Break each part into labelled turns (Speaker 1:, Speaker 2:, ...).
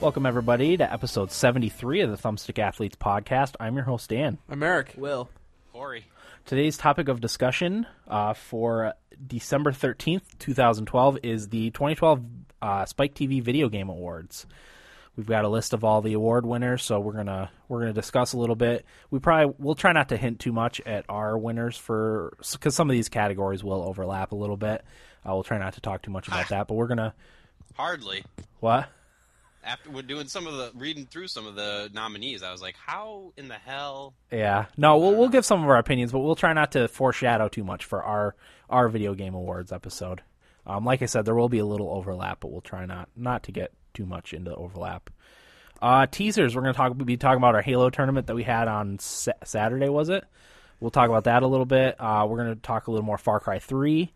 Speaker 1: Welcome, everybody, to episode 73 of the Thumbstick Athletes Podcast. I'm your host, Dan.
Speaker 2: I'm Eric.
Speaker 3: Will.
Speaker 4: Corey.
Speaker 1: Today's topic of discussion uh, for December 13th, 2012, is the 2012 uh, Spike TV Video Game Awards. We've got a list of all the award winners, so we're gonna we're gonna discuss a little bit. We probably we'll try not to hint too much at our winners for because some of these categories will overlap a little bit. Uh, we'll try not to talk too much about that, but we're gonna
Speaker 4: Hardly.
Speaker 1: what
Speaker 4: After we're doing some of the reading through some of the nominees, I was like, "How in the hell?"
Speaker 1: Yeah. No, we'll we'll give some of our opinions, but we'll try not to foreshadow too much for our our video game awards episode. Um, like I said, there will be a little overlap, but we'll try not not to get too much into overlap. Uh, teasers. We're gonna talk be talking about our Halo tournament that we had on sa- Saturday. Was it? We'll talk about that a little bit. Uh, we're gonna talk a little more Far Cry Three.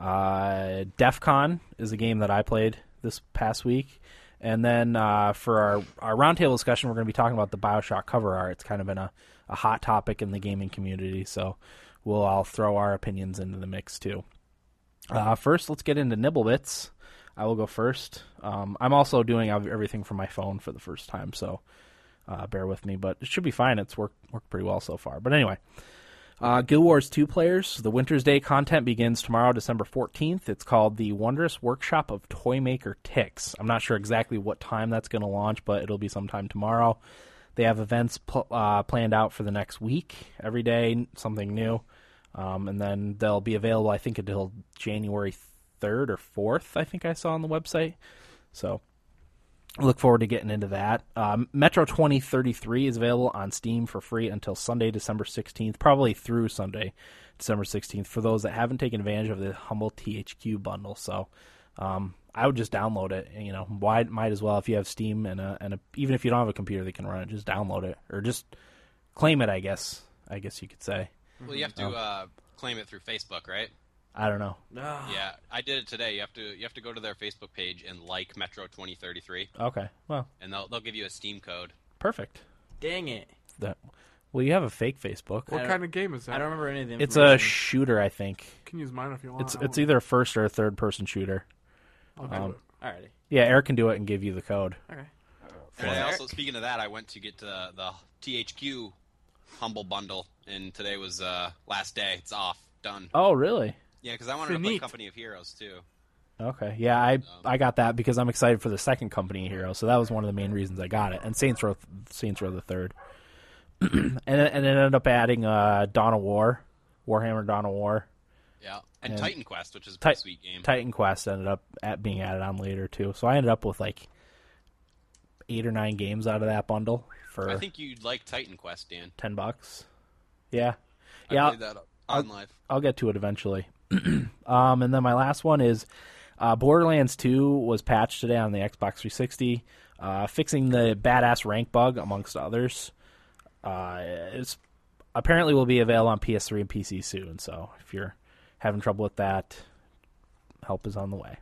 Speaker 1: Uh, DEF CON is a game that I played this past week. And then uh, for our, our roundtable discussion, we're going to be talking about the Bioshock cover art. It's kind of been a, a hot topic in the gaming community, so we'll all throw our opinions into the mix too. Uh, first, let's get into Nibblebits. I will go first. Um, I'm also doing ev- everything from my phone for the first time, so uh, bear with me. But it should be fine. It's worked worked pretty well so far. But anyway, uh, Guild Wars 2 players, the Winter's Day content begins tomorrow, December 14th. It's called the Wondrous Workshop of Toy Maker Ticks. I'm not sure exactly what time that's going to launch, but it'll be sometime tomorrow. They have events pl- uh, planned out for the next week, every day, something new. Um, and then they'll be available, I think, until January 3rd or 4th, I think I saw on the website. So look forward to getting into that. Um, Metro 2033 is available on Steam for free until Sunday, December 16th, probably through Sunday, December 16th, for those that haven't taken advantage of the Humble THQ bundle. So um, I would just download it. You know, why might as well if you have Steam and a, and a, even if you don't have a computer that can run it, just download it or just claim it. I guess I guess you could say.
Speaker 4: Well, you have to uh, claim it through Facebook, right?
Speaker 1: I don't know.
Speaker 3: Ah,
Speaker 4: Yeah, I did it today. You have to you have to go to their Facebook page and like Metro 2033,
Speaker 1: Okay, well,
Speaker 4: and they'll they'll give you a Steam code.
Speaker 1: perfect.
Speaker 3: Dang it.
Speaker 1: That well, you have a fake Facebook.
Speaker 3: I
Speaker 2: What
Speaker 3: don't-
Speaker 2: kind of game is that?
Speaker 3: I don't remember any of the
Speaker 1: It's a
Speaker 3: information.
Speaker 1: shooter, I think.
Speaker 2: You can use mine if you want.
Speaker 1: It's
Speaker 2: I
Speaker 1: it's
Speaker 2: won't-
Speaker 1: either a first or a third person shooter.
Speaker 2: I'll do
Speaker 1: um,
Speaker 2: it.
Speaker 3: Alrighty.
Speaker 1: Yeah, Eric can do it and give you the code.
Speaker 3: Okay.
Speaker 4: And I
Speaker 3: Eric?
Speaker 4: also, speaking of that, I went to get the, the THQ Humble Bundle, and today was uh, last day. It's off, done.
Speaker 1: Oh, really?
Speaker 4: Yeah, because I wanted to play
Speaker 2: Finite.
Speaker 4: Company of Heroes too.
Speaker 1: Okay. Yeah, I I got that because I'm excited for the second Company Hero, so that was one of the main reasons I got it. And Saints Row, Saints Row the Third, and it- and it ended up adding uh, Dawn of War, Warhammer Dawn of War,
Speaker 4: Yeah, and,
Speaker 1: And-
Speaker 4: Titan Quest, which is a pretty
Speaker 1: Ti-
Speaker 4: sweet game.
Speaker 1: Titan Quest ended up at being added on later too. So I ended up with like eight or nine games out of that bundle
Speaker 4: I
Speaker 1: for
Speaker 4: think you'd like Titan Quest, Dan.
Speaker 1: ten bucks. Yeah,
Speaker 4: I
Speaker 1: yeah.
Speaker 4: played that on live.
Speaker 1: I'll get to it eventually. um, and then my last one is uh, Borderlands 2 was patched today on the Xbox 360, uh, fixing the badass rank bug amongst others. Uh, it's apparently will be available on PS3 and PC soon. So if you're having trouble with that, help is on the way.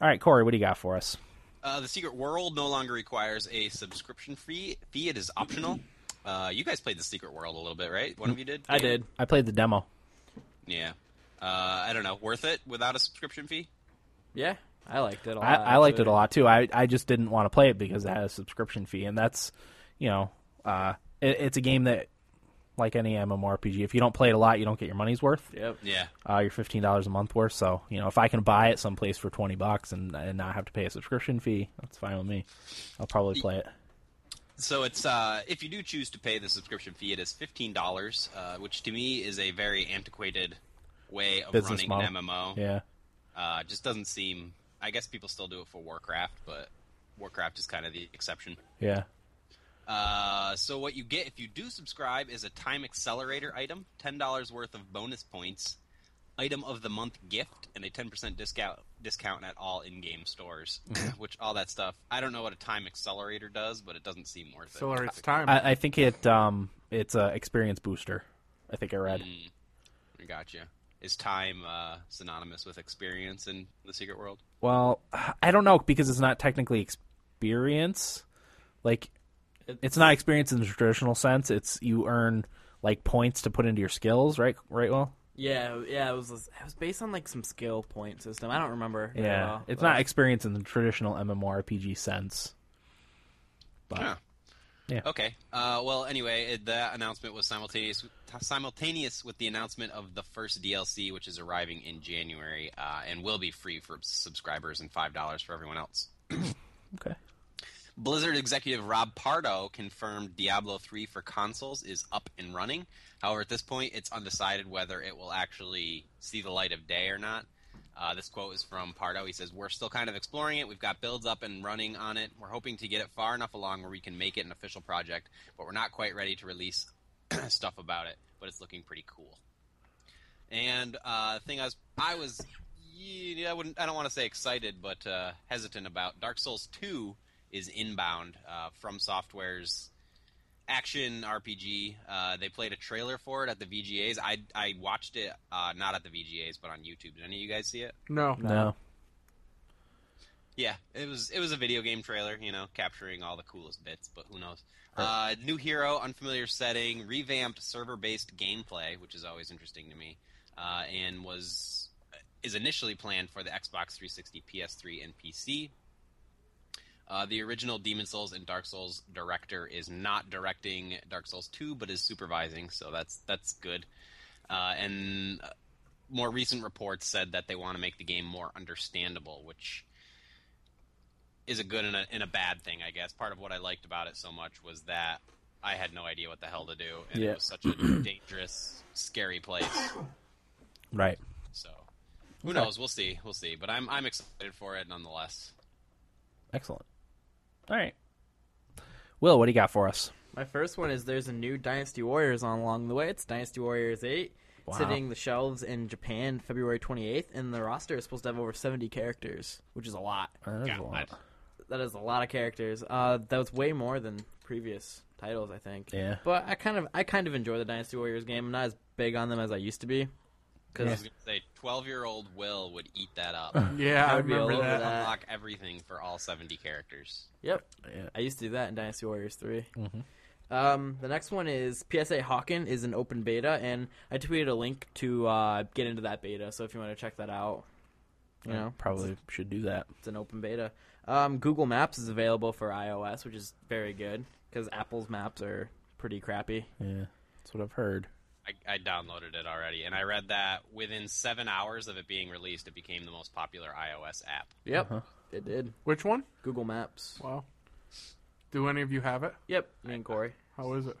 Speaker 1: All right, Corey, what do you got for us?
Speaker 4: Uh, the Secret World no longer requires a subscription fee. Fee it is optional. Uh, you guys played the Secret World a little bit, right? One of you did.
Speaker 3: I did.
Speaker 1: I played the demo.
Speaker 4: Yeah. Uh, I don't know. Worth it without a subscription fee?
Speaker 3: Yeah. I liked it a lot.
Speaker 1: I, I liked it a
Speaker 3: actually.
Speaker 1: lot too. I, I just didn't want to play it because it had a subscription fee, and that's you know, uh, it, it's a game that like any MMORPG, if you don't play it a lot, you don't get your money's worth.
Speaker 3: Yep.
Speaker 4: Yeah.
Speaker 1: Uh, your fifteen dollars a month worth. So you know, if I can buy it someplace for twenty bucks and and not have to pay a subscription fee, that's fine with me. I'll probably play it.
Speaker 4: So it's uh, if you do choose to pay the subscription fee, it is fifteen dollars, uh, which to me is a very antiquated way of
Speaker 1: Business
Speaker 4: running
Speaker 1: model.
Speaker 4: an MMO.
Speaker 1: Yeah,
Speaker 4: Uh, just doesn't seem. I guess people still do it for Warcraft, but Warcraft is kind of the exception.
Speaker 1: yeah.
Speaker 4: Uh, so what you get if you do subscribe is a time accelerator item, ten dollars worth of bonus points, item of the month gift, and a ten percent discount discount at all in-game stores. which all that stuff. I don't know what a time accelerator does, but it doesn't seem worth it.
Speaker 2: Accelerates time.
Speaker 1: I, I think it um it's a experience booster. I think I read.
Speaker 4: I gotcha. Is time uh, synonymous with experience in the secret world?
Speaker 1: Well, I don't know because it's not technically experience. Like it's not experience in the traditional sense. It's you earn like points to put into your skills, right? Right? Well,
Speaker 3: Yeah, yeah, it was it was based on like some skill point system. I don't remember. very well,
Speaker 1: it's
Speaker 3: but-
Speaker 1: not experience in the traditional MMORPG sense. But
Speaker 4: Huh.
Speaker 1: Yeah.
Speaker 4: Okay. Uh, well, anyway, it, that announcement was simultaneous simultaneous with the announcement of the first DLC, which is arriving in January uh, and will be free for subscribers and five dollars for everyone else.
Speaker 1: okay.
Speaker 4: Blizzard executive Rob Pardo confirmed Diablo 3 for consoles is up and running. However, at this point, it's undecided whether it will actually see the light of day or not. Uh, this quote is from Pardo. He says, We're still kind of exploring it. We've got builds up and running on it. We're hoping to get it far enough along where we can make it an official project, but we're not quite ready to release stuff about it, but it's looking pretty cool. And uh, the thing I was, I was, yeah, I wouldn't, I don't want to say excited, but uh, hesitant about. Dark Souls Two is inbound uh, from Software's action RPG. Uh, they played a trailer for it at the VGAs. I I watched it uh, not at the VGAs, but on YouTube. Did any of you guys see it?
Speaker 2: No.
Speaker 1: No.
Speaker 4: Yeah, it was it was a video game trailer, you know, capturing all the coolest bits, but who knows? Uh, new hero, unfamiliar setting, revamped server-based gameplay, which is always interesting to me, uh, and was uh, is initially planned for the Xbox 360, PS3, and PC. Uh, the original Demon Souls and Dark Souls director is not directing Dark Souls 2, but is supervising, so that's that's good. Uh, and uh, more recent reports said that they want to make the game more understandable, which is a good and a, and a bad thing, I guess. Part of what I liked about it so much was that I had no idea what the hell to do, and
Speaker 1: Yeah.
Speaker 4: it was such a dangerous, scary place.
Speaker 1: Right.
Speaker 4: So who
Speaker 1: Okay.
Speaker 4: knows? We'll see. We'll see. But I'm I'm excited for it nonetheless.
Speaker 1: Excellent. All right. Will, what do you got for us?
Speaker 3: My first one is there's a new Dynasty Warriors on along the way. It's Dynasty Warriors 8.
Speaker 1: Wow.
Speaker 3: Sitting the shelves in Japan February 28th, and the roster is supposed to have over 70 characters, which is a lot.
Speaker 1: That is a
Speaker 4: God.
Speaker 1: lot.
Speaker 3: That is a lot of characters. Uh, that was way more than previous titles, I think.
Speaker 1: Yeah.
Speaker 3: But I kind of, I kind of enjoy the Dynasty Warriors game. I'm not as big on them as I used to be.
Speaker 4: I
Speaker 3: Because
Speaker 4: was gonna say twelve year old Will would eat that up.
Speaker 2: Yeah, I
Speaker 3: I'd be all
Speaker 2: remember
Speaker 3: over
Speaker 2: that.
Speaker 3: that.
Speaker 4: Unlock everything for all seventy characters.
Speaker 3: Yep.
Speaker 1: Yeah.
Speaker 3: I used to do that in Dynasty Warriors 3.
Speaker 1: Mm-hmm.
Speaker 3: Um, the next one is PSA Hawken is an open beta, and I tweeted a link to uh, get into that beta, so if you want to check that out, you know,
Speaker 1: Probably should do that.
Speaker 3: it's an open beta. Um, Google Maps is available for iOS, which is very good, because Apple's maps are pretty crappy.
Speaker 1: Yeah. That's what I've heard.
Speaker 4: I, I downloaded it already, and I read that within seven hours of it being released, it became the most popular iOS app.
Speaker 3: Yep.
Speaker 1: Uh-huh.
Speaker 3: It did.
Speaker 2: Which one?
Speaker 3: Google Maps.
Speaker 2: Wow. Do any of you have it?
Speaker 3: Yep, me and Corey.
Speaker 2: How is it?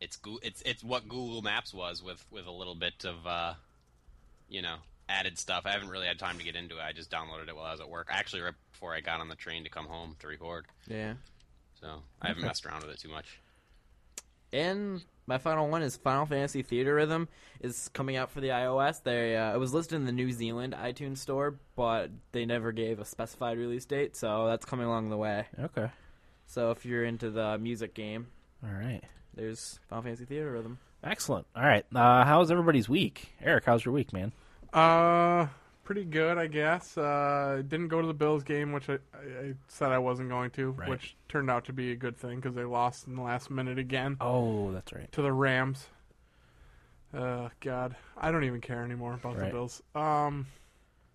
Speaker 4: It's Goo- it's it's what Google Maps was with with a little bit of uh, you know added stuff. I haven't really had time to get into it. I just downloaded it while I was at work. Actually, right before I got on the train to come home to record,
Speaker 3: Yeah.
Speaker 4: so I haven't messed around with it too much.
Speaker 3: And my final one is Final Fantasy Theater Rhythm is coming out for the iOS. They uh, it was listed in the New Zealand iTunes store, but they never gave a specified release date, so that's coming along the way.
Speaker 1: Okay.
Speaker 3: So if you're into the music game,
Speaker 1: All right.
Speaker 3: there's Final Fantasy Theater Rhythm.
Speaker 1: Excellent. All right. Uh, how's everybody's week? Eric, how's your week, man?
Speaker 2: Uh, pretty good, I guess. Uh, didn't go to the Bills game, which I, I, I said I wasn't going to,
Speaker 1: Right.
Speaker 2: which turned out to be a good thing because they lost in the last minute again
Speaker 1: Oh, that's right.
Speaker 2: to the Rams. Uh, God, I don't even care anymore about the
Speaker 1: Right.
Speaker 2: Bills. Um,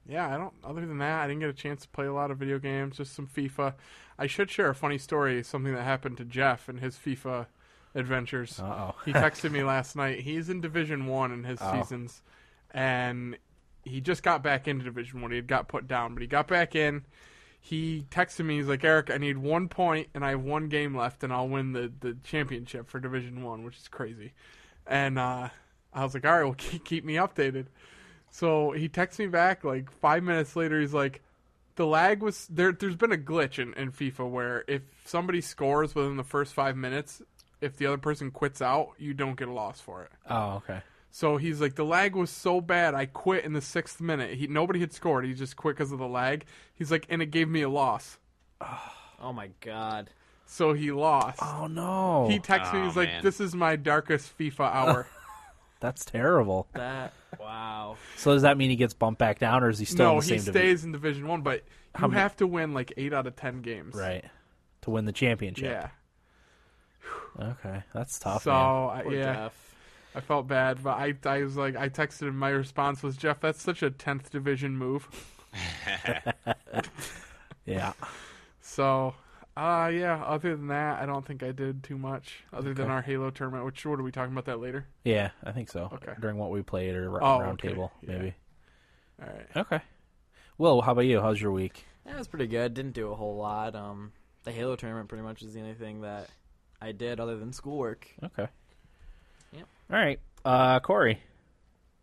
Speaker 2: yeah, I don't. Other than that, I didn't get a chance to play a lot of video games, just some FIFA. I should share a funny story, something that happened to Jeff and his FIFA adventures
Speaker 1: Uh
Speaker 2: he texted me last night. He's in Division One in his
Speaker 1: Oh.
Speaker 2: seasons, and he just got back into Division One. He had got put down, but he got back in. He texted me. He's like, Eric, I need one point, and I have one game left, and I'll win the the championship for Division One, which is crazy. And uh, I was like, all right, well, keep, keep me updated. So he texts me back like five minutes later. He's like, the lag was there. There's been a glitch in, in FIFA where if somebody scores within the first five minutes, if the other person quits out, you don't get a loss for it.
Speaker 1: oh. Oh, okay.
Speaker 2: So he's like, the lag was so bad, I quit in the sixth minute. He nobody had scored. He just quit because of the lag. He's like, and it gave me a loss.
Speaker 3: Oh my god.
Speaker 2: So he lost.
Speaker 1: Oh no.
Speaker 2: He texts me.
Speaker 4: Oh,
Speaker 2: He's like,
Speaker 4: man.
Speaker 2: this is my darkest FIFA hour.
Speaker 1: that's terrible.
Speaker 3: That wow.
Speaker 1: So does that mean he gets bumped back down, or is he still in
Speaker 2: no,
Speaker 1: the
Speaker 2: he
Speaker 1: same
Speaker 2: stays
Speaker 1: division?
Speaker 2: in Division One, but you
Speaker 1: many-
Speaker 2: have to win like eight out of ten games.
Speaker 1: Right. To win the championship.
Speaker 2: Yeah.
Speaker 1: Okay. That's tough.
Speaker 2: so
Speaker 1: man.
Speaker 2: I,
Speaker 3: Poor
Speaker 2: yeah,
Speaker 3: Jeff.
Speaker 2: I felt bad, but I, I was like, I texted him. My response was, Jeff, that's such a 10th division move.
Speaker 1: Yeah.
Speaker 2: So Uh yeah. Other than that, I don't think I did too much. Other than
Speaker 1: Okay.
Speaker 2: our Halo tournament, which what are we talking about that later?
Speaker 1: Yeah, I think so.
Speaker 2: Okay.
Speaker 1: During what we played or r-
Speaker 2: Oh,
Speaker 1: round
Speaker 2: okay.
Speaker 1: table,
Speaker 2: Yeah.
Speaker 1: maybe.
Speaker 2: All right.
Speaker 1: Okay. Well, how about you? How's your week?
Speaker 3: That was pretty good. Didn't do a whole lot. Um, the Halo tournament pretty much is the only thing that I did other than schoolwork.
Speaker 1: Okay.
Speaker 3: Yep.
Speaker 1: All right. Uh, Corey.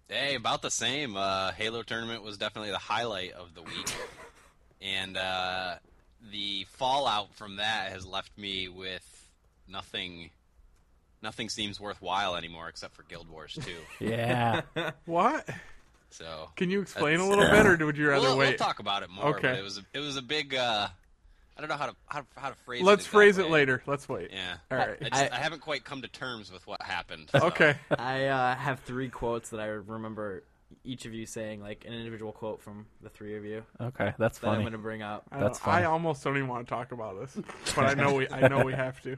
Speaker 4: Hey, about the same. Uh, Halo tournament was definitely the highlight of the week, and uh, the fallout from that has left me with nothing. Nothing seems worthwhile anymore except for Guild Wars 2.
Speaker 1: Yeah.
Speaker 2: What?
Speaker 4: So
Speaker 2: Can you explain a
Speaker 4: That's-
Speaker 2: little bit, or would you rather
Speaker 4: we'll, we'll
Speaker 2: wait?
Speaker 4: talk about it more.
Speaker 2: Okay.
Speaker 4: But it was a, it was a big. Uh, I don't know how to how to, how to phrase it.
Speaker 2: Let's phrase it
Speaker 4: exactly.
Speaker 2: later. Let's wait.
Speaker 4: Yeah.
Speaker 2: All right.
Speaker 4: I, just, I, haven't quite come to terms with what happened. so-
Speaker 2: Okay.
Speaker 3: I uh, have three quotes that I remember each of you saying, like an individual quote from the three of you
Speaker 1: okay. That's
Speaker 3: that I'm
Speaker 1: funny.
Speaker 3: going to bring up.
Speaker 2: I,
Speaker 1: That's
Speaker 2: don't- I
Speaker 1: fine.
Speaker 2: almost don't even want to talk about this, but I know we I know we have to.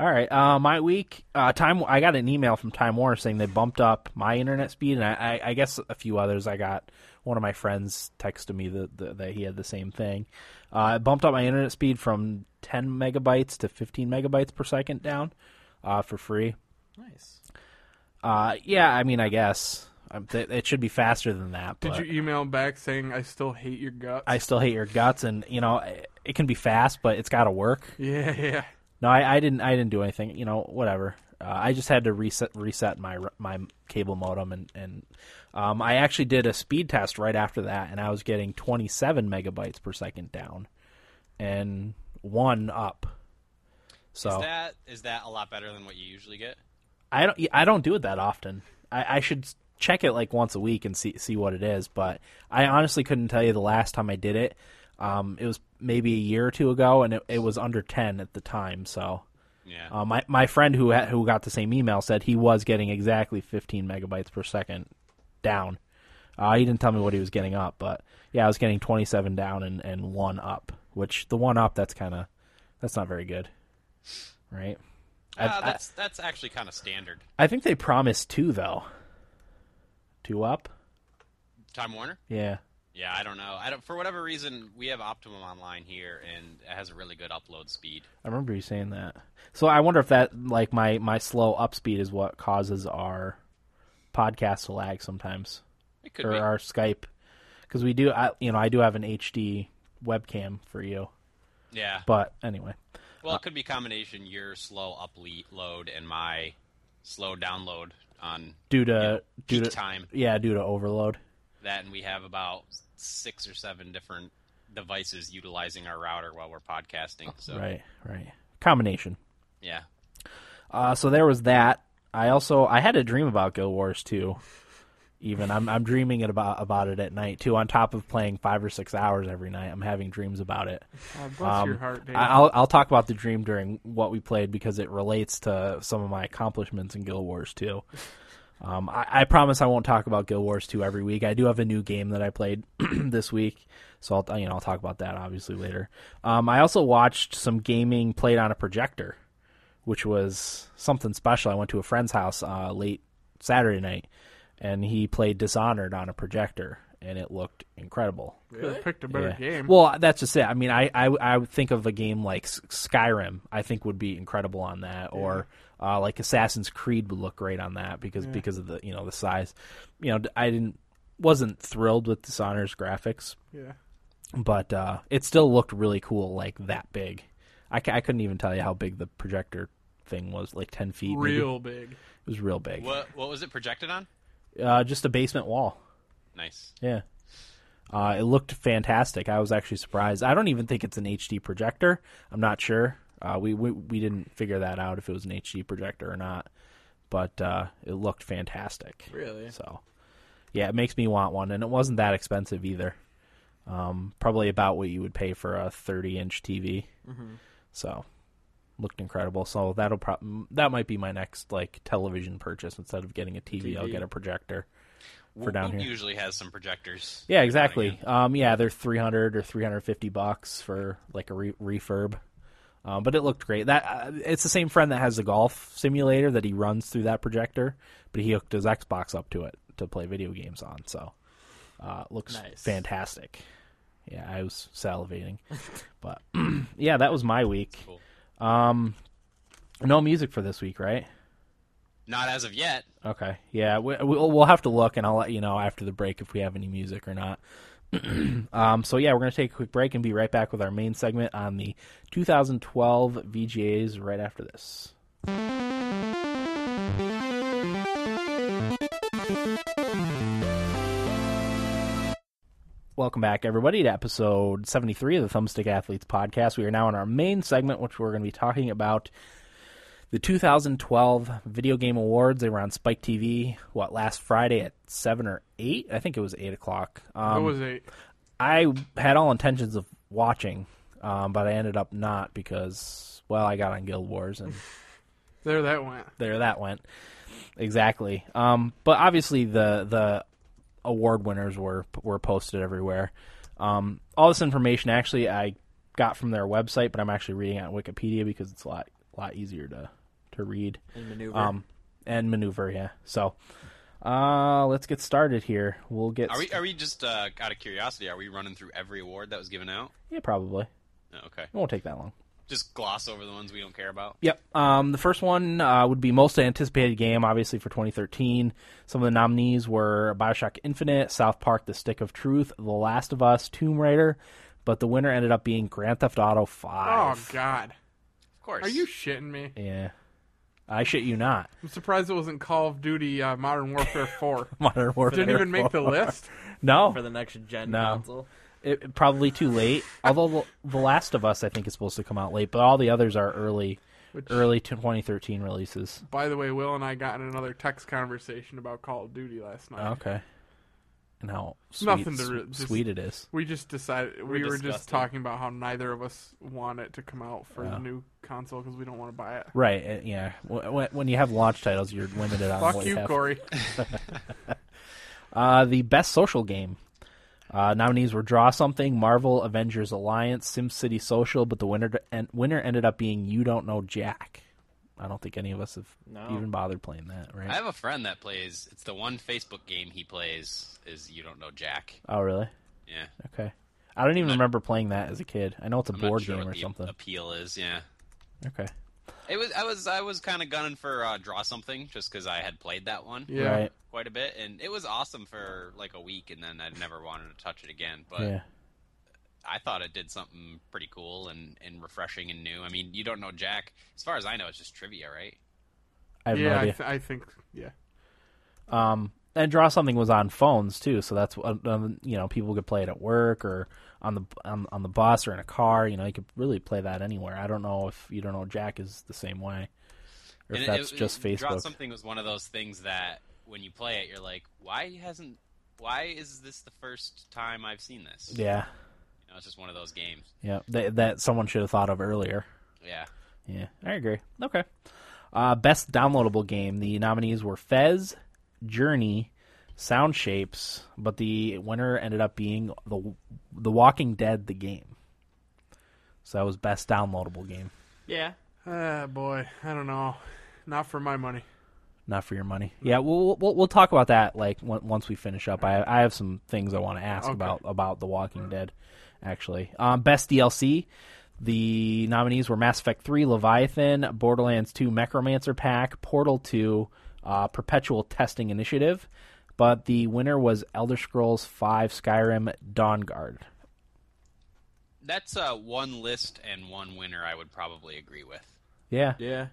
Speaker 1: All right. Uh, my week. Uh, time. I got an email from Time Warner saying they bumped up my internet speed, and I, I, I guess a few others. I got one of my friends texted me that that, that he had the same thing. Uh, it bumped up my internet speed from 10 megabytes to 15 megabytes per second down, uh, for free.
Speaker 3: Nice.
Speaker 1: Uh, yeah. I mean, I guess um, th- it should be faster than that.
Speaker 2: Did
Speaker 1: but...
Speaker 2: you email back saying I still hate your guts?
Speaker 1: I still hate your guts, and you know it- it can be fast, but it's got to work.
Speaker 2: yeah, yeah.
Speaker 1: No, I, I didn't. I didn't do anything. You know, whatever. Uh, I just had to reset reset my r- my cable modem, and and um, I actually did a speed test right after that, and I was getting 27 megabytes per second down, and one up. So
Speaker 4: Is that is that a lot better than what you usually get?
Speaker 1: I don't I don't do it that often. I, I should check it like once a week and see see what it is. But I honestly couldn't tell you the last time I did it. Um, it was maybe a year or two ago, and it, it was under ten at the time. So
Speaker 4: Yeah.
Speaker 1: uh, my my friend who had, who got the same email said he was getting exactly fifteen megabytes per second down. Uh, he didn't tell me what he was getting up, but yeah, I was getting twenty seven down and, and one up. Which the one up that's kind of that's not very good, right? I've-
Speaker 4: Uh,
Speaker 1: I-
Speaker 4: that's that's actually kind of standard.
Speaker 1: I think they promised two though. Two up?
Speaker 4: Time Warner.
Speaker 1: Yeah.
Speaker 4: Yeah, I don't know. I don't. For whatever reason, we have Optimum online here, and it has a really good upload speed.
Speaker 1: I remember you saying that. So I wonder if that like my my slow up speed is what causes our podcast to lag sometimes
Speaker 4: It could
Speaker 1: or
Speaker 4: be.
Speaker 1: our Skype cuz we do I you know I do have an HD webcam for you.
Speaker 4: yeah.
Speaker 1: But anyway.
Speaker 4: Well,
Speaker 1: Uh,
Speaker 4: it could be combination your slow upload and my slow download on
Speaker 1: Due to uh, due to
Speaker 4: peak time.
Speaker 1: yeah, due to overload.
Speaker 4: That, and we have about six or seven different devices utilizing our router while we're podcasting. So
Speaker 1: Right, right. Combination.
Speaker 4: yeah,
Speaker 1: Uh, so there was that. I also I had a dream about Guild Wars 2. Even I'm I'm dreaming it about about it at night too. On top of playing five or six hours every night, I'm having dreams about it.
Speaker 2: God bless your
Speaker 1: Um,
Speaker 2: heart, Dave.
Speaker 1: I- I'll I'll talk about the dream during what we played because it relates to some of my accomplishments in Guild Wars 2. Um, I, I promise I won't talk about Guild Wars 2 every week. I do have a new game that I played this week, so I'll you know I'll talk about that obviously later. Um, I also watched some gaming played on a projector, which was something special. I went to a friend's house uh, late Saturday night, and he played Dishonored on a projector, and it looked incredible.
Speaker 2: Could have picked a better
Speaker 1: Yeah.
Speaker 2: game.
Speaker 1: Well, that's just it. I mean, I, I I would think of a game like S- Skyrim. I think would be incredible on that, or uh, like Assassin's Creed would look great on that because because of the you know the size. You know, d- I didn't wasn't thrilled with Dishonored's graphics,
Speaker 2: yeah.
Speaker 1: but uh, it still looked really cool, like that big. I, ca- I couldn't even tell you how big the projector thing was, like ten feet. maybe.
Speaker 2: Real big.
Speaker 1: it was real big.
Speaker 4: what what was it projected on?
Speaker 1: Uh, just a basement wall.
Speaker 4: Nice.
Speaker 1: Yeah. Uh, it looked fantastic. I was actually surprised. I don't even think it's an HD projector. I'm not sure. Uh, we, we we didn't figure that out if it was an HD projector or not, but uh, it looked fantastic.
Speaker 3: Really?
Speaker 1: So, yeah, it makes me want one, and it wasn't that expensive either. Um, probably about what you would pay for a 30 inch TV. So, looked incredible. So that'll prob- that might be my next like television purchase. Instead of getting a TV. I'll
Speaker 3: TV.
Speaker 1: get a projector.
Speaker 4: Woot
Speaker 1: down
Speaker 4: Woot
Speaker 1: here.
Speaker 4: usually has some projectors.
Speaker 1: Yeah,
Speaker 4: running
Speaker 1: exactly.
Speaker 4: it.
Speaker 1: Um, yeah, they're three hundred or three hundred fifty bucks for like a re- refurb. Um, but it looked great. That uh, it's the same friend that has the golf simulator that he runs through that projector, but he hooked his Xbox up to it to play video games on. So uh, it looks
Speaker 3: Nice.
Speaker 1: fantastic. yeah, I was salivating. but yeah, that was my week.
Speaker 4: Cool.
Speaker 1: Um, no music for this week, right?
Speaker 4: Not as of yet.
Speaker 1: Okay. Yeah, we, we'll we'll have to look, and I'll let you know after the break if we have any music or not. um, so yeah, we're gonna take a quick break and be right back with our main segment on the 2012 VGAs right after this. Welcome back, everybody, to episode 73 of the Thumbstick Athletes podcast. We are now in our main segment, which we're going to be talking about the 2012 Video Game Awards. They were on Spike TV, what, last Friday at 7 or 8? I think it was 8 o'clock. Um,
Speaker 2: it was eight.
Speaker 1: I had all intentions of watching, um, but I ended up not because, well, I got on Guild Wars and
Speaker 2: There that went.
Speaker 1: there that went. Exactly. Um, but obviously the the award winners were were posted everywhere. Um, all this information actually I got from their website, but I'm actually reading it on Wikipedia because it's a lot lot easier to to read
Speaker 3: and maneuver.
Speaker 1: um, and maneuver. Yeah. So uh, let's get started here. We'll get
Speaker 4: Are we? Are we just uh, out of curiosity? Are we running through every award that was given out?
Speaker 1: yeah probably.
Speaker 4: Oh, okay.
Speaker 1: It won't take that long.
Speaker 4: Just gloss over the ones we don't care about.
Speaker 1: Yep. Um, the first one uh, would be most anticipated game, obviously for 2013. Some of the nominees were Bioshock Infinite, South Park: The Stick of Truth, The Last of Us, Tomb Raider, but the winner ended up being Grand Theft Auto
Speaker 2: Oh
Speaker 1: 5.
Speaker 2: God,
Speaker 4: Of course.
Speaker 2: are you shitting me?
Speaker 1: Yeah, I shit you not.
Speaker 2: I'm surprised it wasn't Call of Duty uh, Modern Warfare Four.
Speaker 1: Modern Warfare
Speaker 2: Didn't even make the
Speaker 1: 4.
Speaker 2: list.
Speaker 1: No,
Speaker 3: for the next gen
Speaker 1: No.
Speaker 3: console.
Speaker 1: it, probably too late. Although The Last of Us, I think, is supposed to come out late, but all the others are early,
Speaker 2: Which,
Speaker 1: early 2013 releases.
Speaker 2: by the way, Will and I got in another text conversation about Call of Duty last night.
Speaker 1: Okay. And how sweet,
Speaker 2: Nothing to re- just-
Speaker 1: sweet it is.
Speaker 2: We just decided we were just
Speaker 3: disgusted.
Speaker 2: talking about how neither of us want it to come out for
Speaker 1: Yeah.
Speaker 2: the new console because we don't want to buy it.
Speaker 1: Right. uh, Yeah. When, when you have launch titles, you're limited on
Speaker 2: Fuck
Speaker 1: what
Speaker 2: you,
Speaker 1: have.
Speaker 2: Corey.
Speaker 1: Uh, the best social game. Uh, nominees were Draw Something, Marvel, Avengers Alliance, SimCity Social, but the winner and winner ended up being You Don't Know Jack. I don't think any of us have
Speaker 3: No.
Speaker 1: even bothered playing that, right?
Speaker 4: I have a friend that plays. It's the one Facebook game he plays. Is you don't know Jack?
Speaker 1: Oh, really?
Speaker 4: Yeah.
Speaker 1: Okay. I don't even remember playing that as a kid. I know it's a
Speaker 4: I'm
Speaker 1: board
Speaker 4: not sure
Speaker 1: game
Speaker 4: what
Speaker 1: or
Speaker 4: the
Speaker 1: something.
Speaker 4: Appeal is yeah.
Speaker 1: Okay.
Speaker 4: It was I was I was kind of gunning for uh, draw something just because I had played that one
Speaker 2: Yeah.
Speaker 1: Right.
Speaker 4: quite a bit, and it was awesome for like a week, and then I never wanted to touch it again. But
Speaker 1: Yeah.
Speaker 4: I thought it did something pretty cool and and refreshing and new. I mean, you don't know Jack. As far as I know, it's just trivia, right?
Speaker 1: I have
Speaker 2: yeah,
Speaker 1: no
Speaker 2: I,
Speaker 1: idea.
Speaker 2: th- I think yeah.
Speaker 1: Um, and draw something was on phones too, so that's what um, you know people could play it at work or on the on, on the bus or in a car. You know, you could really play that anywhere. I don't know if you don't know Jack is the same way, or if
Speaker 4: And it-
Speaker 1: that's
Speaker 4: it-
Speaker 1: just
Speaker 4: it- Draw
Speaker 1: Facebook.
Speaker 4: something was one of those things that when you play it, you're like, why hasn't why is this the first time I've seen this?
Speaker 1: Yeah,
Speaker 4: You know, it's just one of those games.
Speaker 1: yeah, that, that someone should have thought of earlier.
Speaker 4: Yeah.
Speaker 1: Yeah, I agree. Okay. Uh, best downloadable game. The nominees were Fez, Journey, Sound Shapes, but the winner ended up being the The Walking Dead, the game. So that was best downloadable game.
Speaker 3: Yeah,
Speaker 2: Ah, boy, I don't know. Not for my money.
Speaker 1: Not for your money. Yeah, we'll we'll, we'll talk about that like on- once we finish up. I I have some things I want to ask
Speaker 2: Okay.
Speaker 1: about about The Walking Dead, actually. Um, best DLC. The nominees were Mass Effect 3, Leviathan, Borderlands 2, Necromancer Pack, Portal 2, uh, Perpetual Testing Initiative, but the winner was Elder Scrolls 5, Skyrim, Dawn Guard.
Speaker 4: That's uh, one list and one winner I would probably agree with.
Speaker 1: Yeah,
Speaker 3: yeah.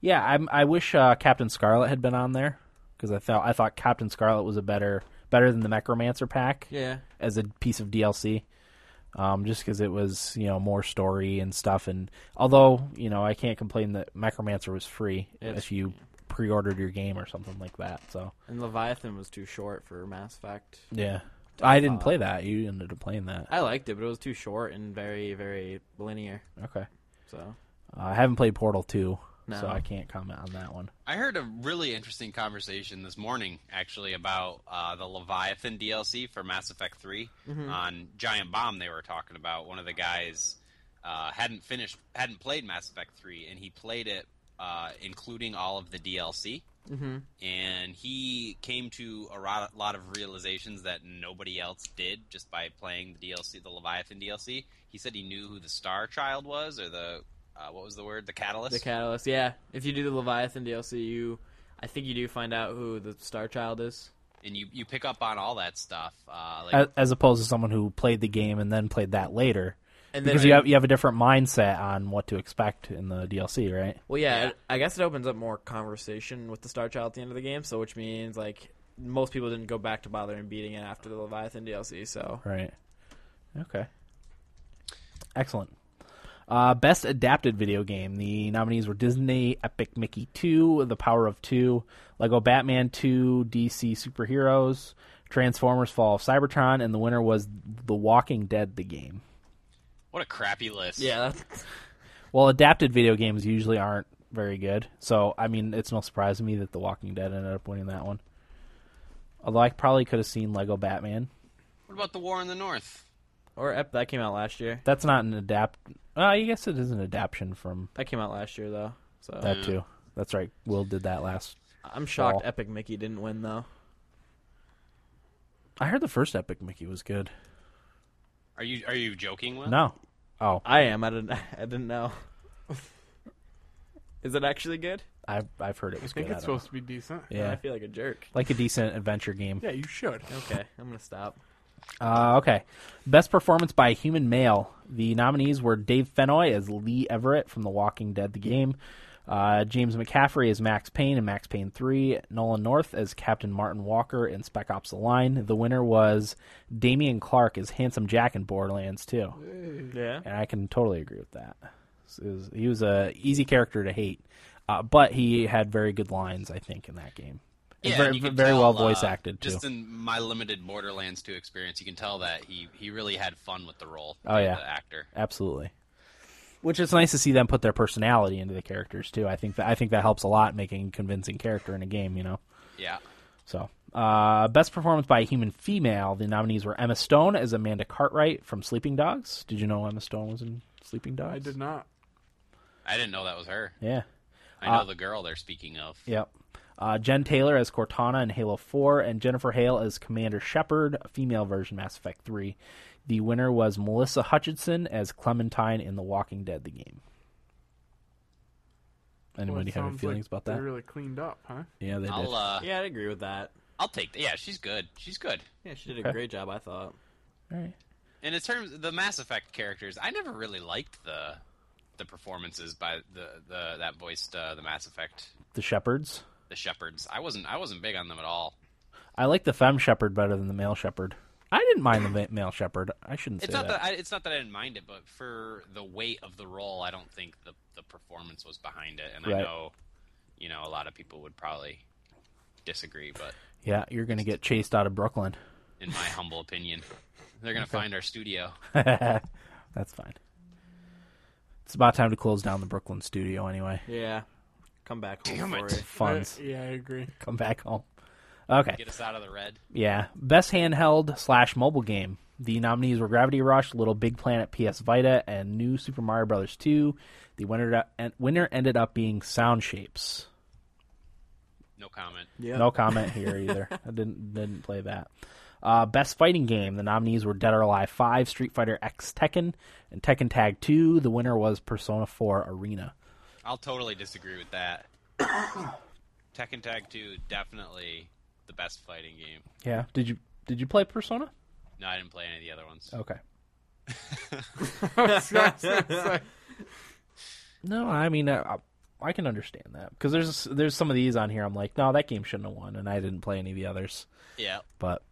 Speaker 1: Yeah, I'm, I wish uh, Captain Scarlet had been on there because I thought I thought Captain Scarlet was a better better than the Necromancer pack
Speaker 3: Yeah.
Speaker 1: as a piece of DLC. Um, just because it was you know more story and stuff, and although you know I can't complain that Necromancer was free
Speaker 3: It's-
Speaker 1: if you pre-ordered your game or something like that. So
Speaker 3: And Leviathan was too short for Mass Effect.
Speaker 1: yeah, I
Speaker 3: Uh,
Speaker 1: didn't play that. You ended up playing that.
Speaker 3: I liked it, but it was too short and very, very linear.
Speaker 1: Okay,
Speaker 3: So
Speaker 1: uh, I haven't played Portal two, so
Speaker 3: No.
Speaker 1: I can't comment on that one.
Speaker 4: I heard a really interesting conversation this morning, actually, about uh, the Leviathan DLC for Mass Effect 3 on Giant Bomb. They were talking about one of the guys uh, hadn't finished, hadn't played Mass Effect 3, and he played it, uh, including all of the DLC.
Speaker 3: Mm-hmm.
Speaker 4: and he came to a ro- lot of realizations that nobody else did just by playing the DLC, the Leviathan DLC. He said he knew who the Star Child was, or the uh, what was the word, the Catalyst.
Speaker 3: The Catalyst, yeah. If you do the Leviathan DLC, you, I think you do find out who the Star Child is.
Speaker 4: and you you pick up on all that stuff. Uh, like
Speaker 1: as, as opposed to someone who played the game and then played that later.
Speaker 3: And then
Speaker 1: Because you
Speaker 3: I-
Speaker 1: have you have a different mindset on what to expect in the DLC, right?
Speaker 3: Well, yeah,
Speaker 4: Yeah.
Speaker 3: it- I guess it opens up more conversation with the Star Child at the end of the game, so which means like most people didn't go back to bothering beating it after the Leviathan DLC. So
Speaker 1: Right. Okay. Excellent. Uh, best adapted video game. The nominees were Disney Epic Mickey 2, The Power of 2, Lego Batman 2, DC Superheroes, Transformers Fall of Cybertron, and the winner was The Walking Dead, the game.
Speaker 4: what a crappy list.
Speaker 3: yeah, that's,
Speaker 1: Well, adapted video games usually aren't very good. So, I mean, it's no surprise to me that The Walking Dead ended up winning that one. Although I probably could have seen Lego Batman.
Speaker 4: What about the War in the North?
Speaker 3: or Ep- that came out last year.
Speaker 1: That's not an adapt. Uh, I guess it is an adaptation from
Speaker 3: That came out last year though. So
Speaker 1: that
Speaker 2: Mm.
Speaker 1: too. That's right. Will did that last.
Speaker 3: I'm shocked
Speaker 1: Well.
Speaker 3: Epic Mickey didn't win though.
Speaker 1: I heard the first Epic Mickey was good.
Speaker 4: Are you are you joking? Will?
Speaker 1: No. Oh,
Speaker 3: I am. I didn't. I didn't know. is it actually good?
Speaker 1: I've I've heard it
Speaker 2: I
Speaker 1: was
Speaker 2: think
Speaker 1: good.
Speaker 2: it's
Speaker 1: I don't know.
Speaker 2: supposed to be decent.
Speaker 1: Yeah.
Speaker 3: I feel like a jerk.
Speaker 1: Like a decent adventure game.
Speaker 2: Yeah, you should.
Speaker 3: Okay, I'm gonna stop.
Speaker 1: Uh, okay. Best performance by a human male. The nominees were Dave Fennoy as Lee Everett from The Walking Dead, the game. Uh, James McCaffrey as Max Payne in Max Payne 3. Nolan North as Captain Martin Walker in Spec Ops The Line. The winner was Damian Clark as Handsome Jack in Borderlands 2.
Speaker 3: Yeah.
Speaker 1: and I can totally agree with that. So it was- he was a easy character to hate, uh, but he had very good lines, I think, in that game. And
Speaker 4: Yeah, and
Speaker 1: very,
Speaker 4: you can
Speaker 1: very
Speaker 4: tell,
Speaker 1: well
Speaker 4: uh,
Speaker 1: voice acted too.
Speaker 4: Just in my limited Borderlands 2 experience, you can tell that he he really had fun with the role.
Speaker 1: Oh,
Speaker 4: the-
Speaker 1: yeah.
Speaker 4: the actor.
Speaker 1: Absolutely. Which is nice to see them put their personality into the characters too. I think that I think that helps a lot making convincing character in a game. You know.
Speaker 4: Yeah.
Speaker 1: So, uh, best performance by a human female. The nominees were Emma Stone as Amanda Cartwright from Sleeping Dogs. Did you know Emma Stone was in Sleeping Dogs?
Speaker 2: I did not.
Speaker 4: I didn't know that was her.
Speaker 1: Yeah.
Speaker 4: I
Speaker 1: Uh,
Speaker 4: know the girl they're speaking of.
Speaker 1: Yep. Uh, Jen Taylor as Cortana in Halo 4, and Jennifer Hale as Commander Shepard, a female version Mass Effect 3. The winner was Melissa Hutchinson as Clementine in The Walking Dead, the game.
Speaker 2: Well,
Speaker 1: Anybody
Speaker 2: it
Speaker 1: have any
Speaker 2: sounds
Speaker 1: feelings
Speaker 2: like
Speaker 1: about that?
Speaker 2: They really cleaned up, huh?
Speaker 1: Yeah, they did.
Speaker 4: I'll uh,
Speaker 3: Yeah, I'd agree with that.
Speaker 4: I'll take that. Yeah, she's good. She's good.
Speaker 3: Yeah, she did a
Speaker 1: Okay.
Speaker 3: great job. I thought.
Speaker 1: All right.
Speaker 4: And in terms of the Mass Effect characters, I never really liked the the performances by the, the that voiced uh, the Mass Effect
Speaker 1: The Shepherds.
Speaker 4: the shepherds. I wasn't I wasn't big on them at all.
Speaker 1: I like the femme shepherd better than the male shepherd. I didn't mind the ma- male shepherd. I shouldn't say
Speaker 4: It's not
Speaker 1: that.
Speaker 4: that I, it's not that I didn't mind it, but for the weight of the role, I don't think the the performance was behind it. And I
Speaker 1: Right.
Speaker 4: know, you know, a lot of people would probably disagree, but
Speaker 1: Yeah, you're going to get chased out of Brooklyn.
Speaker 4: in my humble opinion, they're gonna find our studio.
Speaker 1: That's fine. It's about time to close down the Brooklyn studio anyway.
Speaker 3: Yeah. Come back home
Speaker 4: Damn it.
Speaker 3: for it.
Speaker 1: Funds.
Speaker 2: Uh, yeah, I agree.
Speaker 1: Come back home. Okay.
Speaker 4: Get us out of the red.
Speaker 1: Yeah. Best handheld slash mobile game. The nominees were Gravity Rush, Little Big Planet, PS Vita, and New Super Mario Brothers 2. The winner en- winner ended up being Sound Shapes.
Speaker 4: No comment.
Speaker 3: Yeah.
Speaker 1: No comment here either. I didn't didn't play that. Uh, best fighting game. The nominees were Dead or Alive 5, Street Fighter X Tekken, and Tekken Tag 2. The winner was Persona 4 Arena.
Speaker 4: I'll totally disagree with that. Tekken Tag Two definitely the best fighting game.
Speaker 1: Yeah. Did you did you play Persona?
Speaker 4: No, I didn't play any of the other ones.
Speaker 1: Okay.
Speaker 2: That's-
Speaker 1: No, I mean, I, I can understand that because there's there's some of these on here. I'm like, no, that game shouldn't have won, and I didn't play any of the others.
Speaker 4: Yeah.
Speaker 1: But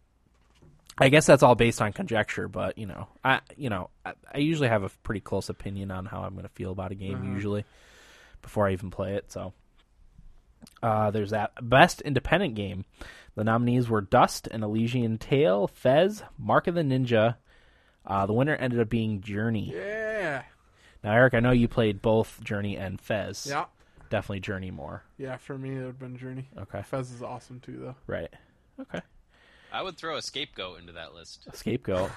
Speaker 1: I guess that's all based on conjecture. But you know, I you know, I, I usually have a pretty close opinion on how I'm going to feel about a game
Speaker 2: Mm-hmm.
Speaker 1: usually before I even play it. So uh, there's that best independent game. The nominees were Dust, An Elysian Tale, Fez, Mark of the Ninja. Uh, the winner ended up being Journey.
Speaker 2: yeah.
Speaker 1: Now, Eric, I know you played both Journey and Fez.
Speaker 2: Yeah.
Speaker 1: Definitely Journey more.
Speaker 2: Yeah, for me, it would have been Journey.
Speaker 1: Okay.
Speaker 2: Fez is awesome, too, though.
Speaker 1: Right. Okay.
Speaker 4: I would throw a scapegoat into that list.
Speaker 1: Scapegoat.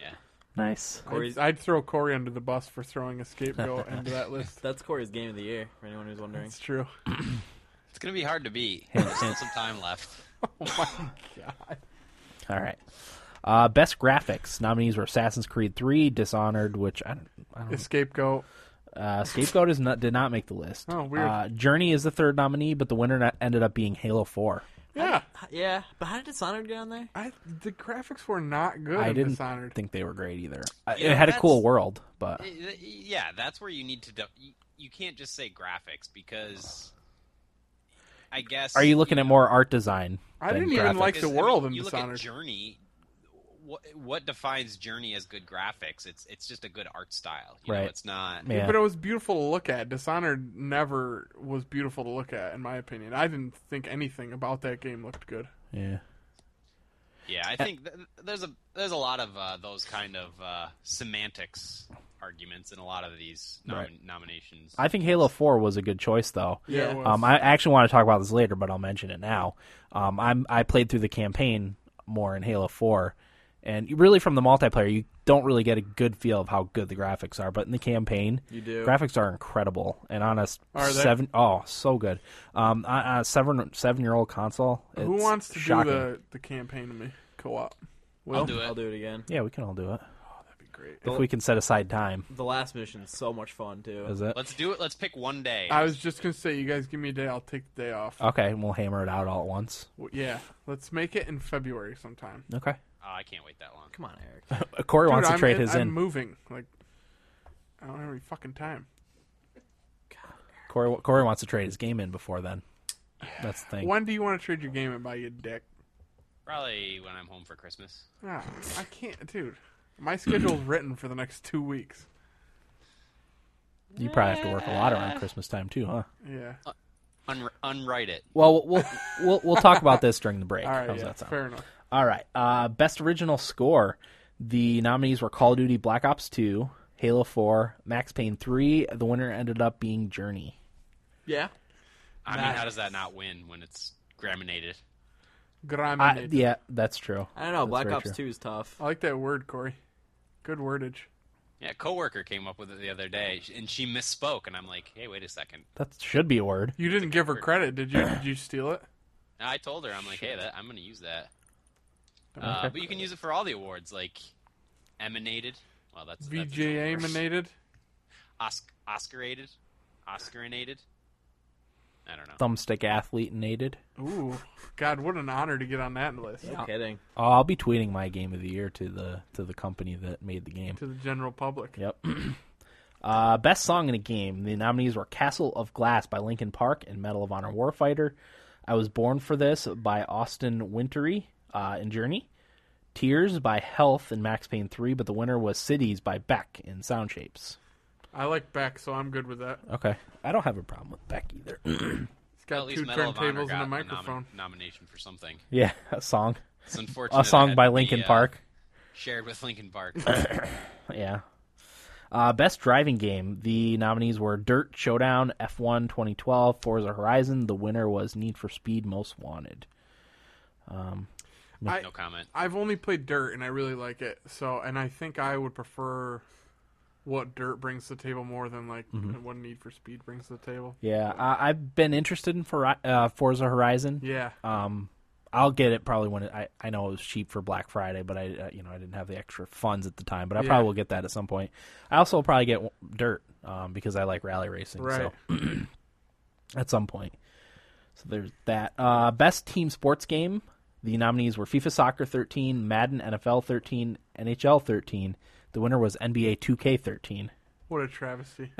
Speaker 4: Yeah.
Speaker 1: nice.
Speaker 3: Corey's-
Speaker 2: I'd, I'd throw Corey under the bus for throwing a scapegoat into that list.
Speaker 3: That's Corey's game of the year. For anyone who's wondering.
Speaker 2: That's true.
Speaker 4: It's gonna be hard to beat. There's still some time left.
Speaker 2: Oh my god.
Speaker 1: All right. Uh, best graphics nominees were Assassin's Creed 3, Dishonored, which I don't, I don't
Speaker 2: The scapegoat.
Speaker 1: Uh, Scapegoat is not, did not make the list.
Speaker 2: Oh, weird.
Speaker 1: Uh, Journey is the third nominee, but the winner not, ended up being Halo Four.
Speaker 2: Yeah.
Speaker 3: Yeah, but how did Dishonored get on there?
Speaker 2: I, the graphics were not good
Speaker 1: I
Speaker 2: in
Speaker 1: didn't
Speaker 2: Dishonored.
Speaker 1: think they were great either. I-
Speaker 4: Yeah,
Speaker 1: it had a
Speaker 4: that's-
Speaker 1: cool world, but
Speaker 4: Y- y- Yeah, that's where you need to. do- you- You can't just say graphics because. I guess.
Speaker 1: are you looking at more art design?
Speaker 2: I
Speaker 1: than
Speaker 2: didn't even
Speaker 1: graphics?
Speaker 2: like the
Speaker 4: Because, I
Speaker 2: world
Speaker 4: mean,
Speaker 2: in
Speaker 4: you look
Speaker 2: Dishonored.
Speaker 4: at Journey. What, what defines Journey as good graphics? It's it's just a good art style. You Know,
Speaker 1: Right.
Speaker 4: it's not.
Speaker 1: Yeah.
Speaker 2: But it was beautiful to look at. Dishonored never was beautiful to look at, in my opinion. I didn't think anything about that game looked good.
Speaker 1: Yeah.
Speaker 4: Yeah, I think th- there's a there's a lot of uh, those kind of uh, semantics arguments in a lot of these nom-
Speaker 1: Right.
Speaker 4: nominations.
Speaker 1: I think Halo Four was a good choice though.
Speaker 2: Yeah, it was.
Speaker 1: Um, I actually want to talk about this later, but I'll mention it now. Um, I'm I played through the campaign more in Halo Four, and you- really from the multiplayer, you don't really get a good feel of how good the graphics are. But in the campaign,
Speaker 3: You do.
Speaker 1: Graphics are incredible, and on a s-
Speaker 2: Are they?
Speaker 1: seven oh so good. Um, on on a seven seven year old console,
Speaker 2: Who
Speaker 1: it's
Speaker 2: wants to
Speaker 1: shocking.
Speaker 2: do the, the campaign to me? Co op.
Speaker 4: I'll do it.
Speaker 3: I'll do it again.
Speaker 1: Yeah, we can all do it
Speaker 2: That'd be great.
Speaker 1: if we can set aside time.
Speaker 3: The last mission's so much fun too.
Speaker 1: Is it
Speaker 4: Let's do it. Let's pick one day.
Speaker 2: I was just gonna say, you guys give me a day, I'll take the day off.
Speaker 1: okay? and We'll hammer it out all at once.
Speaker 2: W- yeah, let's make it in February sometime.
Speaker 1: Okay.
Speaker 4: Oh, I can't wait that long.
Speaker 3: Come on, Eric.
Speaker 1: Uh, Corey wants
Speaker 2: Dude,
Speaker 1: to
Speaker 2: I'm,
Speaker 1: trade
Speaker 2: in-
Speaker 1: his
Speaker 2: I'm
Speaker 1: in.
Speaker 2: moving. Like, I don't have any fucking time.
Speaker 1: Corey, Corey wants to trade his game in before then. That's the thing.
Speaker 2: When do you want to trade your game and buy you dick?
Speaker 4: Probably when I'm home for Christmas.
Speaker 2: Ah, I can't, dude. My schedule's written for the next two weeks.
Speaker 1: You probably have to work a lot
Speaker 2: Eh.
Speaker 1: around Christmas time too, huh?
Speaker 2: Yeah.
Speaker 1: Uh,
Speaker 4: Un- unwrite it.
Speaker 1: Well, we'll we'll we'll talk about this during the break.
Speaker 2: All right.
Speaker 1: How's
Speaker 2: Yeah,
Speaker 1: that sound?
Speaker 2: fair enough.
Speaker 1: All right. Uh, best original score. The nominees were Call of Duty Black Ops 2, Halo 4, Max Payne 3. The winner ended up being Journey.
Speaker 2: Yeah.
Speaker 4: I mean, how does that not win when it's graminated?
Speaker 2: Grime.
Speaker 1: I-
Speaker 2: I,
Speaker 1: yeah, that's true.
Speaker 3: I don't know.
Speaker 1: That's
Speaker 3: Black
Speaker 1: very
Speaker 3: Ops
Speaker 1: true.
Speaker 3: Two is tough.
Speaker 2: like that word, Corey. Good wordage.
Speaker 4: Yeah, a coworker came up with it the other day, sh- and she misspoke, and I'm like, "Hey, wait a second.
Speaker 1: That should be a word.
Speaker 2: You didn't give her credit, did you? Did you steal it?
Speaker 4: And I told her, I'm like, "Hey, that I'm going to use that." Uh, but you can use it for all the awards, like emanated. Well, that's that's its own
Speaker 2: VJA
Speaker 4: word.
Speaker 2: emanated.
Speaker 4: Osc- Oscarated, Oscarinated. I don't know.
Speaker 1: Thumbstick athlete nated.
Speaker 2: Ooh, God, what an honor to get on that list.
Speaker 3: No kidding.
Speaker 1: Oh, I'll be tweeting my game of the year to the to the company that made the game.
Speaker 2: To the general public.
Speaker 1: Yep. uh, best song in a game. The nominees were Castle of Glass by Linkin Park and Medal of Honor Warfighter. I Was Born for This by Austin Wintory uh, in Journey. Tears by Health in Max Payne 3, but the winner was Cities by Beck in Sound Shapes.
Speaker 2: I like Beck, so I'm good with that.
Speaker 1: Okay. I don't have a problem with Beck either.
Speaker 2: It's got
Speaker 4: At least
Speaker 2: two
Speaker 4: Medal of Honor
Speaker 2: turntables and
Speaker 4: got
Speaker 2: a
Speaker 4: nom-
Speaker 2: microphone.
Speaker 4: nomination for something.
Speaker 1: yeah, a song.
Speaker 4: It's unfortunate.
Speaker 1: A song
Speaker 4: that
Speaker 1: by
Speaker 4: had to be,
Speaker 1: Linkin
Speaker 4: uh,
Speaker 1: Park.
Speaker 4: shared with Linkin Park.
Speaker 1: Yeah. Uh, best driving game. The nominees were Dirt Showdown, F1 2012, Forza Horizon. The winner was Need for Speed Most Wanted.
Speaker 2: I,
Speaker 4: no comment.
Speaker 2: I've only played Dirt, and I really like it. So, and I think I would prefer what Dirt brings to the table more than like
Speaker 1: Mm-hmm.
Speaker 2: what Need for Speed brings to the table.
Speaker 1: Yeah, I, I've been interested in for, uh, Forza Horizon.
Speaker 2: Yeah,
Speaker 1: Um, I'll get it probably when it, I I know it was cheap for Black Friday, but I uh, you know I didn't have the extra funds at the time, but I
Speaker 2: Yeah.
Speaker 1: probably will get that at some point. I also will probably get Dirt um, because I like rally racing.
Speaker 2: right.
Speaker 1: So at some point, so there's that. Uh, best team sports game. The nominees were FIFA Soccer 13, Madden NFL 13, NHL 13. The winner was NBA 2K 13.
Speaker 2: What a travesty.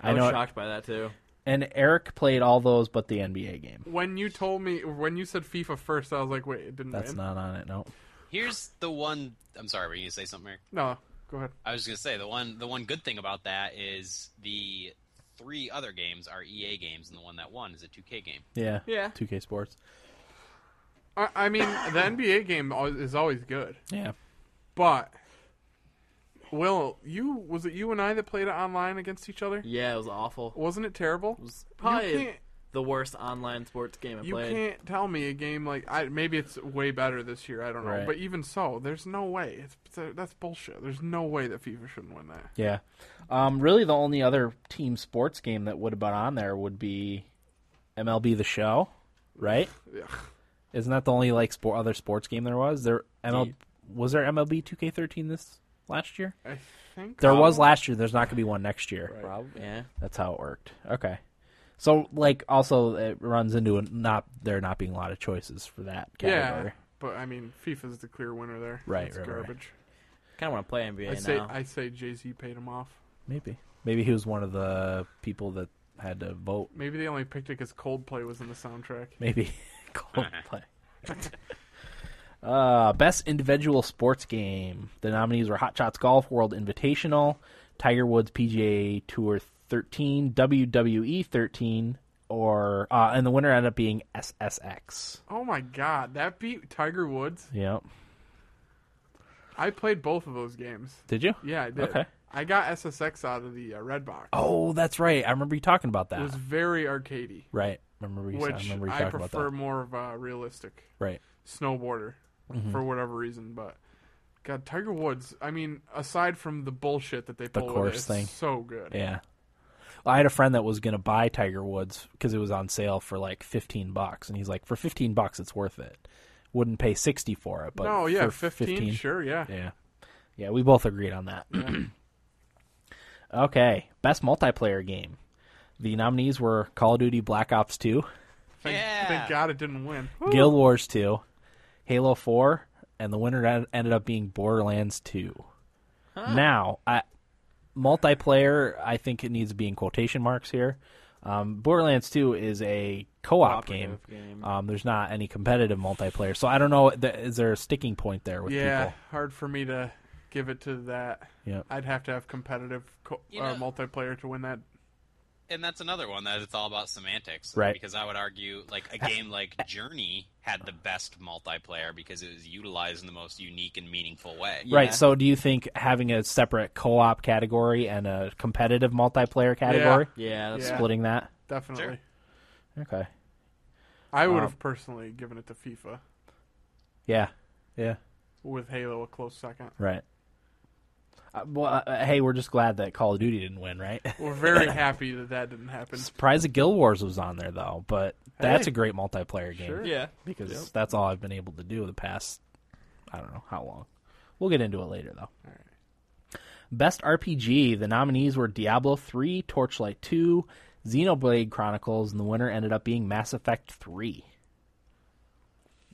Speaker 3: I,
Speaker 1: know
Speaker 3: was
Speaker 1: it-
Speaker 3: shocked by that too.
Speaker 1: and Eric played all those but the NBA game.
Speaker 2: when you told me when you said FIFA first, I was like, wait, it didn't
Speaker 1: That's
Speaker 2: win.
Speaker 1: not on it. No.
Speaker 4: Here's the one. I'm sorry. Were you gonna say something? Eric?
Speaker 2: no, go ahead.
Speaker 4: I was gonna say the one. The one good thing about that is the three other games are EA games, and the one that won is a 2K game.
Speaker 1: Yeah.
Speaker 3: Yeah.
Speaker 1: 2K Sports.
Speaker 2: I, I mean, the NBA game al- is always good,
Speaker 1: Yeah.
Speaker 2: but Will, you was it you and I that played it online against each other?
Speaker 3: Yeah, it was awful. It
Speaker 2: Wasn't it terrible?
Speaker 3: was probably
Speaker 2: can't-
Speaker 3: the worst online sports game I
Speaker 2: You
Speaker 3: played.
Speaker 2: can't tell me a game like I maybe it's way better this year. I don't know,
Speaker 1: Right.
Speaker 2: but even so, there's no way. It's, it's- that's bullshit. There's no way that FIFA shouldn't win that.
Speaker 1: Yeah. Um, really, the only other team sports game that would have been on there would be MLB The Show, right?
Speaker 2: Ugh.
Speaker 1: Isn't that the only like sport other sports game there was? There ML
Speaker 3: Yeah.
Speaker 1: was there MLB 2K13 this last year?
Speaker 2: I think
Speaker 1: There was
Speaker 2: last.
Speaker 1: last year. There's not going to be one next year.
Speaker 3: Probably. Yeah.
Speaker 1: That's how it worked. Okay. So like also it runs into a not there not being a lot of choices for that category.
Speaker 2: Yeah, but I mean, FIFA's the clear winner there.
Speaker 1: Right,
Speaker 2: It's
Speaker 1: right, right.
Speaker 2: garbage.
Speaker 3: Kind of want to play NBA
Speaker 2: I say
Speaker 3: now.
Speaker 2: I say Jay Z paid him off.
Speaker 1: Maybe. Maybe he was one of the people that had to vote.
Speaker 2: Maybe they only picked it because Coldplay was in the soundtrack.
Speaker 1: Maybe Coldplay. uh, best individual sports game. The nominees were Hot Shots Golf World Invitational, Tiger Woods PGA Tour 13, WWE 13, E or uh, and the winner ended up being SSX.
Speaker 2: Oh my god, that beat Tiger Woods.
Speaker 1: Yep.
Speaker 2: I played both of those games.
Speaker 1: Did you?
Speaker 2: Yeah, I did.
Speaker 1: Okay.
Speaker 2: I got SSX out of the uh, red box.
Speaker 1: Oh, that's right. I remember you talking about
Speaker 2: It
Speaker 1: that.
Speaker 2: was very arcadey,
Speaker 1: Right. Remember you, Oh, I
Speaker 2: which
Speaker 1: remember you
Speaker 2: I,
Speaker 1: talking about
Speaker 2: prefer
Speaker 1: that.
Speaker 2: more of a realistic
Speaker 1: Right.
Speaker 2: snowboarder
Speaker 1: Mm-hmm.
Speaker 2: for whatever reason. But God, Tiger Woods. I mean, aside from the bullshit that they pull, with it,
Speaker 1: course
Speaker 2: it's
Speaker 1: thing.
Speaker 2: so good.
Speaker 1: Yeah. Well, I had a friend that was going to buy Tiger Woods because it was on sale for like 15 bucks and he's like for 15 bucks it's worth it. Wouldn't pay 60 for it, but
Speaker 2: no, yeah,
Speaker 1: for
Speaker 2: 15,
Speaker 1: 15
Speaker 2: sure, yeah.
Speaker 1: Yeah. Yeah, we both agreed on that. okay, best multiplayer game. The nominees were Call of Duty Black Ops 2,
Speaker 2: Thank,
Speaker 4: Yeah.
Speaker 2: thank God it didn't win. Woo.
Speaker 1: Guild Wars 2, Halo 4, and the winner en- ended up being Borderlands 2. Now, I, multiplayer, I think it needs to be in quotation marks here. Um, Borderlands 2 is a co-op game.
Speaker 3: Cooperative game.
Speaker 1: Um, there's not any competitive multiplayer, so I don't know. th- Is there a sticking point there with
Speaker 2: Yeah, Uh,
Speaker 1: people?
Speaker 2: hard for me to give it to that.
Speaker 1: Yeah.
Speaker 2: I'd have to have competitive co-
Speaker 4: You
Speaker 2: uh,
Speaker 4: know-
Speaker 2: multiplayer to win that.
Speaker 4: and that's another one that it's all about semantics,
Speaker 1: Right.
Speaker 4: Because I would argue, like a game like Journey had the best multiplayer because it was utilized in the most unique and meaningful way.
Speaker 3: Yeah.
Speaker 1: Right. So, do you think having a separate co-op category and a competitive multiplayer category,
Speaker 3: Yeah. That's
Speaker 2: Yeah.
Speaker 1: splitting that?
Speaker 2: Definitely.
Speaker 4: Sure.
Speaker 1: Okay.
Speaker 2: I would
Speaker 1: Um,
Speaker 2: have personally given it to FIFA
Speaker 1: Yeah. Yeah.
Speaker 2: with Halo a close second.
Speaker 1: Right. Uh, well, uh, hey, we're just glad that Call of Duty didn't win, right?
Speaker 2: We're very happy that that didn't happen.
Speaker 1: Surprised that Guild Wars was on there though, but that's
Speaker 2: Hey.
Speaker 1: a great multiplayer game
Speaker 2: Sure.
Speaker 3: Yeah.
Speaker 1: because that's all I've been able to do the past I don't know how long. We'll get into it later though. Best RPG, the nominees were Diablo 3, Torchlight 2, Xenoblade Chronicles, and the winner ended up being Mass Effect 3.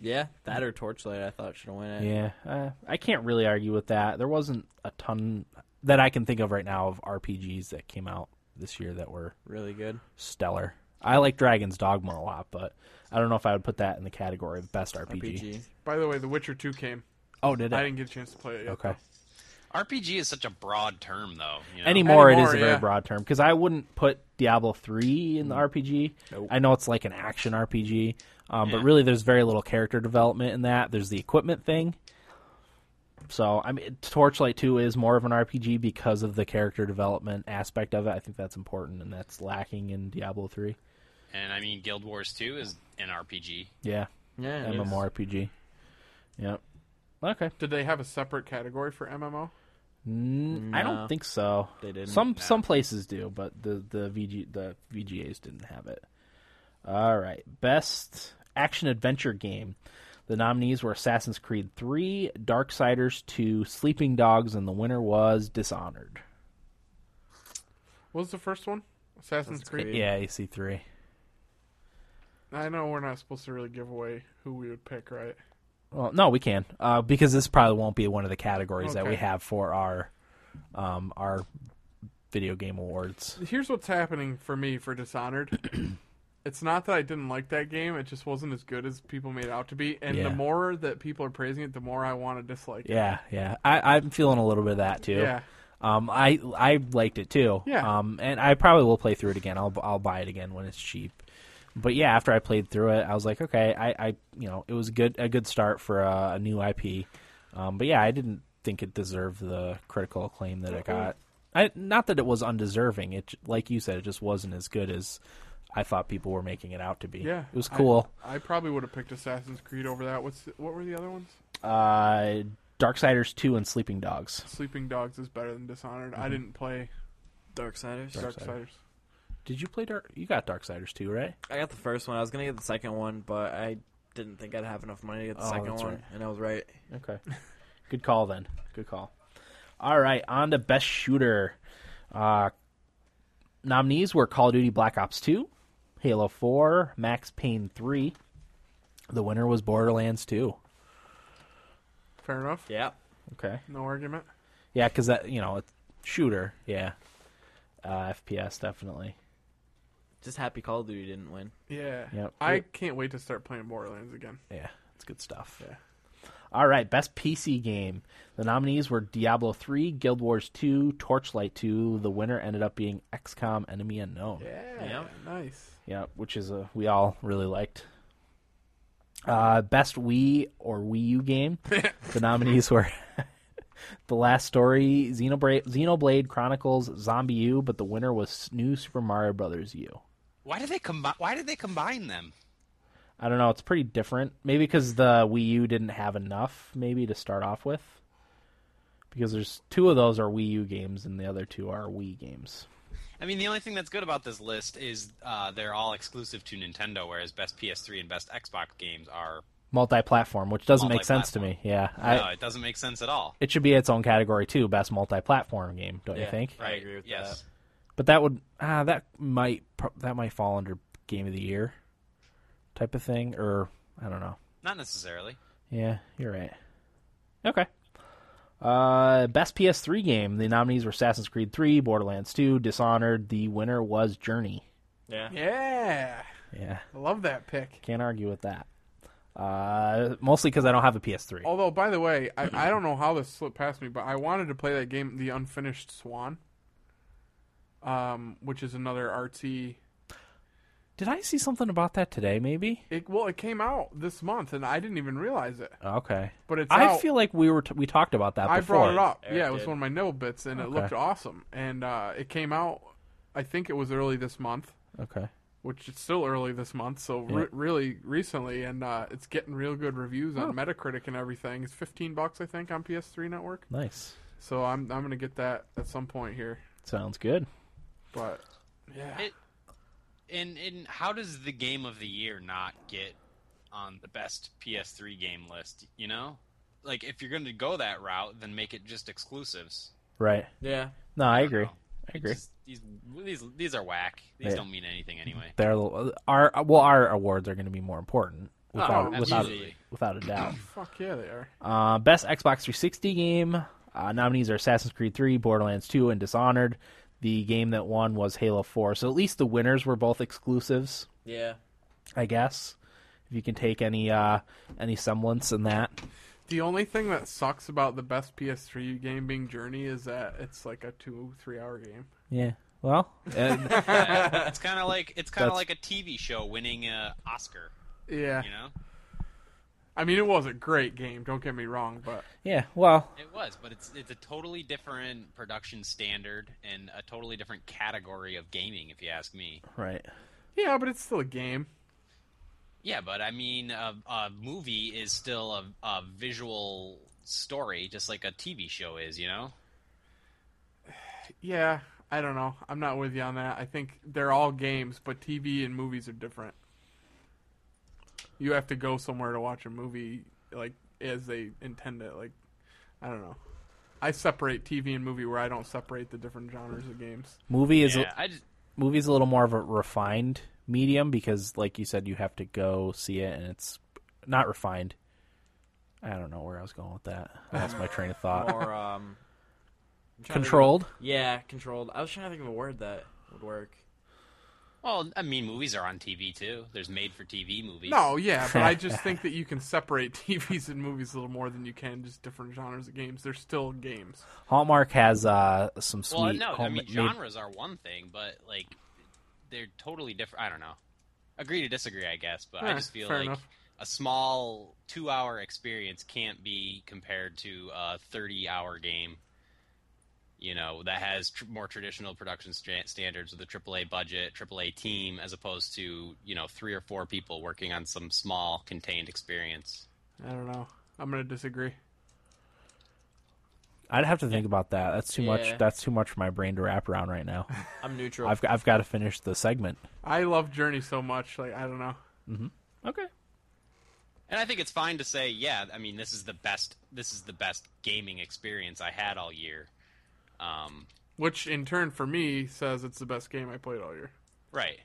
Speaker 3: Yeah. That or Torchlight, I thought should have won it.
Speaker 1: Yeah, uh, I can't really argue with that. There wasn't a ton that I can think of right now of RPGs that came out this year that were
Speaker 3: Really good.
Speaker 1: stellar. I like Dragon's Dogma a lot, but I don't know if I would put that in the category of best RPG.
Speaker 3: PG.
Speaker 2: By the way, The Witcher 2 came.
Speaker 1: Oh, did
Speaker 2: I
Speaker 1: it?
Speaker 2: didn't get a chance to play it yet.
Speaker 1: Okay.
Speaker 4: RPG is such a broad term, though. You know?
Speaker 1: Anymore, it
Speaker 2: Anymore,
Speaker 1: is a very
Speaker 2: yeah.
Speaker 1: broad term because I wouldn't put Diablo three
Speaker 3: Mm.
Speaker 1: in the RPG. I know it's like an action RPG, um, but
Speaker 4: Yeah.
Speaker 1: really there's very little character development in that. There's the equipment thing. So I mean, Torchlight two is more of an RPG because of the character development aspect of it. I think that's important, and that's lacking in Diablo three.
Speaker 4: and I mean, Guild Wars Two is an RPG.
Speaker 1: Yeah,
Speaker 3: Yeah. it is.
Speaker 1: MMORPG. Yep. Okay.
Speaker 2: Did they have a separate category for MMO?
Speaker 1: N- Mm, I
Speaker 3: No.
Speaker 1: don't think so.
Speaker 3: They didn't.
Speaker 1: Some some places do, but the the VG the VGAs didn't have it. All right, best action adventure game. The nominees were Assassin's Creed 3, Darksiders 2, Sleeping Dogs, and the winner was Dishonored.
Speaker 2: What was the first one? Assassin's
Speaker 3: Assassin's
Speaker 2: Creed.
Speaker 3: Creed.
Speaker 1: Yeah, AC3.
Speaker 2: I know we're not supposed to really give away who we would pick, right?
Speaker 1: Well, no, we can uh, because this probably won't be one of the categories that we
Speaker 2: Okay.
Speaker 1: have for our um, our video game awards.
Speaker 2: Here's what's happening for me for Dishonored. it's not that I didn't like that game; it just wasn't as good as people made it out to be. And the
Speaker 1: Yeah.
Speaker 2: more that people are praising it, the more I want to dislike it.
Speaker 1: Yeah, yeah, I, I'm feeling a little bit of that too.
Speaker 2: Yeah,
Speaker 1: Um, I I liked it too.
Speaker 2: Yeah.
Speaker 1: Um, and I probably will play through it again. I'll I'll buy it again when it's cheap. But yeah, after I played through it, I was like, okay, I, I you know it was good a good start for a, a new IP. Um, but yeah, I didn't think it deserved the critical acclaim that it got. I not that it was undeserving. It j- like you said, it just wasn't as good as I thought people were making it out to be.
Speaker 2: yeah.
Speaker 1: it was
Speaker 2: I-
Speaker 1: cool.
Speaker 2: I, probably would have picked Assassin's Creed over that. What's what were the other ones?
Speaker 1: Uh, Darksiders two and Sleeping Dogs.
Speaker 2: Sleeping Dogs is better than Dishonored. I didn't play
Speaker 3: Darksiders.
Speaker 2: Darksiders.
Speaker 1: Did you play Dark? You got Darksiders too, right?
Speaker 3: I got the first one. I was gonna get the second one, but I didn't think I'd have enough money to get the
Speaker 1: Oh,
Speaker 3: second
Speaker 1: that's
Speaker 3: one,
Speaker 1: right.
Speaker 3: and I was right.
Speaker 1: Okay. Good call then. Good call. All right, on to best shooter. Uh, nominees were Call of Duty Black Ops 2, Halo 4, Max Payne 3. The winner was Borderlands 2.
Speaker 2: Fair enough.
Speaker 3: Yeah.
Speaker 1: Okay.
Speaker 2: No argument.
Speaker 1: Yeah, cuz that, you know, it's shooter, yeah. Uh, FPS definitely.
Speaker 3: Just happy Call of Duty didn't win.
Speaker 2: Yeah.
Speaker 1: Yep.
Speaker 2: I can't wait to start playing Borderlands again.
Speaker 1: Yeah, it's good stuff.
Speaker 2: Yeah.
Speaker 1: All right, best PC game. The nominees were Diablo 3, Guild Wars 2, Torchlight 2. The winner ended up being XCOM Enemy Unknown.
Speaker 2: Yeah.
Speaker 3: Yep.
Speaker 2: Nice.
Speaker 1: Yeah, which is a we all really liked. Uh, best Wii or Wii U game. the nominees were The Last Story, Xenoblade, Xenoblade Chronicles, Zombie U, but the winner was New Super Mario Brothers U.
Speaker 4: Why did they combine? Why did they combine them?
Speaker 1: I don't know. It's pretty different. Maybe because the Wii U didn't have enough, maybe to start off with. Because there's two of those are Wii U games, and the other two are Wii games.
Speaker 4: I mean, the only thing that's good about this list is uh, they're all exclusive to Nintendo, whereas best PS3 and best Xbox games are.
Speaker 1: Multi-platform, which doesn't make sense to me. Yeah, I,
Speaker 4: no, it doesn't make sense at all.
Speaker 1: it should be its own category too. Best multi-platform game, don't you
Speaker 3: Yeah.
Speaker 1: think?
Speaker 3: I agree with
Speaker 4: yes.
Speaker 1: But that would ah, that might pro- that might fall under game of the year type of thing, or I don't know.
Speaker 4: Not necessarily.
Speaker 1: Yeah, you're right. Okay. Uh, best PS3 game. The nominees were Assassin's Creed 3, Borderlands 2, Dishonored. The winner was Journey.
Speaker 3: Yeah.
Speaker 2: Yeah.
Speaker 1: Yeah,
Speaker 2: I love that pick.
Speaker 1: can't argue with that. Uh, mostly because I don't have a PS3.
Speaker 2: Although, by the way, I, I don't know how this slipped past me, but I wanted to play that game, The Unfinished Swan, um, which is another artsy.
Speaker 1: Did I see something about that today? Maybe.
Speaker 2: It well, it came out this month, and I didn't even realize it.
Speaker 1: Okay.
Speaker 2: But it's
Speaker 1: I
Speaker 2: out.
Speaker 1: feel like we were t- we talked about that.
Speaker 2: I
Speaker 1: before.
Speaker 2: brought it up.
Speaker 3: Eric
Speaker 2: yeah, it was
Speaker 3: did.
Speaker 2: one of my nibble bits, and it looked
Speaker 1: Okay.
Speaker 2: awesome. And uh, it came out. I think it was early this month,
Speaker 1: Okay.
Speaker 2: which it's still early this month, so
Speaker 1: Yeah.
Speaker 2: re- really recently, and uh, it's getting real good reviews on Metacritic and everything. It's fifteen bucks, I think, on PS3 Network.
Speaker 1: Nice.
Speaker 2: So I'm I'm gonna get that at some point here.
Speaker 1: Sounds good.
Speaker 2: But yeah,
Speaker 4: It, and and how does the game of the year not get on the best PS3 game list? You know, like if you're going to go that route, then make it just exclusives.
Speaker 1: Right.
Speaker 3: Yeah.
Speaker 1: No, I
Speaker 4: don't
Speaker 1: agree.
Speaker 4: know.
Speaker 1: I agree.
Speaker 4: Just- these these these are whack. These
Speaker 1: Yeah.
Speaker 4: don't mean anything anyway.
Speaker 1: They're our well, our awards are going to be more important without
Speaker 2: Oh,
Speaker 1: without
Speaker 4: absolutely.
Speaker 1: without a doubt.
Speaker 2: fuck yeah, they are.
Speaker 1: Uh, best Xbox 360 game uh, nominees are Assassin's Creed 3, Borderlands 2, and Dishonored. The game that won was Halo 4. So at least the winners were both exclusives,
Speaker 3: Yeah.
Speaker 1: I guess. If you can take any uh, any semblance in that.
Speaker 2: The only thing that sucks about the best PS3 game being Journey is that it's like a two three hour game.
Speaker 1: Yeah. Well, uh,
Speaker 4: Yeah. it's kind of like it's kind of
Speaker 1: That's-
Speaker 4: like a TV show winning an Oscar.
Speaker 2: Yeah,
Speaker 4: You know,
Speaker 2: I mean it was a great game. Don't get me wrong, but
Speaker 1: yeah. Well,
Speaker 4: it was, but it's it's a totally different production standard and a totally different category of gaming, if you ask me.
Speaker 1: right.
Speaker 2: yeah, but it's still a game.
Speaker 4: Yeah, but I mean, a, a movie is still a, a visual story, just like a TV show is. You know,
Speaker 2: Yeah, I don't know. I'm not with you on that. I think they're all games, but TV and movies are different. You have to go somewhere to watch a movie like as they intend it. Like I don't know. I separate TV and movie where I don't separate the different genres of games.
Speaker 1: Movie is
Speaker 4: yeah, I just
Speaker 1: a, movie's a little more of a refined medium because, like you said, you have to go see it, and it's not refined. I don't know where I was going with that. I lost my train of thought.
Speaker 3: Or um. I'm trying to think of-
Speaker 1: Controlled.
Speaker 3: Yeah, controlled. I was trying to think of a word that would work.
Speaker 4: well, I mean, movies are on TV too. There's made for TV movies.
Speaker 2: No, yeah, but I just think that you can separate TVs and movies a little more than you can just different genres of games. They're still games.
Speaker 1: Hallmark has uh, some sweet.
Speaker 4: Well, no, I
Speaker 1: home-
Speaker 4: mean
Speaker 1: made-
Speaker 4: genres are one thing, but like they're totally different. I don't know. Agree to disagree, I guess, but I
Speaker 2: Yeah,
Speaker 4: just feel
Speaker 2: fair
Speaker 4: like
Speaker 2: enough.
Speaker 4: a small two-hour experience can't be compared to a thirty-hour game. You know that has tr- more traditional production stra- standards with a AAA budget, AAA team, as opposed to you know three or four people working on some small contained experience.
Speaker 2: I don't know. I'm gonna disagree.
Speaker 1: I'd have to think about that. That's too
Speaker 3: Yeah.
Speaker 1: much. That's too much for my brain to wrap around right now.
Speaker 3: I'm neutral.
Speaker 1: I've I've got to finish the segment.
Speaker 2: I love Journey so much. Like I don't know.
Speaker 1: Okay.
Speaker 4: And I think it's fine to say, yeah, I mean, this is the best. This is the best gaming experience I had all year. Um,
Speaker 2: Which in turn for me says it's the best game I played all year.
Speaker 4: right.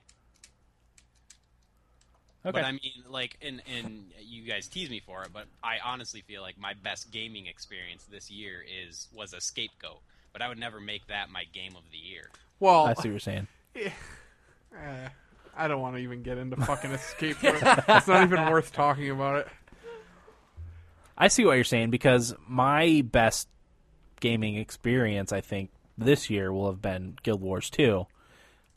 Speaker 1: Okay.
Speaker 4: But I mean, like, and and you guys tease me for it, but I honestly feel like my best gaming experience this year is was a scapegoat. But I would never make that my game of the year.
Speaker 2: Well,
Speaker 1: I see what you're saying.
Speaker 2: eh, I don't want to even get into fucking Escape. Room. it's not even worth talking about it.
Speaker 1: I see what you're saying because my best gaming experience, I think, this year will have been Guild Wars 2.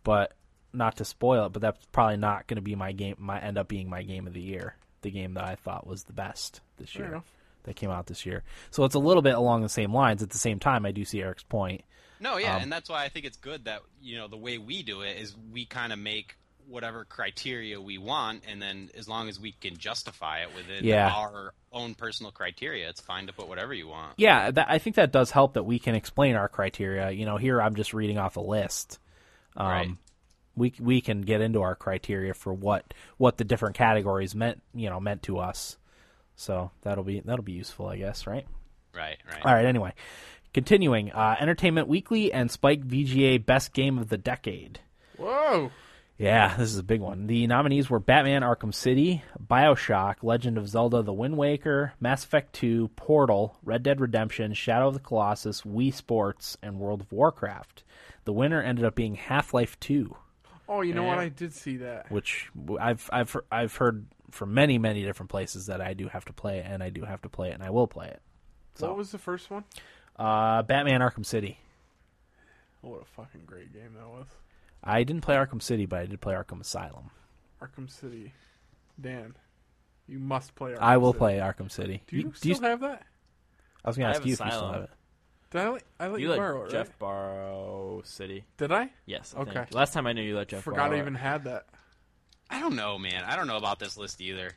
Speaker 1: But not to spoil it, but that's probably not going to be my game. My end up being my game of the year, the game that I thought was the best this year
Speaker 2: enough.
Speaker 1: that came out this year. So it's a little bit along the same lines. At the same time, I do see Eric's point.
Speaker 4: No,
Speaker 1: Um,
Speaker 4: yeah, and that's why I think it's good that you know the way we do it is we kind of make whatever criteria we want, and then as long as we can justify it within
Speaker 1: Yeah.
Speaker 4: our own personal criteria, it's fine to put whatever you want.
Speaker 1: Yeah, that, I think that does help that we can explain our criteria. You know, here I'm just reading off a list. Um,
Speaker 4: Right.
Speaker 1: We we can get into our criteria for what what the different categories meant. You know, meant to us. So that'll be that'll be useful, I guess. Right.
Speaker 4: Right, right.
Speaker 1: All right. Anyway, continuing. Uh, Entertainment Weekly and Spike VGA Best Game of the Decade.
Speaker 2: Whoa.
Speaker 1: Yeah, this is a big one. The nominees were Batman Arkham City, Bioshock, Legend of Zelda The Wind Waker, Mass Effect 2, Portal, Red Dead Redemption, Shadow of the Colossus, Wii Sports, and World of Warcraft. The winner ended up being Half Life 2,
Speaker 2: Oh, you know what? I did see that.
Speaker 1: which I've, I've, I've heard from many, many different places that I do have to play, and I do have to play it, and I will play it.
Speaker 2: What was the first one?
Speaker 1: Uh, Batman Arkham City.
Speaker 2: Oh, what a fucking great game that was.
Speaker 1: I didn't play Arkham City, but I did play Arkham Asylum.
Speaker 2: Arkham City. Dan, you must play Arkham
Speaker 1: I will
Speaker 2: City.
Speaker 1: play Arkham City.
Speaker 2: Do you,
Speaker 1: do
Speaker 2: still have that?
Speaker 1: I was going
Speaker 3: I
Speaker 1: to ask
Speaker 3: have
Speaker 1: you if you still
Speaker 3: Asylum.
Speaker 1: have it.
Speaker 2: Did I let, I let you,
Speaker 3: you let
Speaker 2: borrow it,
Speaker 3: Jeff
Speaker 2: right?
Speaker 3: borrow City.
Speaker 2: Did I?
Speaker 3: Yes. I
Speaker 2: Okay.
Speaker 3: Think. Last time I knew you let Jeff.
Speaker 2: Forgot
Speaker 3: borrow
Speaker 2: I
Speaker 3: it.
Speaker 2: even had that.
Speaker 4: I don't know, man. I don't know about this list either.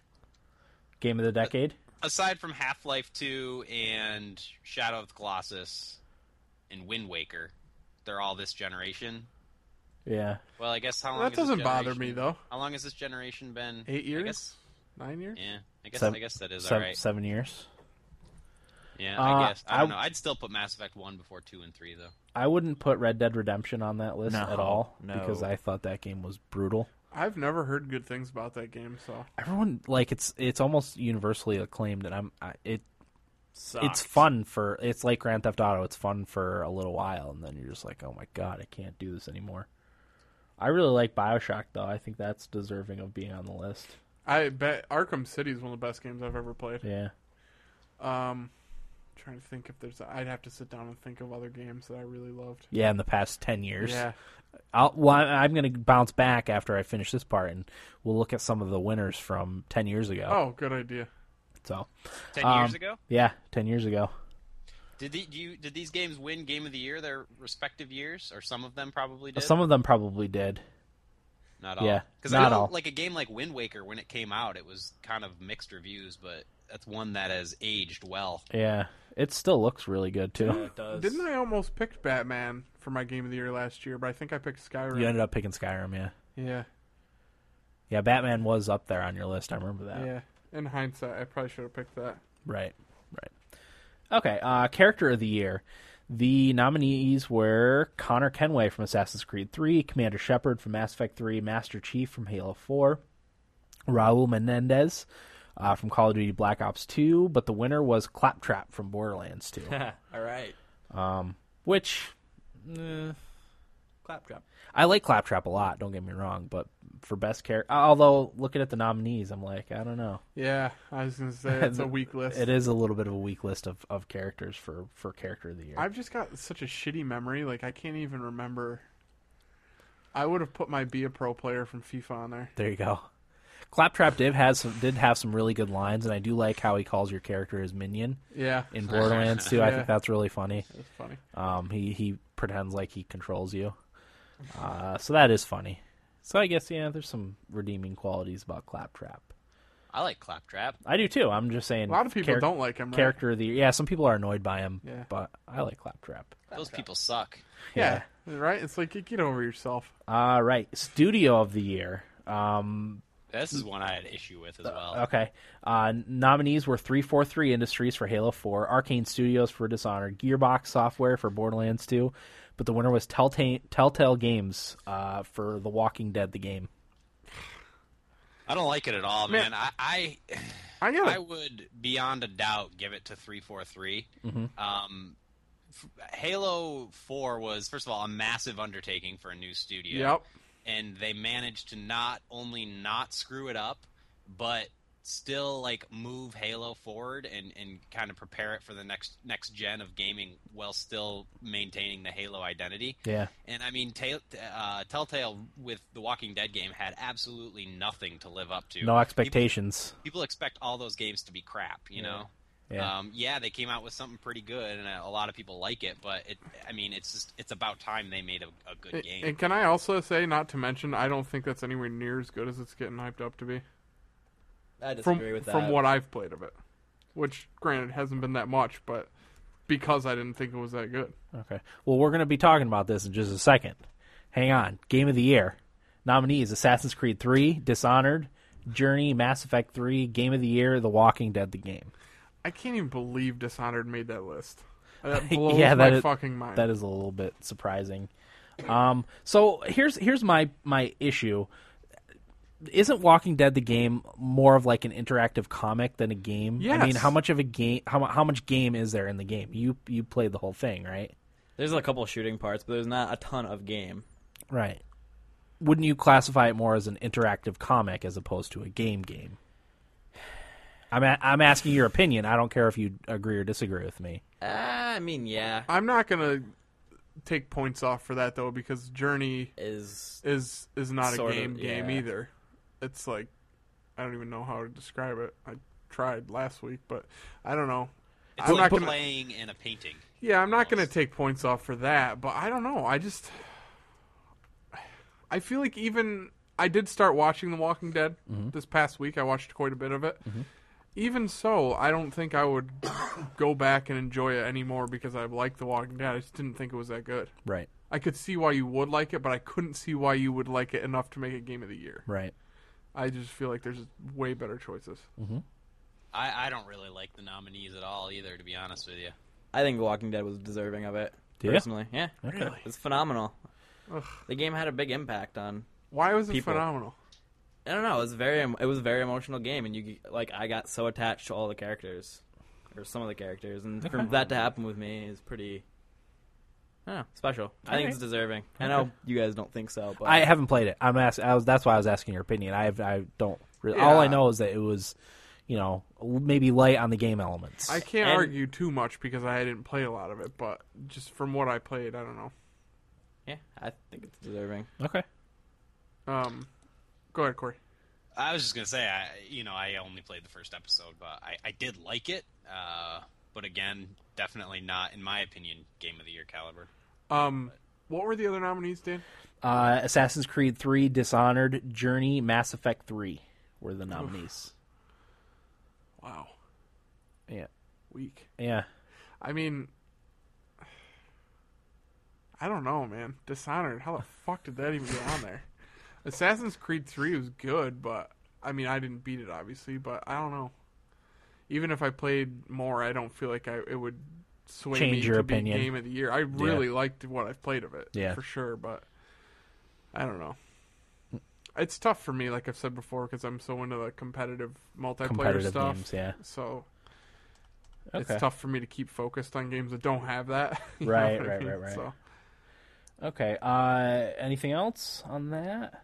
Speaker 1: Game of the
Speaker 3: Uh,
Speaker 1: Decade.
Speaker 4: Aside from Half Life 2 and Shadow of the Colossus and Wind Waker, they're all this generation.
Speaker 1: Yeah.
Speaker 4: Well, I guess how long
Speaker 2: That
Speaker 4: has
Speaker 2: doesn't
Speaker 4: this
Speaker 2: bother
Speaker 4: generation-
Speaker 2: me though.
Speaker 4: How long has this generation been?
Speaker 2: Eight
Speaker 4: I
Speaker 2: years?
Speaker 4: guess,
Speaker 2: Nine years?
Speaker 4: yeah, I guess
Speaker 1: Seven-
Speaker 4: I guess that is all
Speaker 1: Seven,
Speaker 4: right.
Speaker 1: seven years.
Speaker 4: Yeah,
Speaker 1: Uh,
Speaker 4: I guess. I don't
Speaker 1: I-
Speaker 4: know. I'd still put Mass Effect 1 before 2 and 3, though.
Speaker 1: I wouldn't put Red Dead Redemption on that list
Speaker 3: No,
Speaker 1: at all
Speaker 3: no.
Speaker 1: because I thought that game was brutal.
Speaker 2: I've never heard good things about that game, so
Speaker 1: Everyone like it's it's almost universally acclaimed, and I'm I, it
Speaker 3: Sucked.
Speaker 1: it's fun for it's like Grand Theft Auto. It's fun for a little while, and then you're just like, oh my god, I can't do this anymore. I really like Bioshock though. I think that's deserving of being on the list.
Speaker 2: I bet Arkham City is one of the best games I've ever played.
Speaker 1: Yeah.
Speaker 2: Um, trying to think if there's. I'd have to sit down and think of other games that I really loved.
Speaker 1: Yeah, in the past ten years.
Speaker 2: Yeah,
Speaker 1: I'll, well, I- I'm going to bounce back after I finish this part, and we'll look at some of the winners from ten years ago.
Speaker 2: Oh, good idea.
Speaker 1: So,
Speaker 4: 10
Speaker 1: Um,
Speaker 4: years ago?
Speaker 1: yeah, ten years ago.
Speaker 4: Did the, do you did these games win Game of the Year their respective years, or some of them probably did?
Speaker 1: Some of them probably did.
Speaker 4: not all.
Speaker 1: yeah,
Speaker 4: because
Speaker 1: not
Speaker 4: I know
Speaker 1: all.
Speaker 4: like a game like Wind Waker when it came out, it was kind of mixed reviews, but that's one that has aged well.
Speaker 1: Yeah, it still looks really good too.
Speaker 3: Yeah, it does.
Speaker 2: Didn't I almost pick Batman for my game of the year last year? But I think I picked Skyrim.
Speaker 1: You ended up picking Skyrim, yeah.
Speaker 2: yeah,
Speaker 1: Yeah, Batman was up there on your list. I remember that.
Speaker 2: yeah. In hindsight, I probably should have picked that.
Speaker 1: Right, right. Okay, uh, character of the year. The nominees were Connor Kenway from Assassin's Creed 3, Commander Shepard from Mass Effect 3, Master Chief from Halo 4, Raul Menendez uh, from Call of Duty Black Ops 2, but the winner was Claptrap from Borderlands 2,
Speaker 3: all right.
Speaker 1: which eh,
Speaker 3: Claptrap.
Speaker 1: I like Claptrap a lot. Don't get me wrong, but for best character, although looking at the nominees, I'm like, I don't know.
Speaker 2: Yeah, I was gonna say it's a weak list.
Speaker 1: It is a little bit of a weak list of, of characters for, for character of the year.
Speaker 2: I've just got such a shitty memory. Like I can't even remember. I would have put my be a pro player from FIFA on there.
Speaker 1: There you go. Claptrap did has some, did have some really good lines, and I do like how he calls your character his minion
Speaker 2: Yeah,
Speaker 1: in Borderlands too. I
Speaker 2: Yeah.
Speaker 1: think that's really funny.
Speaker 2: that's funny.
Speaker 1: Um, he he pretends like he controls you, uh, so that is funny. So I guess yeah, there's some redeeming qualities about Claptrap.
Speaker 4: I like Claptrap.
Speaker 1: I do too. I'm just saying.
Speaker 2: A lot of people
Speaker 1: char-
Speaker 2: don't like him. Right?
Speaker 1: character of the year. Yeah, some people are annoyed by him,
Speaker 2: Yeah.
Speaker 1: but I like Claptrap.
Speaker 4: Those people suck.
Speaker 2: Yeah. Right? It's like, get over yourself.
Speaker 1: All right, studio of the year. Um,
Speaker 4: This is one I had issue with as well.
Speaker 1: okay. Uh, nominees were 343 Industries for Halo 4, Arcane Studios for Dishonored, Gearbox Software for Borderlands 2, but the winner was Telltale, Telltale Games uh, for The Walking Dead, the game.
Speaker 4: I don't like it at all, man.
Speaker 2: Man.
Speaker 4: I, I
Speaker 2: I got
Speaker 4: I
Speaker 2: it.
Speaker 4: would beyond a doubt give it to three four three.
Speaker 1: Mm-hmm.
Speaker 4: Um, f- Halo Four was first of all a massive undertaking for a new studio.
Speaker 2: Yep.
Speaker 4: and they managed to not only not screw it up, but still like move Halo forward and, and kind of prepare it for the next next gen of gaming while still maintaining the Halo identity.
Speaker 1: Yeah.
Speaker 4: And I mean, Tell uh, Telltale with the Walking Dead game had absolutely nothing to live up to.
Speaker 1: No
Speaker 4: People-
Speaker 1: expectations.
Speaker 4: people expect all those games to be crap, you know.
Speaker 1: Yeah.
Speaker 4: Um, yeah, they came out with something pretty good, and a, a lot of people like it. But it, I mean, it's just it's about time they made a, a good
Speaker 2: And-
Speaker 4: game.
Speaker 2: And can I also say, not to mention, I don't think that's anywhere near as good as it's getting hyped up to be.
Speaker 3: I
Speaker 2: From
Speaker 3: disagree with that.
Speaker 2: from what I've played of it, which granted hasn't been that much, but because I didn't think it was that good.
Speaker 1: Okay. Well, we're going to be talking about this in just a second. Hang on. Game of the year nominees: Assassin's Creed 3, Dishonored, Journey, Mass Effect 3, Game of the Year, The Walking Dead, the game.
Speaker 2: I can't even believe Dishonored made that list. That blows
Speaker 1: Yeah, that
Speaker 2: my
Speaker 1: is-
Speaker 2: fucking mind.
Speaker 1: That is a little bit surprising. Um, so here's here's my my issue. Isn't Walking Dead the game more of like an interactive comic than a game? I mean,
Speaker 2: Yes.
Speaker 1: how much of a game? How mu- how much game is there in the game? You you played the whole thing, right?
Speaker 3: There's a couple shooting parts, but there's not a ton of game.
Speaker 1: Right. Wouldn't you classify it more as an interactive comic as opposed to a game game? I'm a- I'm asking your opinion. I don't care if you agree or disagree with me.
Speaker 3: Uh, I mean, yeah,
Speaker 2: I'm not gonna take points off for that though, because Journey
Speaker 3: is
Speaker 2: is is not
Speaker 3: Sort
Speaker 2: a
Speaker 3: of,
Speaker 2: game game
Speaker 3: yeah.
Speaker 2: either. It's like I don't even know how to describe it. I tried last week, but I don't know.
Speaker 4: it's
Speaker 2: I'm
Speaker 4: like
Speaker 2: not gonna-
Speaker 4: playing in a painting.
Speaker 2: Yeah, I'm not going to take points off for that, but I don't know. I just I feel like even I did start watching The Walking Dead this past week. I watched quite a bit of it. Even so, I don't think I would go back and enjoy it anymore because I like The Walking Dead. I just didn't think it was that good.
Speaker 1: Right.
Speaker 2: I could see why you would like it, but I couldn't see why you would like it enough to make it game of the year.
Speaker 1: Right.
Speaker 2: I just feel like there's way better choices.
Speaker 4: I, I don't really like the nominees at all either, to be honest with you.
Speaker 3: I think The Walking Dead was deserving of it.
Speaker 1: Do ya?
Speaker 3: personally, yeah,
Speaker 1: Okay.
Speaker 3: it's phenomenal.
Speaker 2: Ugh.
Speaker 3: The game had a big impact on.
Speaker 2: Why was it
Speaker 3: People.
Speaker 2: phenomenal?
Speaker 3: I don't know. It was very. It was a very emotional game, and you like I got so attached to all the characters, or some of the characters, and for that to happen with me is pretty. I don't know, special. I think
Speaker 1: Alright.
Speaker 3: it's deserving. I know you guys don't think so, but
Speaker 1: I haven't played it. I'm ask, I was that's why I was asking your opinion. I have, I don't really, all I
Speaker 2: Yeah.
Speaker 1: know is that it was, you know, maybe light on the game elements.
Speaker 2: I can't
Speaker 3: And-
Speaker 2: argue too much because I didn't play a lot of it, but just from what I played, I don't know.
Speaker 3: yeah, I think it's deserving.
Speaker 1: okay.
Speaker 2: Um, go ahead, Corey.
Speaker 4: I was just gonna say, I you know, I only played the first episode, but I, I did like it. Uh, but again, definitely not, in my opinion, game of the year caliber.
Speaker 2: Um, what were the other nominees, Dan?
Speaker 1: Uh, Assassin's Creed 3, Dishonored, Journey, Mass Effect 3 were the nominees.
Speaker 2: Wow,
Speaker 1: Yeah.
Speaker 2: weak.
Speaker 1: Yeah.
Speaker 2: I mean, I don't know, man. Dishonored. How the fuck did that even get on there? Assassin's Creed Three was good, but I mean, I didn't beat it, obviously. But I don't know. Even if I played more, I don't feel like I it would sway
Speaker 1: Change
Speaker 2: me
Speaker 1: your
Speaker 2: to
Speaker 1: opinion.
Speaker 2: be game of the year. I really liked what I've played of it,
Speaker 1: Yeah.
Speaker 2: for sure. But I don't know. It's tough for me, like I've said before, because I'm so into the competitive multiplayer
Speaker 1: Competitive
Speaker 2: stuff.
Speaker 1: games, yeah.
Speaker 2: So
Speaker 1: Okay.
Speaker 2: it's tough for me to keep focused on games that don't have that. You know
Speaker 1: Right,
Speaker 2: what
Speaker 1: right, right, right.
Speaker 2: So
Speaker 1: Okay. Uh, anything else on that?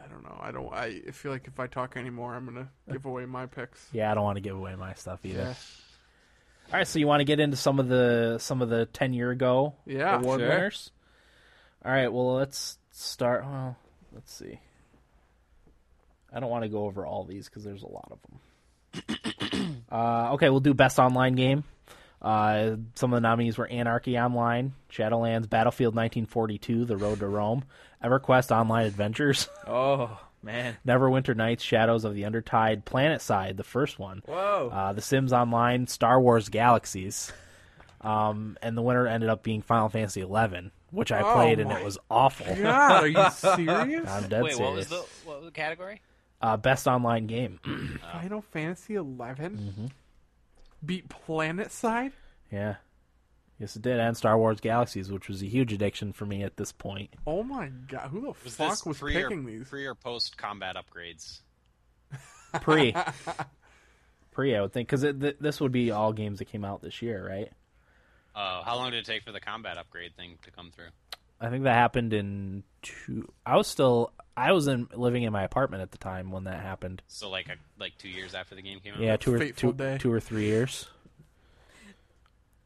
Speaker 2: I don't know. I don't. I feel like if I talk anymore, I'm gonna give away my picks.
Speaker 1: Yeah, I don't want to give away my stuff either. All right, so you want to get into some of the some of the 10 year ago
Speaker 2: Yeah,
Speaker 1: award
Speaker 3: sure.
Speaker 1: winners? All right, well, let's start well, let's see. I don't want to go over all these cuz there's a lot of them. uh, okay, we'll do best online game. Uh, some of the nominees were Anarchy Online, Shadowlands, Battlefield 1942, The Road to Rome, EverQuest Online Adventures,
Speaker 3: Oh, Man.
Speaker 1: Neverwinter Nights, Shadows of the Undertide, Planet Side, the first one.
Speaker 3: Whoa.
Speaker 1: Uh, the Sims Online, Star Wars Galaxies. Um, and the winner ended up being Final Fantasy Eleven, which I
Speaker 2: Oh
Speaker 1: played and
Speaker 2: my
Speaker 1: it was awful.
Speaker 2: God, are you serious?
Speaker 1: I'm dead
Speaker 4: Wait,
Speaker 1: serious.
Speaker 4: what was the what was the category?
Speaker 1: uh, best online game?
Speaker 2: Final Fantasy Eleven
Speaker 1: Mm-hmm.
Speaker 2: beat Planet Side.
Speaker 1: yeah, yes it did. And Star Wars Galaxies, which was a huge addiction for me at this point.
Speaker 2: Oh my god, who the
Speaker 4: Was this
Speaker 2: fuck was
Speaker 4: pre or
Speaker 2: picking these?
Speaker 4: pre or post combat upgrades?
Speaker 1: Pre, pre, I would think, because th- this would be all games that came out this year, right?
Speaker 4: Uh, how long did it take for the combat upgrade thing to come through?
Speaker 1: I think that happened in two. I was still, I was in living in my apartment at the time when that happened.
Speaker 4: So like a, like two years after the game came out.
Speaker 1: Yeah, two or
Speaker 2: Fateful
Speaker 1: two,
Speaker 2: day.
Speaker 1: two or three years.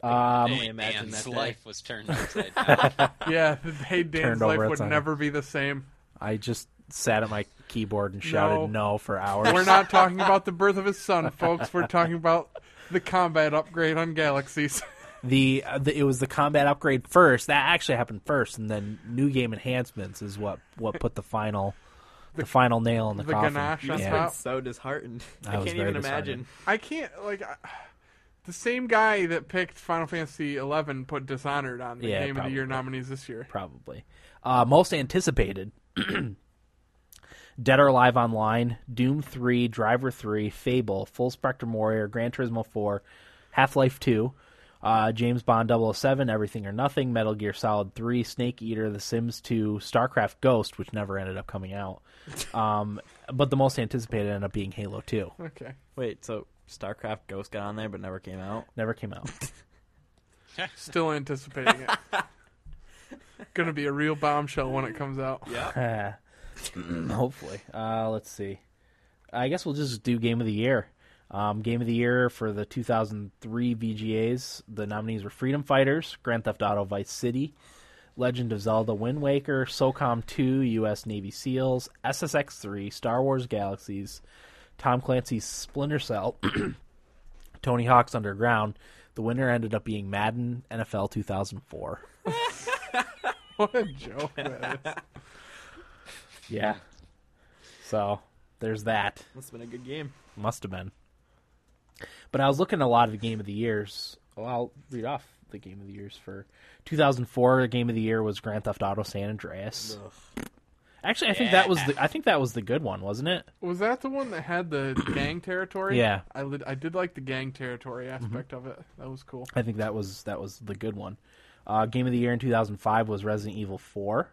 Speaker 1: Um,
Speaker 4: Hey,
Speaker 3: imagine
Speaker 4: Dan's
Speaker 3: that day.
Speaker 4: life was turned upside down.
Speaker 2: yeah, the Hey Dan's
Speaker 1: Turned
Speaker 2: life
Speaker 1: over
Speaker 2: would
Speaker 1: outside.
Speaker 2: never be the same.
Speaker 1: I just sat at my keyboard and shouted no, for hours.
Speaker 2: We're not talking about the birth of his son, folks. We're talking about the combat upgrade on Galaxies.
Speaker 1: the, uh, the it was the combat upgrade first. That actually happened first, and then new game enhancements is what what put the final the, final nail in the,
Speaker 2: the
Speaker 1: coffin.
Speaker 2: ganache on
Speaker 1: yeah.
Speaker 2: top.
Speaker 3: I'm so disheartened. I,
Speaker 1: was
Speaker 3: can't
Speaker 1: very
Speaker 3: even imagine.
Speaker 2: I can't like I, the same guy that picked Final Fantasy Eleven put Dishonored on the
Speaker 1: Yeah,
Speaker 2: Game of the Year
Speaker 1: probably.
Speaker 2: nominees this year.
Speaker 1: probably. Uh, most anticipated: Dead or Alive Online, Doom Three, Driver Three, Fable, Full Spectrum Warrior, Gran Turismo Four, Half Life Two, uh, James Bond 007, Everything or Nothing, Metal Gear Solid Three, Snake Eater, The Sims Two, StarCraft Ghost, which never ended up coming out. Um, but the most anticipated ended up being Halo Two.
Speaker 2: Okay,
Speaker 3: Wait, so StarCraft Ghost got on there but never came out?
Speaker 1: Never came out.
Speaker 2: still anticipating it. Gonna be a real bombshell when it comes out.
Speaker 1: Hopefully. Uh, let's see. I guess we'll just do game of the year. Um, game of the year for the 2003 VGAs. The nominees were Freedom Fighters, Grand Theft Auto Vice City, Legend of Zelda Wind Waker, SOCOM 2, U.S. Navy SEALs, SSX 3, Star Wars Galaxies, Tom Clancy's Splinter Cell, Tony Hawk's Underground. The winner ended up being Madden NFL 2004.
Speaker 2: What a joke! That is.
Speaker 1: Yeah. So there's that.
Speaker 3: Must have been a good game.
Speaker 1: Must have been. But I was looking at a lot of the game of the years. Well, I'll read off the game of the years for 2004. The game of the year was Grand Theft Auto San Andreas. Actually, I think that was the I think that was the good one, wasn't it?
Speaker 2: Was that the one that had the gang territory?
Speaker 1: Yeah. Mm-hmm.
Speaker 2: I, li- I did like the gang territory aspect of it. That was cool.
Speaker 1: I think that was that was the good one. Uh, game of the year in 2005 was Resident Evil 4.